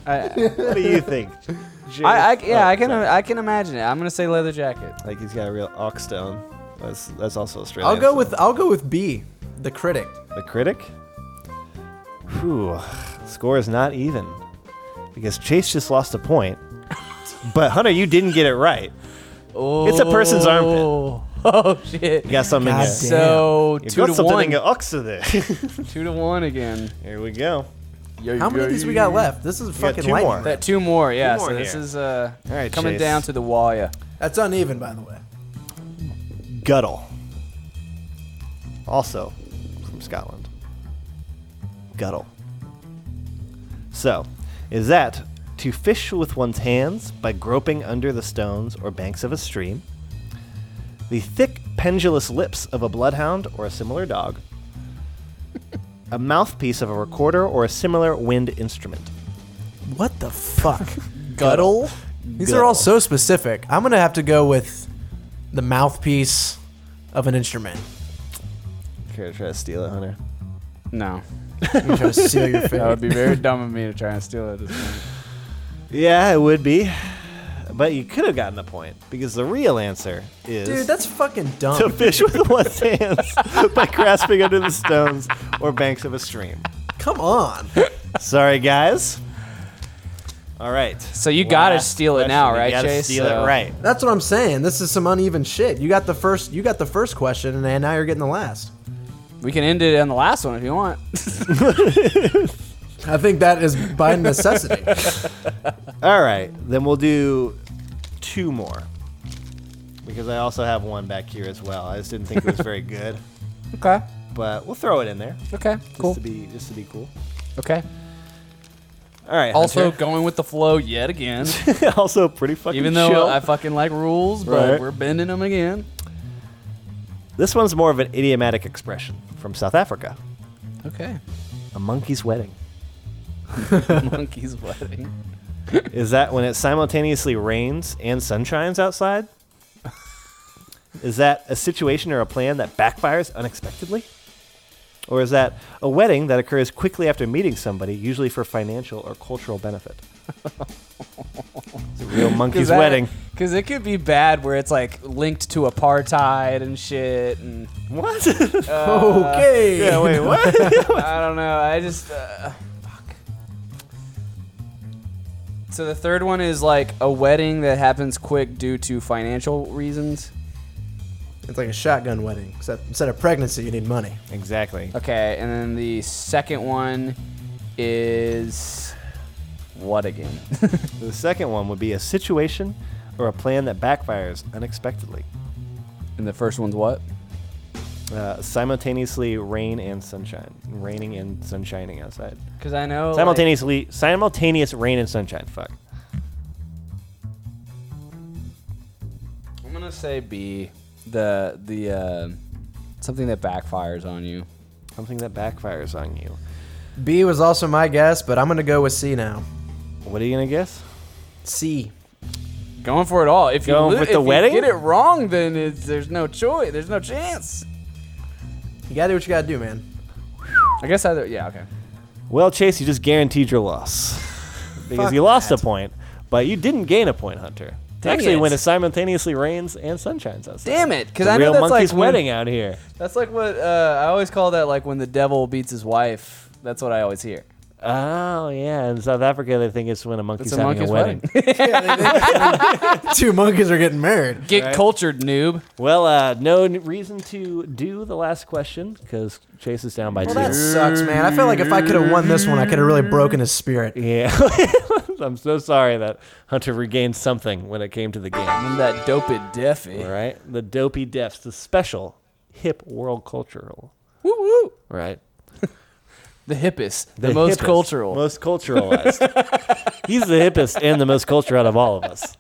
[SPEAKER 3] [laughs] what do you think?
[SPEAKER 4] I, I
[SPEAKER 3] Jake?
[SPEAKER 4] yeah,
[SPEAKER 3] Oh,
[SPEAKER 4] I can uh,
[SPEAKER 3] sorry.
[SPEAKER 4] I can imagine it. I'm gonna say leather jacket.
[SPEAKER 3] Like he's got a real oxstone. That's that's also Australian.
[SPEAKER 5] I'll go
[SPEAKER 3] so-
[SPEAKER 5] with I'll go with B, the critic.
[SPEAKER 3] The critic? Whew. Score is not even. Because Chase just lost a point. But Hunter, you didn't get it right. It's a person's armpit.
[SPEAKER 4] Oh, oh shit.
[SPEAKER 3] You got something
[SPEAKER 5] God
[SPEAKER 3] here.
[SPEAKER 5] damn.
[SPEAKER 4] So
[SPEAKER 3] You
[SPEAKER 4] two
[SPEAKER 3] got
[SPEAKER 4] to
[SPEAKER 3] something
[SPEAKER 4] one.
[SPEAKER 3] in your oxa
[SPEAKER 4] [laughs]
[SPEAKER 3] there.
[SPEAKER 4] Two to one again.
[SPEAKER 3] here we go.
[SPEAKER 5] How many of these we got left? This is fucking
[SPEAKER 3] two
[SPEAKER 5] lightning
[SPEAKER 3] more.
[SPEAKER 5] round.
[SPEAKER 4] That two more, yeah.
[SPEAKER 3] more
[SPEAKER 4] so this
[SPEAKER 3] here.
[SPEAKER 4] is uh
[SPEAKER 3] All right,
[SPEAKER 4] coming
[SPEAKER 3] Chase.
[SPEAKER 4] down to the wire.
[SPEAKER 5] That's uneven, by the way.
[SPEAKER 3] Guttle. Also from Scotland. Guttle. So, is that to fish with one's hands by groping under the stones or banks of a stream? The thick, pendulous lips of a bloodhound or a similar dog? a mouthpiece of a recorder or a similar wind instrument?
[SPEAKER 5] What the fuck? [laughs] Guttle? These are all
[SPEAKER 3] Guttle.
[SPEAKER 5] so specific. I'm gonna have to go with the mouthpiece of an instrument.
[SPEAKER 3] Try to steal it, Hunter.
[SPEAKER 4] No.
[SPEAKER 5] I'm trying to seal [laughs] your
[SPEAKER 4] That
[SPEAKER 5] face.
[SPEAKER 4] would be [laughs] very dumb of me to try and steal it. at this point.
[SPEAKER 3] Yeah, it would be. But you could have gotten a point because the real answer is.
[SPEAKER 5] Dude, that's fucking
[SPEAKER 3] to
[SPEAKER 5] dumb.
[SPEAKER 3] fish with one's hands [laughs] by grasping under the stones or banks of a stream.
[SPEAKER 5] Come on.
[SPEAKER 3] Sorry, guys. All right.
[SPEAKER 4] So you gotta
[SPEAKER 3] Last
[SPEAKER 4] steal it
[SPEAKER 3] question.
[SPEAKER 4] now,
[SPEAKER 3] You
[SPEAKER 4] right,
[SPEAKER 3] gotta
[SPEAKER 4] Chase?
[SPEAKER 3] Steal
[SPEAKER 4] So-
[SPEAKER 3] it right.
[SPEAKER 5] That's what I'm saying. This is some uneven shit. You got the first you got the first question and then now you're getting the last.
[SPEAKER 4] We can end it on the last one if you want.
[SPEAKER 5] I think that is
[SPEAKER 3] [laughs]
[SPEAKER 5] by necessity.
[SPEAKER 3] All right. Then we'll do two more because I also have one back here as well. I just didn't think it was
[SPEAKER 4] [laughs]
[SPEAKER 3] very good,
[SPEAKER 4] okay.
[SPEAKER 3] but we'll throw it in there just
[SPEAKER 4] Okay. Cool.
[SPEAKER 3] to be just to be cool.
[SPEAKER 4] Okay.
[SPEAKER 3] All right.
[SPEAKER 4] Also
[SPEAKER 3] Hunter.
[SPEAKER 4] going with the flow yet [laughs] again.
[SPEAKER 3] [laughs] also pretty fucking
[SPEAKER 4] Even though
[SPEAKER 3] chill.
[SPEAKER 4] I fucking like rules, but
[SPEAKER 3] Right.
[SPEAKER 4] we're bending them again.
[SPEAKER 3] this one's more of an idiomatic expression from South Africa.
[SPEAKER 4] Okay.
[SPEAKER 3] A monkey's wedding.
[SPEAKER 4] Monkey's [laughs] wedding.
[SPEAKER 3] Is that when it simultaneously rains and sunshines outside? Is that a situation or a plan that backfires unexpectedly? Or is that a wedding that occurs quickly after meeting somebody, usually for financial or cultural benefit? it's a real monkey's wedding.
[SPEAKER 4] Because it could be bad where it's like linked to apartheid and shit. And
[SPEAKER 3] What?
[SPEAKER 5] okay.
[SPEAKER 3] Uh, yeah, wait, what?
[SPEAKER 4] I don't know. I just. Uh, fuck. So the third one is like a wedding that happens quick due to financial reasons.
[SPEAKER 5] It's like a shotgun wedding, except instead of pregnancy, you need money.
[SPEAKER 3] [laughs] Exactly.
[SPEAKER 4] Okay, and then the second one is what again? [laughs]
[SPEAKER 3] The second one would be a situation or a plan that backfires unexpectedly.
[SPEAKER 4] and the first one's what?
[SPEAKER 3] Uh, simultaneously, rain and sunshine, raining and sunshining outside.
[SPEAKER 4] Because I know like-
[SPEAKER 3] Simultaneously, simultaneous rain and sunshine. Fuck.
[SPEAKER 4] I'm gonna say B. The the uh, something that backfires on you.
[SPEAKER 3] Something that backfires on you.
[SPEAKER 5] B was also my guess, but I'm gonna go with C now.
[SPEAKER 3] What are you gonna guess?
[SPEAKER 5] C.
[SPEAKER 4] Going for it all. If you
[SPEAKER 3] Going
[SPEAKER 4] lo-
[SPEAKER 3] with
[SPEAKER 4] if
[SPEAKER 3] the
[SPEAKER 4] you
[SPEAKER 3] wedding?
[SPEAKER 4] get it wrong, then it's, there's no choice. There's no chance.
[SPEAKER 5] You gotta do what you gotta
[SPEAKER 3] [laughs]
[SPEAKER 5] do, man.
[SPEAKER 4] I guess either. Yeah. Okay.
[SPEAKER 3] Well, Chase, you just guaranteed your
[SPEAKER 4] [laughs]
[SPEAKER 3] loss because
[SPEAKER 5] Fuck
[SPEAKER 3] you lost
[SPEAKER 5] that.
[SPEAKER 3] a point, but you didn't gain a point, Hunter.
[SPEAKER 4] Dang
[SPEAKER 3] Actually,
[SPEAKER 4] it.
[SPEAKER 3] when it simultaneously rains and sunshines outside.
[SPEAKER 4] Damn it! Because
[SPEAKER 3] The
[SPEAKER 4] I know
[SPEAKER 3] real
[SPEAKER 4] that's like
[SPEAKER 3] monkey's
[SPEAKER 4] when-
[SPEAKER 3] wedding out here.
[SPEAKER 4] That's like what uh, I always call that. Like when the devil beats his wife. That's what I always hear.
[SPEAKER 3] Oh yeah, in South Africa they think it's when a monkey's
[SPEAKER 4] It's a
[SPEAKER 3] having
[SPEAKER 4] monkey's
[SPEAKER 3] a wedding.
[SPEAKER 4] wedding.
[SPEAKER 5] Two monkeys are getting married.
[SPEAKER 4] Get cultured, noob.
[SPEAKER 3] [laughs] well, uh, no n- reason to do the last question because Chase is down by
[SPEAKER 5] Well,
[SPEAKER 3] two.
[SPEAKER 5] that sucks, man. I feel like if I could have won this one, I could have really broken his spirit.
[SPEAKER 3] Yeah, [laughs] I'm so sorry that Hunter regained something when it came to the game.
[SPEAKER 4] I'm that dope eh? it
[SPEAKER 3] All
[SPEAKER 4] Duffy.
[SPEAKER 3] right, the dopey deaths, the special hip world cultural.
[SPEAKER 4] Woo woo.
[SPEAKER 3] Right.
[SPEAKER 4] The hippest. The, most
[SPEAKER 3] hippest,
[SPEAKER 4] cultural.
[SPEAKER 3] Most culturalized. [laughs] He's the hippest and the most cultured out of all of us.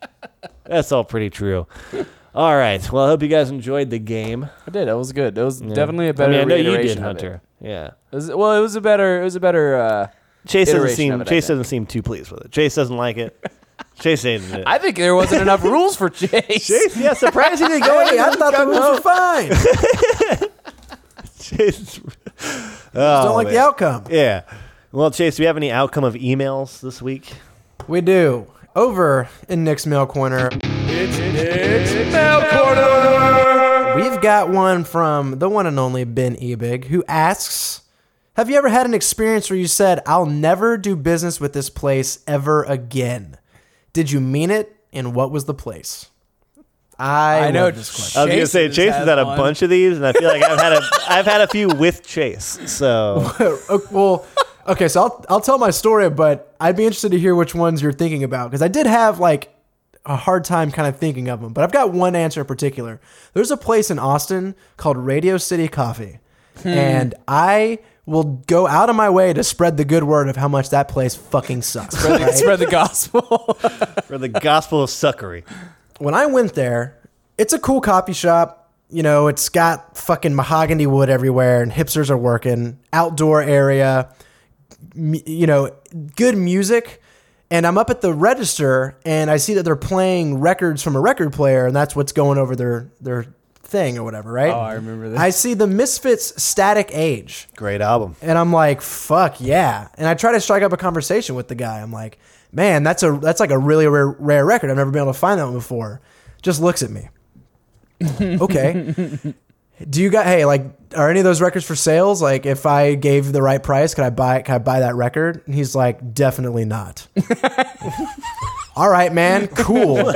[SPEAKER 3] That's all pretty true. All right. Well, I hope you guys enjoyed the game.
[SPEAKER 4] I did. That was good. That was
[SPEAKER 3] Yeah.
[SPEAKER 4] definitely a better.
[SPEAKER 3] I mean, I know you did,
[SPEAKER 4] reiteration of it.
[SPEAKER 3] Hunter. Yeah.
[SPEAKER 4] It was- well, it was a better. It was a better. Uh,
[SPEAKER 3] Chase doesn't
[SPEAKER 4] Iteration of
[SPEAKER 3] seem
[SPEAKER 4] it, I
[SPEAKER 3] Chase
[SPEAKER 4] think.
[SPEAKER 3] doesn't seem too pleased with it. Chase doesn't like it. Chase hated it. [laughs]
[SPEAKER 4] I think there wasn't enough rules for Chase.
[SPEAKER 3] yeah, surprisingly going.
[SPEAKER 5] Hey, I thought the rules were fine.
[SPEAKER 3] [laughs]
[SPEAKER 5] Just
[SPEAKER 3] Chase. Oh,
[SPEAKER 5] don't like the outcome.
[SPEAKER 3] Yeah. Well, Chase, do you have any outcome of emails this week?
[SPEAKER 5] We do. Over in Nick's Mail Corner. We've got one from the one and only Ben Ebig who asks Have you ever had an experience where you said, I'll never do business with this place ever again? Did you mean it? And what was the place? I,
[SPEAKER 4] I know.
[SPEAKER 5] love this question.
[SPEAKER 3] I was
[SPEAKER 4] Chase
[SPEAKER 3] gonna say
[SPEAKER 4] has
[SPEAKER 3] Chase
[SPEAKER 4] had
[SPEAKER 3] has had a
[SPEAKER 4] one.
[SPEAKER 3] bunch of these, and I feel like I've
[SPEAKER 4] [laughs]
[SPEAKER 3] had a I've had a few with Chase. So
[SPEAKER 5] Oh, well, okay, so I'll, I'll tell my story, but I'd be interested to hear which ones you're thinking about because I did have like a hard time kind of thinking of them, but I've got one answer in particular. There's a place in Austin called Radio City Coffee, and I will go out of my way to spread the good word of how much that place fucking
[SPEAKER 4] [laughs]
[SPEAKER 5] sucks.
[SPEAKER 4] Spread the- spread
[SPEAKER 3] [laughs]
[SPEAKER 4] the gospel.
[SPEAKER 3] for the gospel of suckery,
[SPEAKER 5] when I went there, it's a cool coffee shop. You know, it's got fucking mahogany wood everywhere, and hipsters are working. Outdoor area, m- you know, good music. And I'm up at the register, and I see that they're playing records from a record player, and that's what's going over their their thing or whatever, right? Oh, I remember that. I see the Misfits' "Static Age."
[SPEAKER 3] great album.
[SPEAKER 5] And I'm like, fuck yeah. And I try to strike up a conversation with the guy. I'm like, man, that's a that's like a really rare, rare record. I've never been able to find that one before. Just looks at me. okay. Do you got hey, like are any of those records for sales? Like if I gave the right price, could I buy could I buy that record? And he's like, definitely not. All right, man, cool.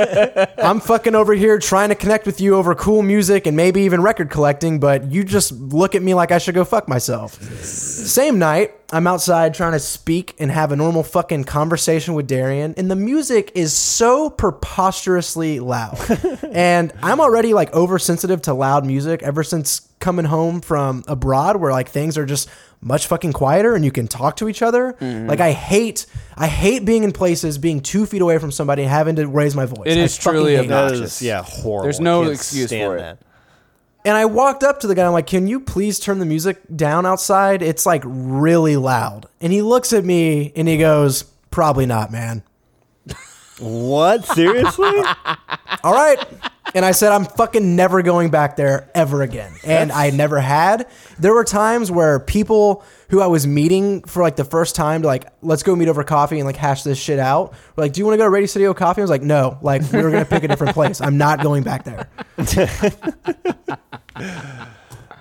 [SPEAKER 5] I'm fucking over here trying to connect with you over cool music and maybe even record collecting, but you just look at me like I should go fuck myself. Same night, I'm outside trying to speak and have a normal fucking conversation with Darian, and the music is so preposterously loud. and I'm already like oversensitive to loud music ever since coming home from abroad where like things are just much fucking quieter and you can talk to each other. Like I hate I hate being in places being two feet away from somebody and having to raise my voice.
[SPEAKER 4] It
[SPEAKER 5] I
[SPEAKER 4] is
[SPEAKER 5] fucking
[SPEAKER 4] truly
[SPEAKER 5] hate it.
[SPEAKER 3] That
[SPEAKER 4] Obnoxious.
[SPEAKER 3] is yeah horrible.
[SPEAKER 4] There's no
[SPEAKER 3] I can't
[SPEAKER 4] excuse
[SPEAKER 3] stand
[SPEAKER 4] for it.
[SPEAKER 3] That.
[SPEAKER 5] And I walked up to the guy. I'm like, "Can you please turn the music down outside? It's like really loud." And he looks at me and he goes, "Probably not, man."
[SPEAKER 3] What seriously?
[SPEAKER 4] [laughs]
[SPEAKER 5] All right. And I said, "I'm fucking never going back there ever again." And I never had. There were times where people who I was meeting for like the first time to like, "Let's go meet over coffee and like hash this shit out." Were like, "Do you want to go to Radio Studio Coffee?" I was like, "No, like we were gonna pick a different place. I'm not going back there."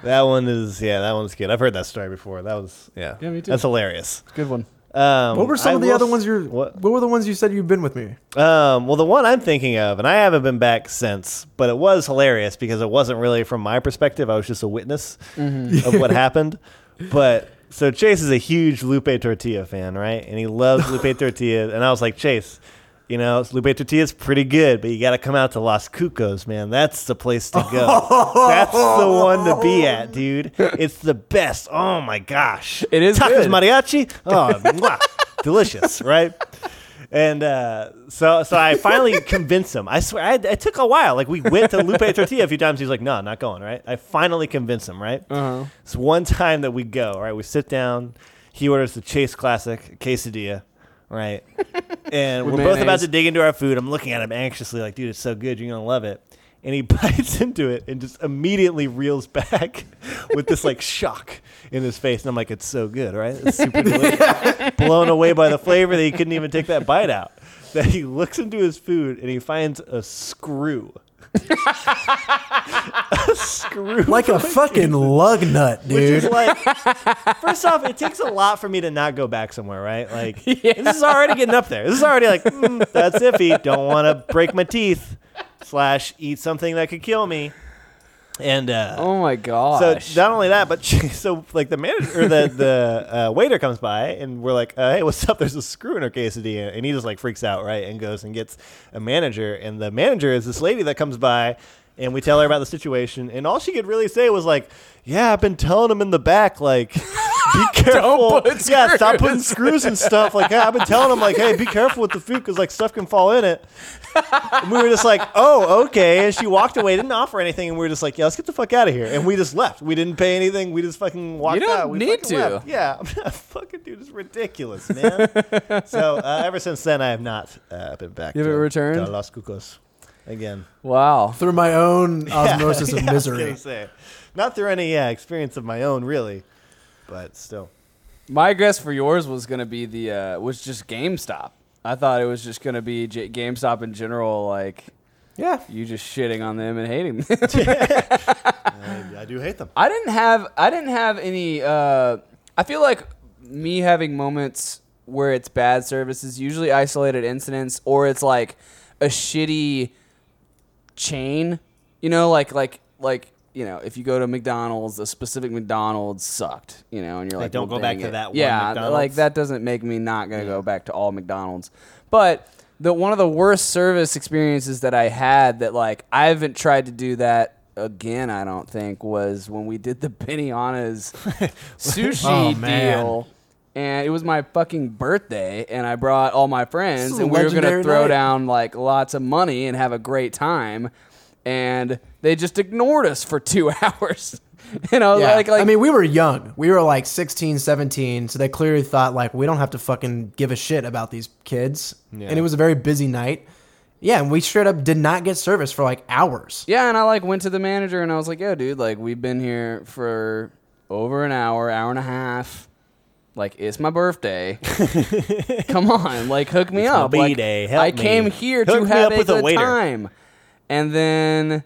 [SPEAKER 3] that one is yeah. That one's good. I've heard that story before. That was yeah.
[SPEAKER 4] Yeah, me too.
[SPEAKER 3] That's hilarious.
[SPEAKER 4] Good one.
[SPEAKER 3] Um,
[SPEAKER 5] What were some
[SPEAKER 3] I
[SPEAKER 5] of the
[SPEAKER 3] will
[SPEAKER 5] other
[SPEAKER 3] s-
[SPEAKER 5] ones you're?
[SPEAKER 3] What?
[SPEAKER 5] What? were the ones you said you've been with me?
[SPEAKER 3] Um, well, the one I'm thinking of, and I haven't been back since, but it was hilarious because it wasn't really from my perspective. I was just a witness
[SPEAKER 4] Mm-hmm.
[SPEAKER 3] of
[SPEAKER 4] [laughs]
[SPEAKER 3] what happened. But so Chase is a huge Lupe Tortilla fan, right? And he loves Lupe
[SPEAKER 4] [laughs]
[SPEAKER 3] Tortilla. And I was like, Chase, you know, Lupe Tortilla's pretty good, but you got to come out to Los Cucos, man. That's the place to go. That's the one to be
[SPEAKER 4] [laughs]
[SPEAKER 3] at, dude. It's the best. Oh my gosh.
[SPEAKER 4] It is
[SPEAKER 3] Tacos
[SPEAKER 4] good. [laughs]
[SPEAKER 3] mariachi. Oh, mwah. delicious, right? And uh, so, so I finally convinced him. I swear, I, it took a while. Like we went to Lupe Tortilla a few times. He's like, "No, not going." Right? I finally convinced him. Right? Uh-huh. So one time that we go, right? We sit down. He orders the Chase Classic quesadilla, right? And we're both about
[SPEAKER 4] mayonnaise.
[SPEAKER 3] to dig into our food. I'm looking at him anxiously, like, "Dude, it's so good. You're gonna love it." And he [laughs] bites into it and just immediately reels back [laughs] with this like shock in his face. And I'm like, "It's so good, right? It's super delicious." blown away by the flavor that he couldn't even take that bite out. That he looks into his food and he finds a screw. a screw.
[SPEAKER 5] Like a fucking lug nut,
[SPEAKER 3] Which
[SPEAKER 5] dude.
[SPEAKER 3] is like, first off, it takes a lot for me to not go back somewhere, right?
[SPEAKER 5] [laughs]
[SPEAKER 3] Like, this is already getting up there. This is already like, mm, that's iffy. Don't want to break my teeth, slash, eat something that could kill me. And uh,
[SPEAKER 4] Oh my gosh.
[SPEAKER 3] so not only that, but [laughs] she, so like the manager or the the uh, waiter comes by and we're like, uh, "Hey, what's up?" There's a screw in her quesadilla, and he just like freaks out, right, and goes and gets a manager, and the manager is this lady that comes by. And we tell her about the situation, and all she could really say was like, "Yeah, I've been telling him in the back, like, [laughs]
[SPEAKER 4] [laughs]
[SPEAKER 3] be careful.
[SPEAKER 4] put
[SPEAKER 3] yeah, stop putting screws and stuff. Like, yeah, I've been telling him, like, hey, be careful with the food because like stuff can fall in it." And we were just like, oh, okay. And she walked away, didn't offer anything, and we were just like, yeah, let's get the fuck out of here. And we just left. We didn't pay anything. We just fucking walked
[SPEAKER 4] You don't
[SPEAKER 3] out. We
[SPEAKER 4] need
[SPEAKER 3] fucking
[SPEAKER 4] to.
[SPEAKER 3] left. Yeah, [laughs] fucking dude, it's ridiculous, man. so uh, ever since then, I have not uh, been back. You
[SPEAKER 4] haven't returned?
[SPEAKER 3] to Los Cucos again.
[SPEAKER 4] wow.
[SPEAKER 5] Through my [laughs] own osmosis of
[SPEAKER 3] Yeah, I was gonna
[SPEAKER 5] misery.
[SPEAKER 3] say. Not through any yeah, experience of my own, really, but still.
[SPEAKER 4] My guess for yours was gonna be the uh, was just GameStop. I thought it was just gonna be J- GameStop in general, like
[SPEAKER 5] Yeah.
[SPEAKER 4] you just shitting on them and hating them. [laughs]
[SPEAKER 3] I, I do hate them.
[SPEAKER 4] I didn't have I didn't have any. Uh, I feel like me having moments where it's bad service is usually isolated incidents, or it's like a shitty chain. You know, like like like you know, if you go to McDonald's, a specific McDonald's sucked. You know, and you're like,
[SPEAKER 3] don't
[SPEAKER 4] well,
[SPEAKER 3] go back
[SPEAKER 4] dang
[SPEAKER 3] to
[SPEAKER 4] it.
[SPEAKER 3] that one
[SPEAKER 4] Yeah,
[SPEAKER 3] McDonald's.
[SPEAKER 4] like that doesn't make me not gonna go back to all McDonald's, but. The, one of the worst service experiences that I had that like I haven't tried to do that again I don't think was when we did
[SPEAKER 3] [laughs]
[SPEAKER 4] the Benihana's sushi
[SPEAKER 5] Oh, man.
[SPEAKER 4] deal and it was my fucking birthday and I brought all my friends
[SPEAKER 5] is a
[SPEAKER 4] and we were gonna
[SPEAKER 5] legendary
[SPEAKER 4] throw
[SPEAKER 5] night.
[SPEAKER 4] down like lots of money and have a great time and they just ignored us for two [laughs] hours and I was
[SPEAKER 5] Yeah.
[SPEAKER 4] like, like
[SPEAKER 5] I mean, we were young. We were like 16, 17, so they clearly thought like we don't have to fucking give a shit about these kids. And it was a very busy night. Yeah, and we straight up did not get service for like hours.
[SPEAKER 4] Yeah, and I like went to the manager and I was like, "Yo, dude, like we've been here for over an hour, hour and a half. Like it's
[SPEAKER 3] [laughs]
[SPEAKER 4] my birthday. Come on, like hook me up. like,
[SPEAKER 3] B-day. Help
[SPEAKER 4] I
[SPEAKER 3] me.
[SPEAKER 4] came here
[SPEAKER 3] Hook
[SPEAKER 4] to
[SPEAKER 3] me
[SPEAKER 4] have
[SPEAKER 3] up
[SPEAKER 4] a
[SPEAKER 3] with a
[SPEAKER 4] good
[SPEAKER 3] waiter.
[SPEAKER 4] time, and then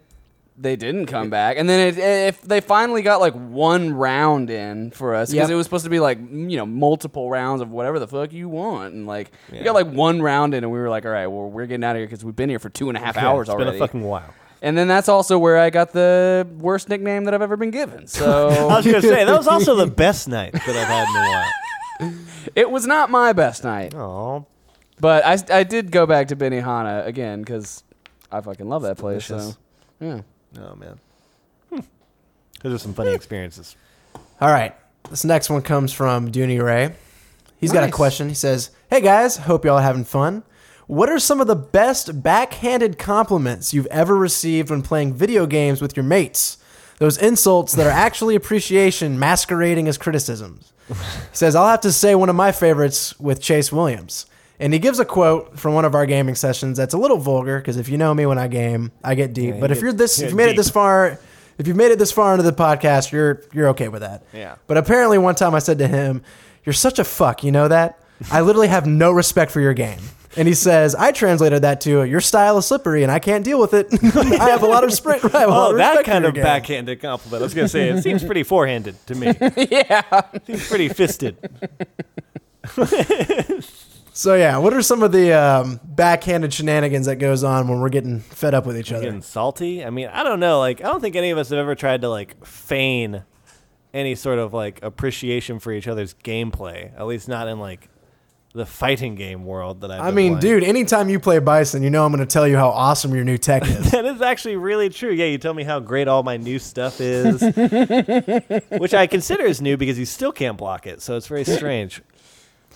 [SPEAKER 4] they didn't come back. And then it, if they finally got like one round in for us because
[SPEAKER 5] Yep.
[SPEAKER 4] it was supposed to be like m- you know multiple rounds of whatever the fuck you want, and like we got like one round in, and we were like, "All right, well we're getting out of here because we've been here for two and a half hours
[SPEAKER 3] it's
[SPEAKER 4] already."
[SPEAKER 3] been a fucking while.
[SPEAKER 4] And then that's also where I got the worst nickname that I've ever been given.
[SPEAKER 3] I [laughs]
[SPEAKER 4] So
[SPEAKER 3] was gonna say that was also the best night that I've had in a while.
[SPEAKER 4] it was not my best night.
[SPEAKER 3] Oh,
[SPEAKER 4] But I, I did go back to Benihana again because I fucking love that place. So.
[SPEAKER 3] Delicious.
[SPEAKER 4] Yeah.
[SPEAKER 3] Oh man. Those are some funny
[SPEAKER 5] [laughs]
[SPEAKER 3] experiences.
[SPEAKER 5] All right. This next one comes from Dooney Ray. He's got a
[SPEAKER 4] Nice.
[SPEAKER 5] question. He says, Hey guys, hope y'all are having fun. What are some of the best backhanded compliments you've ever received when playing video games with your mates? Those insults that are actually appreciation masquerading as criticisms. He says, I'll have to say one of my favorites with Chase Williams. And he gives a quote from one of our gaming sessions that's a little vulgar because if you know me when I game, I get deep. but if you're
[SPEAKER 3] [laughs]
[SPEAKER 5] this, if you made it
[SPEAKER 3] deep.
[SPEAKER 5] this far, if you've made it this far into the podcast, you're you're okay with that.
[SPEAKER 3] Yeah.
[SPEAKER 5] But apparently, one time I said to him, "You're such a fuck." You know that? I literally have no respect for your game. And he says, "I translated that to your style is slippery, and I can't deal with it. [laughs] I have a lot of sprint. I have a lot
[SPEAKER 3] Oh,
[SPEAKER 5] of
[SPEAKER 3] that
[SPEAKER 5] respect for
[SPEAKER 3] kind
[SPEAKER 5] your
[SPEAKER 3] of
[SPEAKER 5] game."
[SPEAKER 3] backhanded compliment. [laughs]
[SPEAKER 4] [laughs]
[SPEAKER 3] I was gonna say it seems pretty forehanded to me. yeah, seems pretty fisted.
[SPEAKER 5] So yeah, what are some of the um, backhanded shenanigans that goes on when we're getting fed up with each other?
[SPEAKER 3] Getting salty. I mean, I don't know. Like, I don't think any of us have ever tried to like feign any sort of like appreciation for each other's gameplay. At least not in like the fighting game world that I've
[SPEAKER 5] I
[SPEAKER 3] been
[SPEAKER 5] mean,
[SPEAKER 3] playing.
[SPEAKER 5] dude, anytime you play Bison, you know I'm going to tell you how awesome your new tech
[SPEAKER 3] [laughs]
[SPEAKER 5] is.
[SPEAKER 3] That is actually really true. Yeah, you tell me how great all my new stuff
[SPEAKER 5] [laughs]
[SPEAKER 3] is, which I consider is new because you still can't block it. So it's very strange.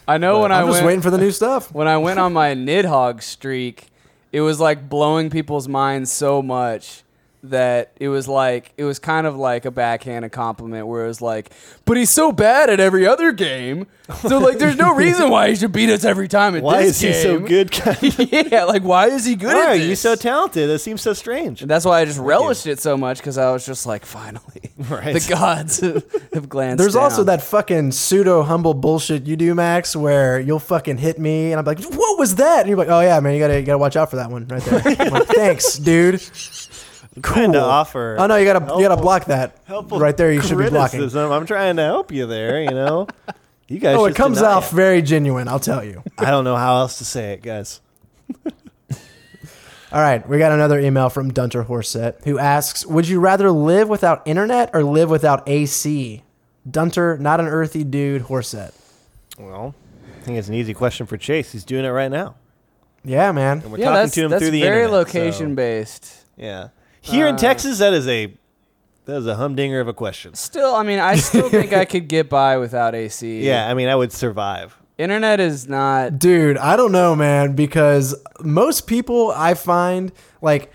[SPEAKER 4] I know when I
[SPEAKER 5] I'm just
[SPEAKER 4] went
[SPEAKER 5] waiting for the new stuff.
[SPEAKER 4] when I went on my Nidhogg streak, it was like blowing people's minds so much that it was like it was kind of like a backhanded compliment where it was like, but he's so bad at every other game, so like there's
[SPEAKER 3] [laughs]
[SPEAKER 4] no reason why he should beat us every time at
[SPEAKER 3] Why is
[SPEAKER 4] this
[SPEAKER 3] he so
[SPEAKER 4] game."
[SPEAKER 3] good?
[SPEAKER 5] [laughs]
[SPEAKER 3] Why
[SPEAKER 4] [laughs] yeah, like why is he good? at
[SPEAKER 3] are
[SPEAKER 4] this?
[SPEAKER 3] you so talented? That seems so strange.
[SPEAKER 4] And that's why I just relished it so much because I was just like, finally,
[SPEAKER 3] [laughs] Right.
[SPEAKER 4] the gods have, have glanced.
[SPEAKER 5] There's also
[SPEAKER 4] down.
[SPEAKER 5] that fucking pseudo humble bullshit you do, Max, where you'll fucking hit me, and I'm like, "What was that?" And you're like, "Oh yeah, man, you gotta you gotta watch out for that one right there." I'm like, Thanks, dude.
[SPEAKER 3] Trying to offer.
[SPEAKER 5] Oh no, you gotta you gotta
[SPEAKER 3] helpful-
[SPEAKER 5] block that
[SPEAKER 3] helpful
[SPEAKER 5] right there. You should be blocking.
[SPEAKER 3] criticism. I'm trying to help you there. You know, [laughs] you guys.
[SPEAKER 5] Oh, it
[SPEAKER 3] just
[SPEAKER 5] comes
[SPEAKER 3] deny
[SPEAKER 5] off
[SPEAKER 3] it.
[SPEAKER 5] very genuine. I'll tell you.
[SPEAKER 3] I don't know how else to say it, guys.
[SPEAKER 5] All right, we got another email from Dunter Horset who asks, "Would you rather live without internet or live without AC?" Dunter, not an earthy dude, Horset.
[SPEAKER 3] Well, I think it's an easy question for Chase. He's doing it right now.
[SPEAKER 5] Yeah, man.
[SPEAKER 3] We're
[SPEAKER 4] Yeah,
[SPEAKER 3] talking
[SPEAKER 4] that's,
[SPEAKER 3] to him
[SPEAKER 4] that's
[SPEAKER 3] through the
[SPEAKER 4] very
[SPEAKER 3] internet,
[SPEAKER 4] location
[SPEAKER 3] so-
[SPEAKER 4] based.
[SPEAKER 3] Yeah. Here
[SPEAKER 5] Uh,
[SPEAKER 3] in Texas, that is a that is a humdinger of a question.
[SPEAKER 4] Still, I mean, I
[SPEAKER 3] [laughs]
[SPEAKER 4] still think I could get by without AC.
[SPEAKER 3] Yeah, I mean, I would survive.
[SPEAKER 4] Internet is not.
[SPEAKER 5] Dude, I don't know, man, because most people I find like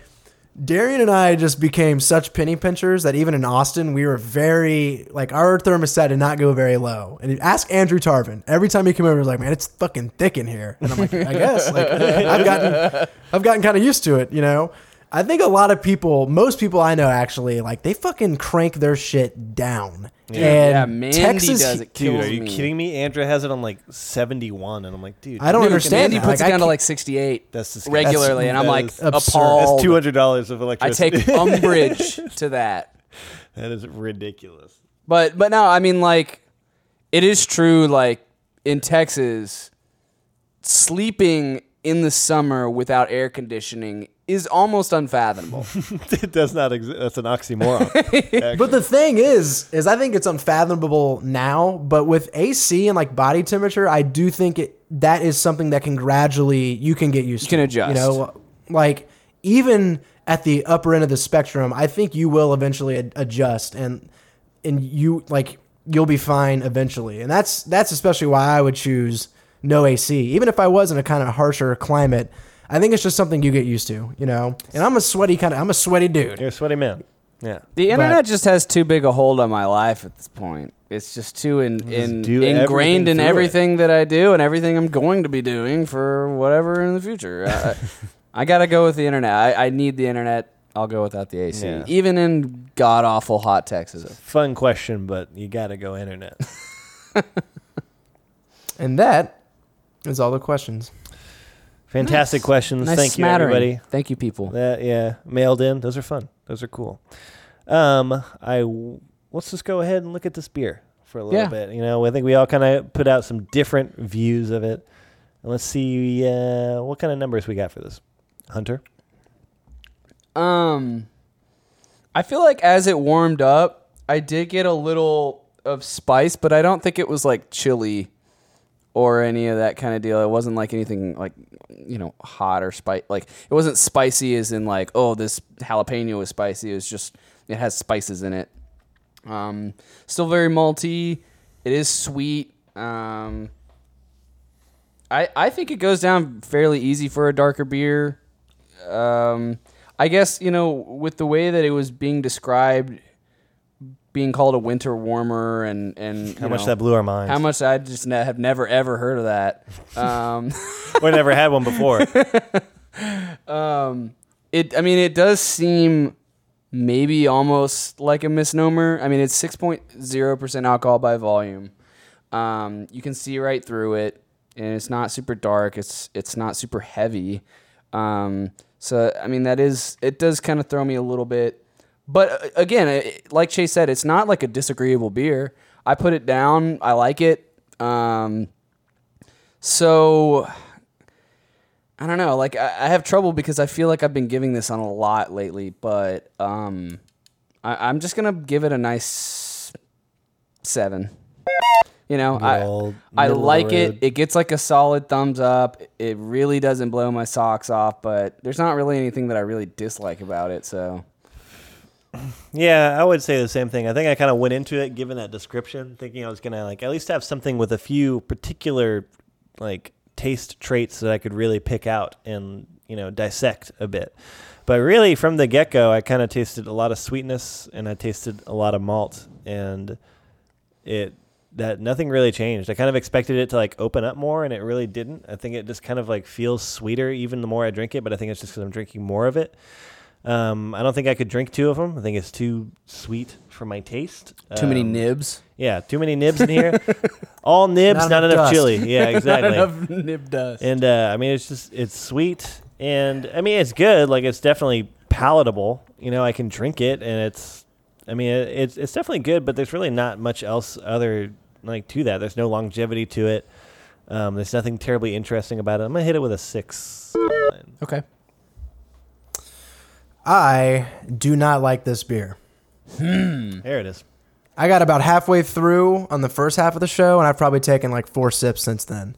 [SPEAKER 5] Darian and I just became such penny pinchers that even in Austin, we were very like our thermostat did not go very low. And ask Andrew Tarvin every time he came over, he was like, "Man, it's fucking thick in here," and I'm like, "I guess." Like, [laughs] I've gotten, I've gotten kind of used to it, you know. I think a lot of people, most people I know actually, like they fucking crank their shit down.
[SPEAKER 4] Yeah,
[SPEAKER 5] And
[SPEAKER 4] Mandy
[SPEAKER 5] Texas,
[SPEAKER 4] does it.
[SPEAKER 3] Dude,
[SPEAKER 4] Kills
[SPEAKER 3] are you
[SPEAKER 4] me.
[SPEAKER 3] kidding me? Andrea has it on like 71, and I'm like, dude,
[SPEAKER 5] I don't
[SPEAKER 4] Dude,
[SPEAKER 5] understand.
[SPEAKER 4] Mandy
[SPEAKER 5] that.
[SPEAKER 4] puts it
[SPEAKER 5] Like, I
[SPEAKER 4] down to
[SPEAKER 5] can't-
[SPEAKER 4] like 68
[SPEAKER 3] That's disgusting.
[SPEAKER 4] regularly, and I'm
[SPEAKER 3] That
[SPEAKER 4] like
[SPEAKER 3] is
[SPEAKER 5] absurd.
[SPEAKER 3] That's
[SPEAKER 4] appalled.
[SPEAKER 3] two hundred dollars of
[SPEAKER 4] I
[SPEAKER 3] electricity. [laughs]
[SPEAKER 4] take umbrage to that.
[SPEAKER 3] that is ridiculous. [laughs]
[SPEAKER 4] But but no, I mean like it is true like in Texas sleeping in the summer without air conditioning is
[SPEAKER 3] [laughs]
[SPEAKER 4] almost unfathomable.
[SPEAKER 3] it does not exist. That's an oxymoron.
[SPEAKER 4] [laughs]
[SPEAKER 5] But the thing is, is I think it's unfathomable now. But with AC and like body temperature, I do think it that is something that can gradually you can get used.
[SPEAKER 4] can
[SPEAKER 5] to,
[SPEAKER 4] adjust.
[SPEAKER 5] You know, like even at the upper end of the spectrum, I think you will eventually ad- adjust and and you like you'll be fine eventually. And that's that's especially why I would choose no AC, even if I was in a kind of harsher climate. I think it's just something you get used to, you know. And I'm a sweaty kind of I'm a sweaty dude.
[SPEAKER 3] You're a sweaty man. Yeah.
[SPEAKER 4] the internet just has too big a hold on my life at this point. It's just too in, in,
[SPEAKER 3] do
[SPEAKER 4] ingrained
[SPEAKER 3] everything
[SPEAKER 4] in
[SPEAKER 3] through it.
[SPEAKER 4] everything that I do and everything I'm going to be doing for whatever in the future.
[SPEAKER 3] [laughs]
[SPEAKER 4] I, I gotta go with the internet. I, I need the internet. I'll go without the AC,
[SPEAKER 3] Yeah.
[SPEAKER 4] even in god awful hot Texas.
[SPEAKER 3] Fun question, but you got to go
[SPEAKER 4] [laughs]
[SPEAKER 3] internet.
[SPEAKER 5] And that is all the questions.
[SPEAKER 3] Fantastic questions.
[SPEAKER 4] Nice
[SPEAKER 3] Thank
[SPEAKER 4] smattering.
[SPEAKER 3] you, everybody.
[SPEAKER 4] Thank you, people.
[SPEAKER 3] That yeah, mailed in. Those are fun. Those are cool. Um, I w- let's just go ahead and look at this beer for a little
[SPEAKER 4] Yeah.
[SPEAKER 3] bit. You know, I think we all kind of put out some different views of it, and let's see uh, what kind of numbers we got for this. Hunter,
[SPEAKER 4] Um, I feel like as it warmed up, I did get a little of spice, but I don't think it was like chili or any of that kind of deal. It wasn't like anything like you know hot or spice. Like it wasn't spicy as in like oh this jalapeno is spicy. It was just it has spices in it. Um, still very malty. It is sweet. Um, I I think it goes down fairly easy for a darker beer. Um, I guess you know with the way that it was being described, being called a winter warmer, and and
[SPEAKER 3] how much that blew our minds.
[SPEAKER 4] how much I just ne- have never ever heard of that. Um, [laughs]
[SPEAKER 3] we never had one before.
[SPEAKER 4] it I mean it does seem maybe almost like a misnomer. I mean it's 6.0% alcohol by volume. Um, you can see right through it and it's not super dark. It's it's not super heavy. Um, so I mean that is it does kind of throw me a little bit. But uh, again, it, like Chase said, it's not like a disagreeable beer. I put it down. I like it. Um, So I don't know. Like I, I have trouble because I feel like I've been giving this on a lot lately, but um, I, I'm just gonna give it a nice seven. You know,
[SPEAKER 5] Middle-
[SPEAKER 4] I I
[SPEAKER 5] middle of the
[SPEAKER 4] like it.
[SPEAKER 5] road.
[SPEAKER 4] It gets like a solid thumbs up. It really doesn't blow my socks off, but there's not really anything that I really dislike about it. So
[SPEAKER 3] Yeah, I would say the same thing. I think I kind of went into it given that description, thinking I was gonna like at least have something with a few particular like taste traits that I could really pick out and you know dissect a bit. But really, from the get go, I kind of tasted a lot of sweetness and I tasted a lot of malt, and it that nothing really changed. I kind of expected it to like open up more, and it really didn't. I think it just kind of like feels sweeter even the more I drink it. But I think it's just because I'm drinking more of it. Um, I don't think I could drink two of them. I think it's too sweet for my taste.
[SPEAKER 4] too many
[SPEAKER 3] Um,
[SPEAKER 4] nibs.
[SPEAKER 3] Yeah, too many nibs in here. All nibs, not,
[SPEAKER 5] Not
[SPEAKER 3] enough,
[SPEAKER 5] enough dust.
[SPEAKER 3] chili. Yeah, exactly.
[SPEAKER 4] nib dust.
[SPEAKER 3] And uh, I mean, it's just it's sweet, and I mean it's good. Like it's definitely palatable. You know, I can drink it, and it's. I mean, it, it's it's definitely good, but there's really not much else other like to that. There's no longevity to it. Um, there's nothing terribly interesting about it. I'm gonna hit it with a six.
[SPEAKER 4] Okay.
[SPEAKER 5] I do not like this beer.
[SPEAKER 3] There it is.
[SPEAKER 5] I got about halfway through on the first half of the show, and I've probably taken like four sips since then.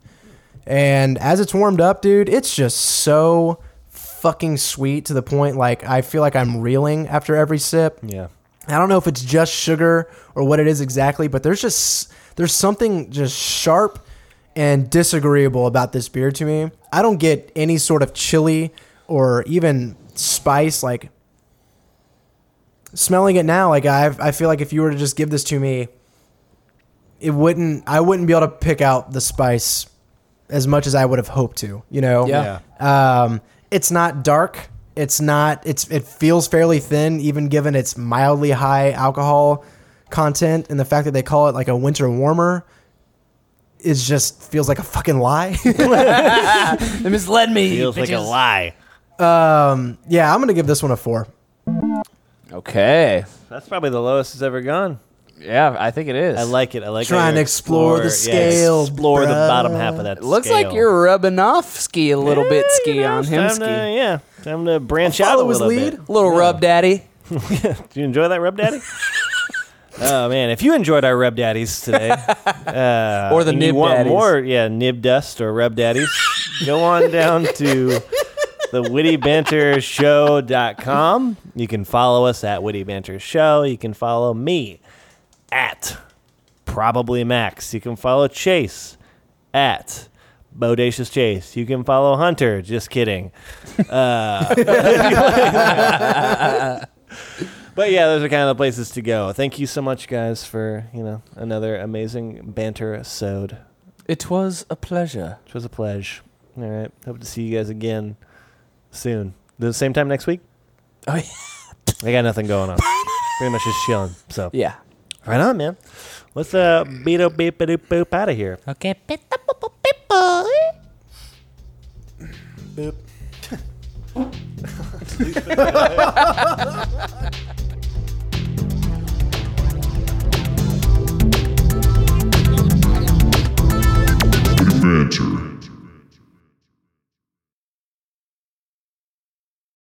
[SPEAKER 5] And as it's warmed up, dude, it's just so fucking sweet to the point like I feel like I'm reeling after every sip.
[SPEAKER 3] Yeah.
[SPEAKER 5] I don't know if it's just sugar or what it is exactly, but there's just there's something just sharp and disagreeable about this beer to me. I don't get any sort of chili or even spice like smelling it now like I I feel like if you were to just give this to me it wouldn't I wouldn't be able to pick out the spice as much as I would have hoped to, you know.
[SPEAKER 4] Yeah.
[SPEAKER 5] Um, it's not dark. It's not. It's it feels fairly thin, even given its mildly high alcohol content, and the fact that they call it like a winter warmer is just feels like a fucking lie. [laughs]
[SPEAKER 4] They misled me.
[SPEAKER 3] Feels like a lie.
[SPEAKER 5] um, yeah, I'm gonna give this one a four.
[SPEAKER 4] Okay.
[SPEAKER 3] That's probably the lowest it's ever gone.
[SPEAKER 4] Yeah, I think it is.
[SPEAKER 3] I like it. I like
[SPEAKER 5] Try
[SPEAKER 3] how
[SPEAKER 5] and
[SPEAKER 3] you
[SPEAKER 5] explore the
[SPEAKER 3] yeah,
[SPEAKER 5] scale,
[SPEAKER 3] explore the
[SPEAKER 5] bruh.
[SPEAKER 3] bottom half of that.
[SPEAKER 4] Looks
[SPEAKER 3] scale.
[SPEAKER 4] like you're rubbing off ski a little bit, ski
[SPEAKER 3] You know,
[SPEAKER 4] on
[SPEAKER 3] it's
[SPEAKER 4] him,
[SPEAKER 3] time
[SPEAKER 4] ski.
[SPEAKER 3] To, yeah, time to branch out a
[SPEAKER 5] Follow his
[SPEAKER 3] little
[SPEAKER 5] lead.
[SPEAKER 3] bit.
[SPEAKER 4] Little rub, daddy.
[SPEAKER 3] Did you enjoy that Rub
[SPEAKER 4] [laughs]
[SPEAKER 3] Daddy? oh man, if you enjoyed our Rub Daddies today, uh,
[SPEAKER 4] [laughs] Or the
[SPEAKER 3] and you
[SPEAKER 4] Nib
[SPEAKER 3] want
[SPEAKER 4] Daddies.
[SPEAKER 3] more, yeah, Nib Dust or Rub [laughs] Daddies, go on down to the Witty Banter Show.com. You can follow us at Witty Banter Show. You can follow me at Probably Max. You can follow Chase at Bodacious Chase. You can follow Hunter. Just kidding. Uh,
[SPEAKER 4] [laughs]
[SPEAKER 3] [laughs] But yeah, those are kind of the places to go. Thank you so much, guys, for you know another amazing banter sode.
[SPEAKER 4] It was a pleasure.
[SPEAKER 3] It was a pleasure. All right, hope to see you guys again soon. The same time next week.
[SPEAKER 4] Oh, yeah.
[SPEAKER 3] I got nothing going
[SPEAKER 4] [laughs]
[SPEAKER 3] on. Pretty much just chilling. So
[SPEAKER 4] yeah.
[SPEAKER 3] right on, man. Let's uh beat up beep a doop boop out of here.
[SPEAKER 2] Okay, peta popo pipo.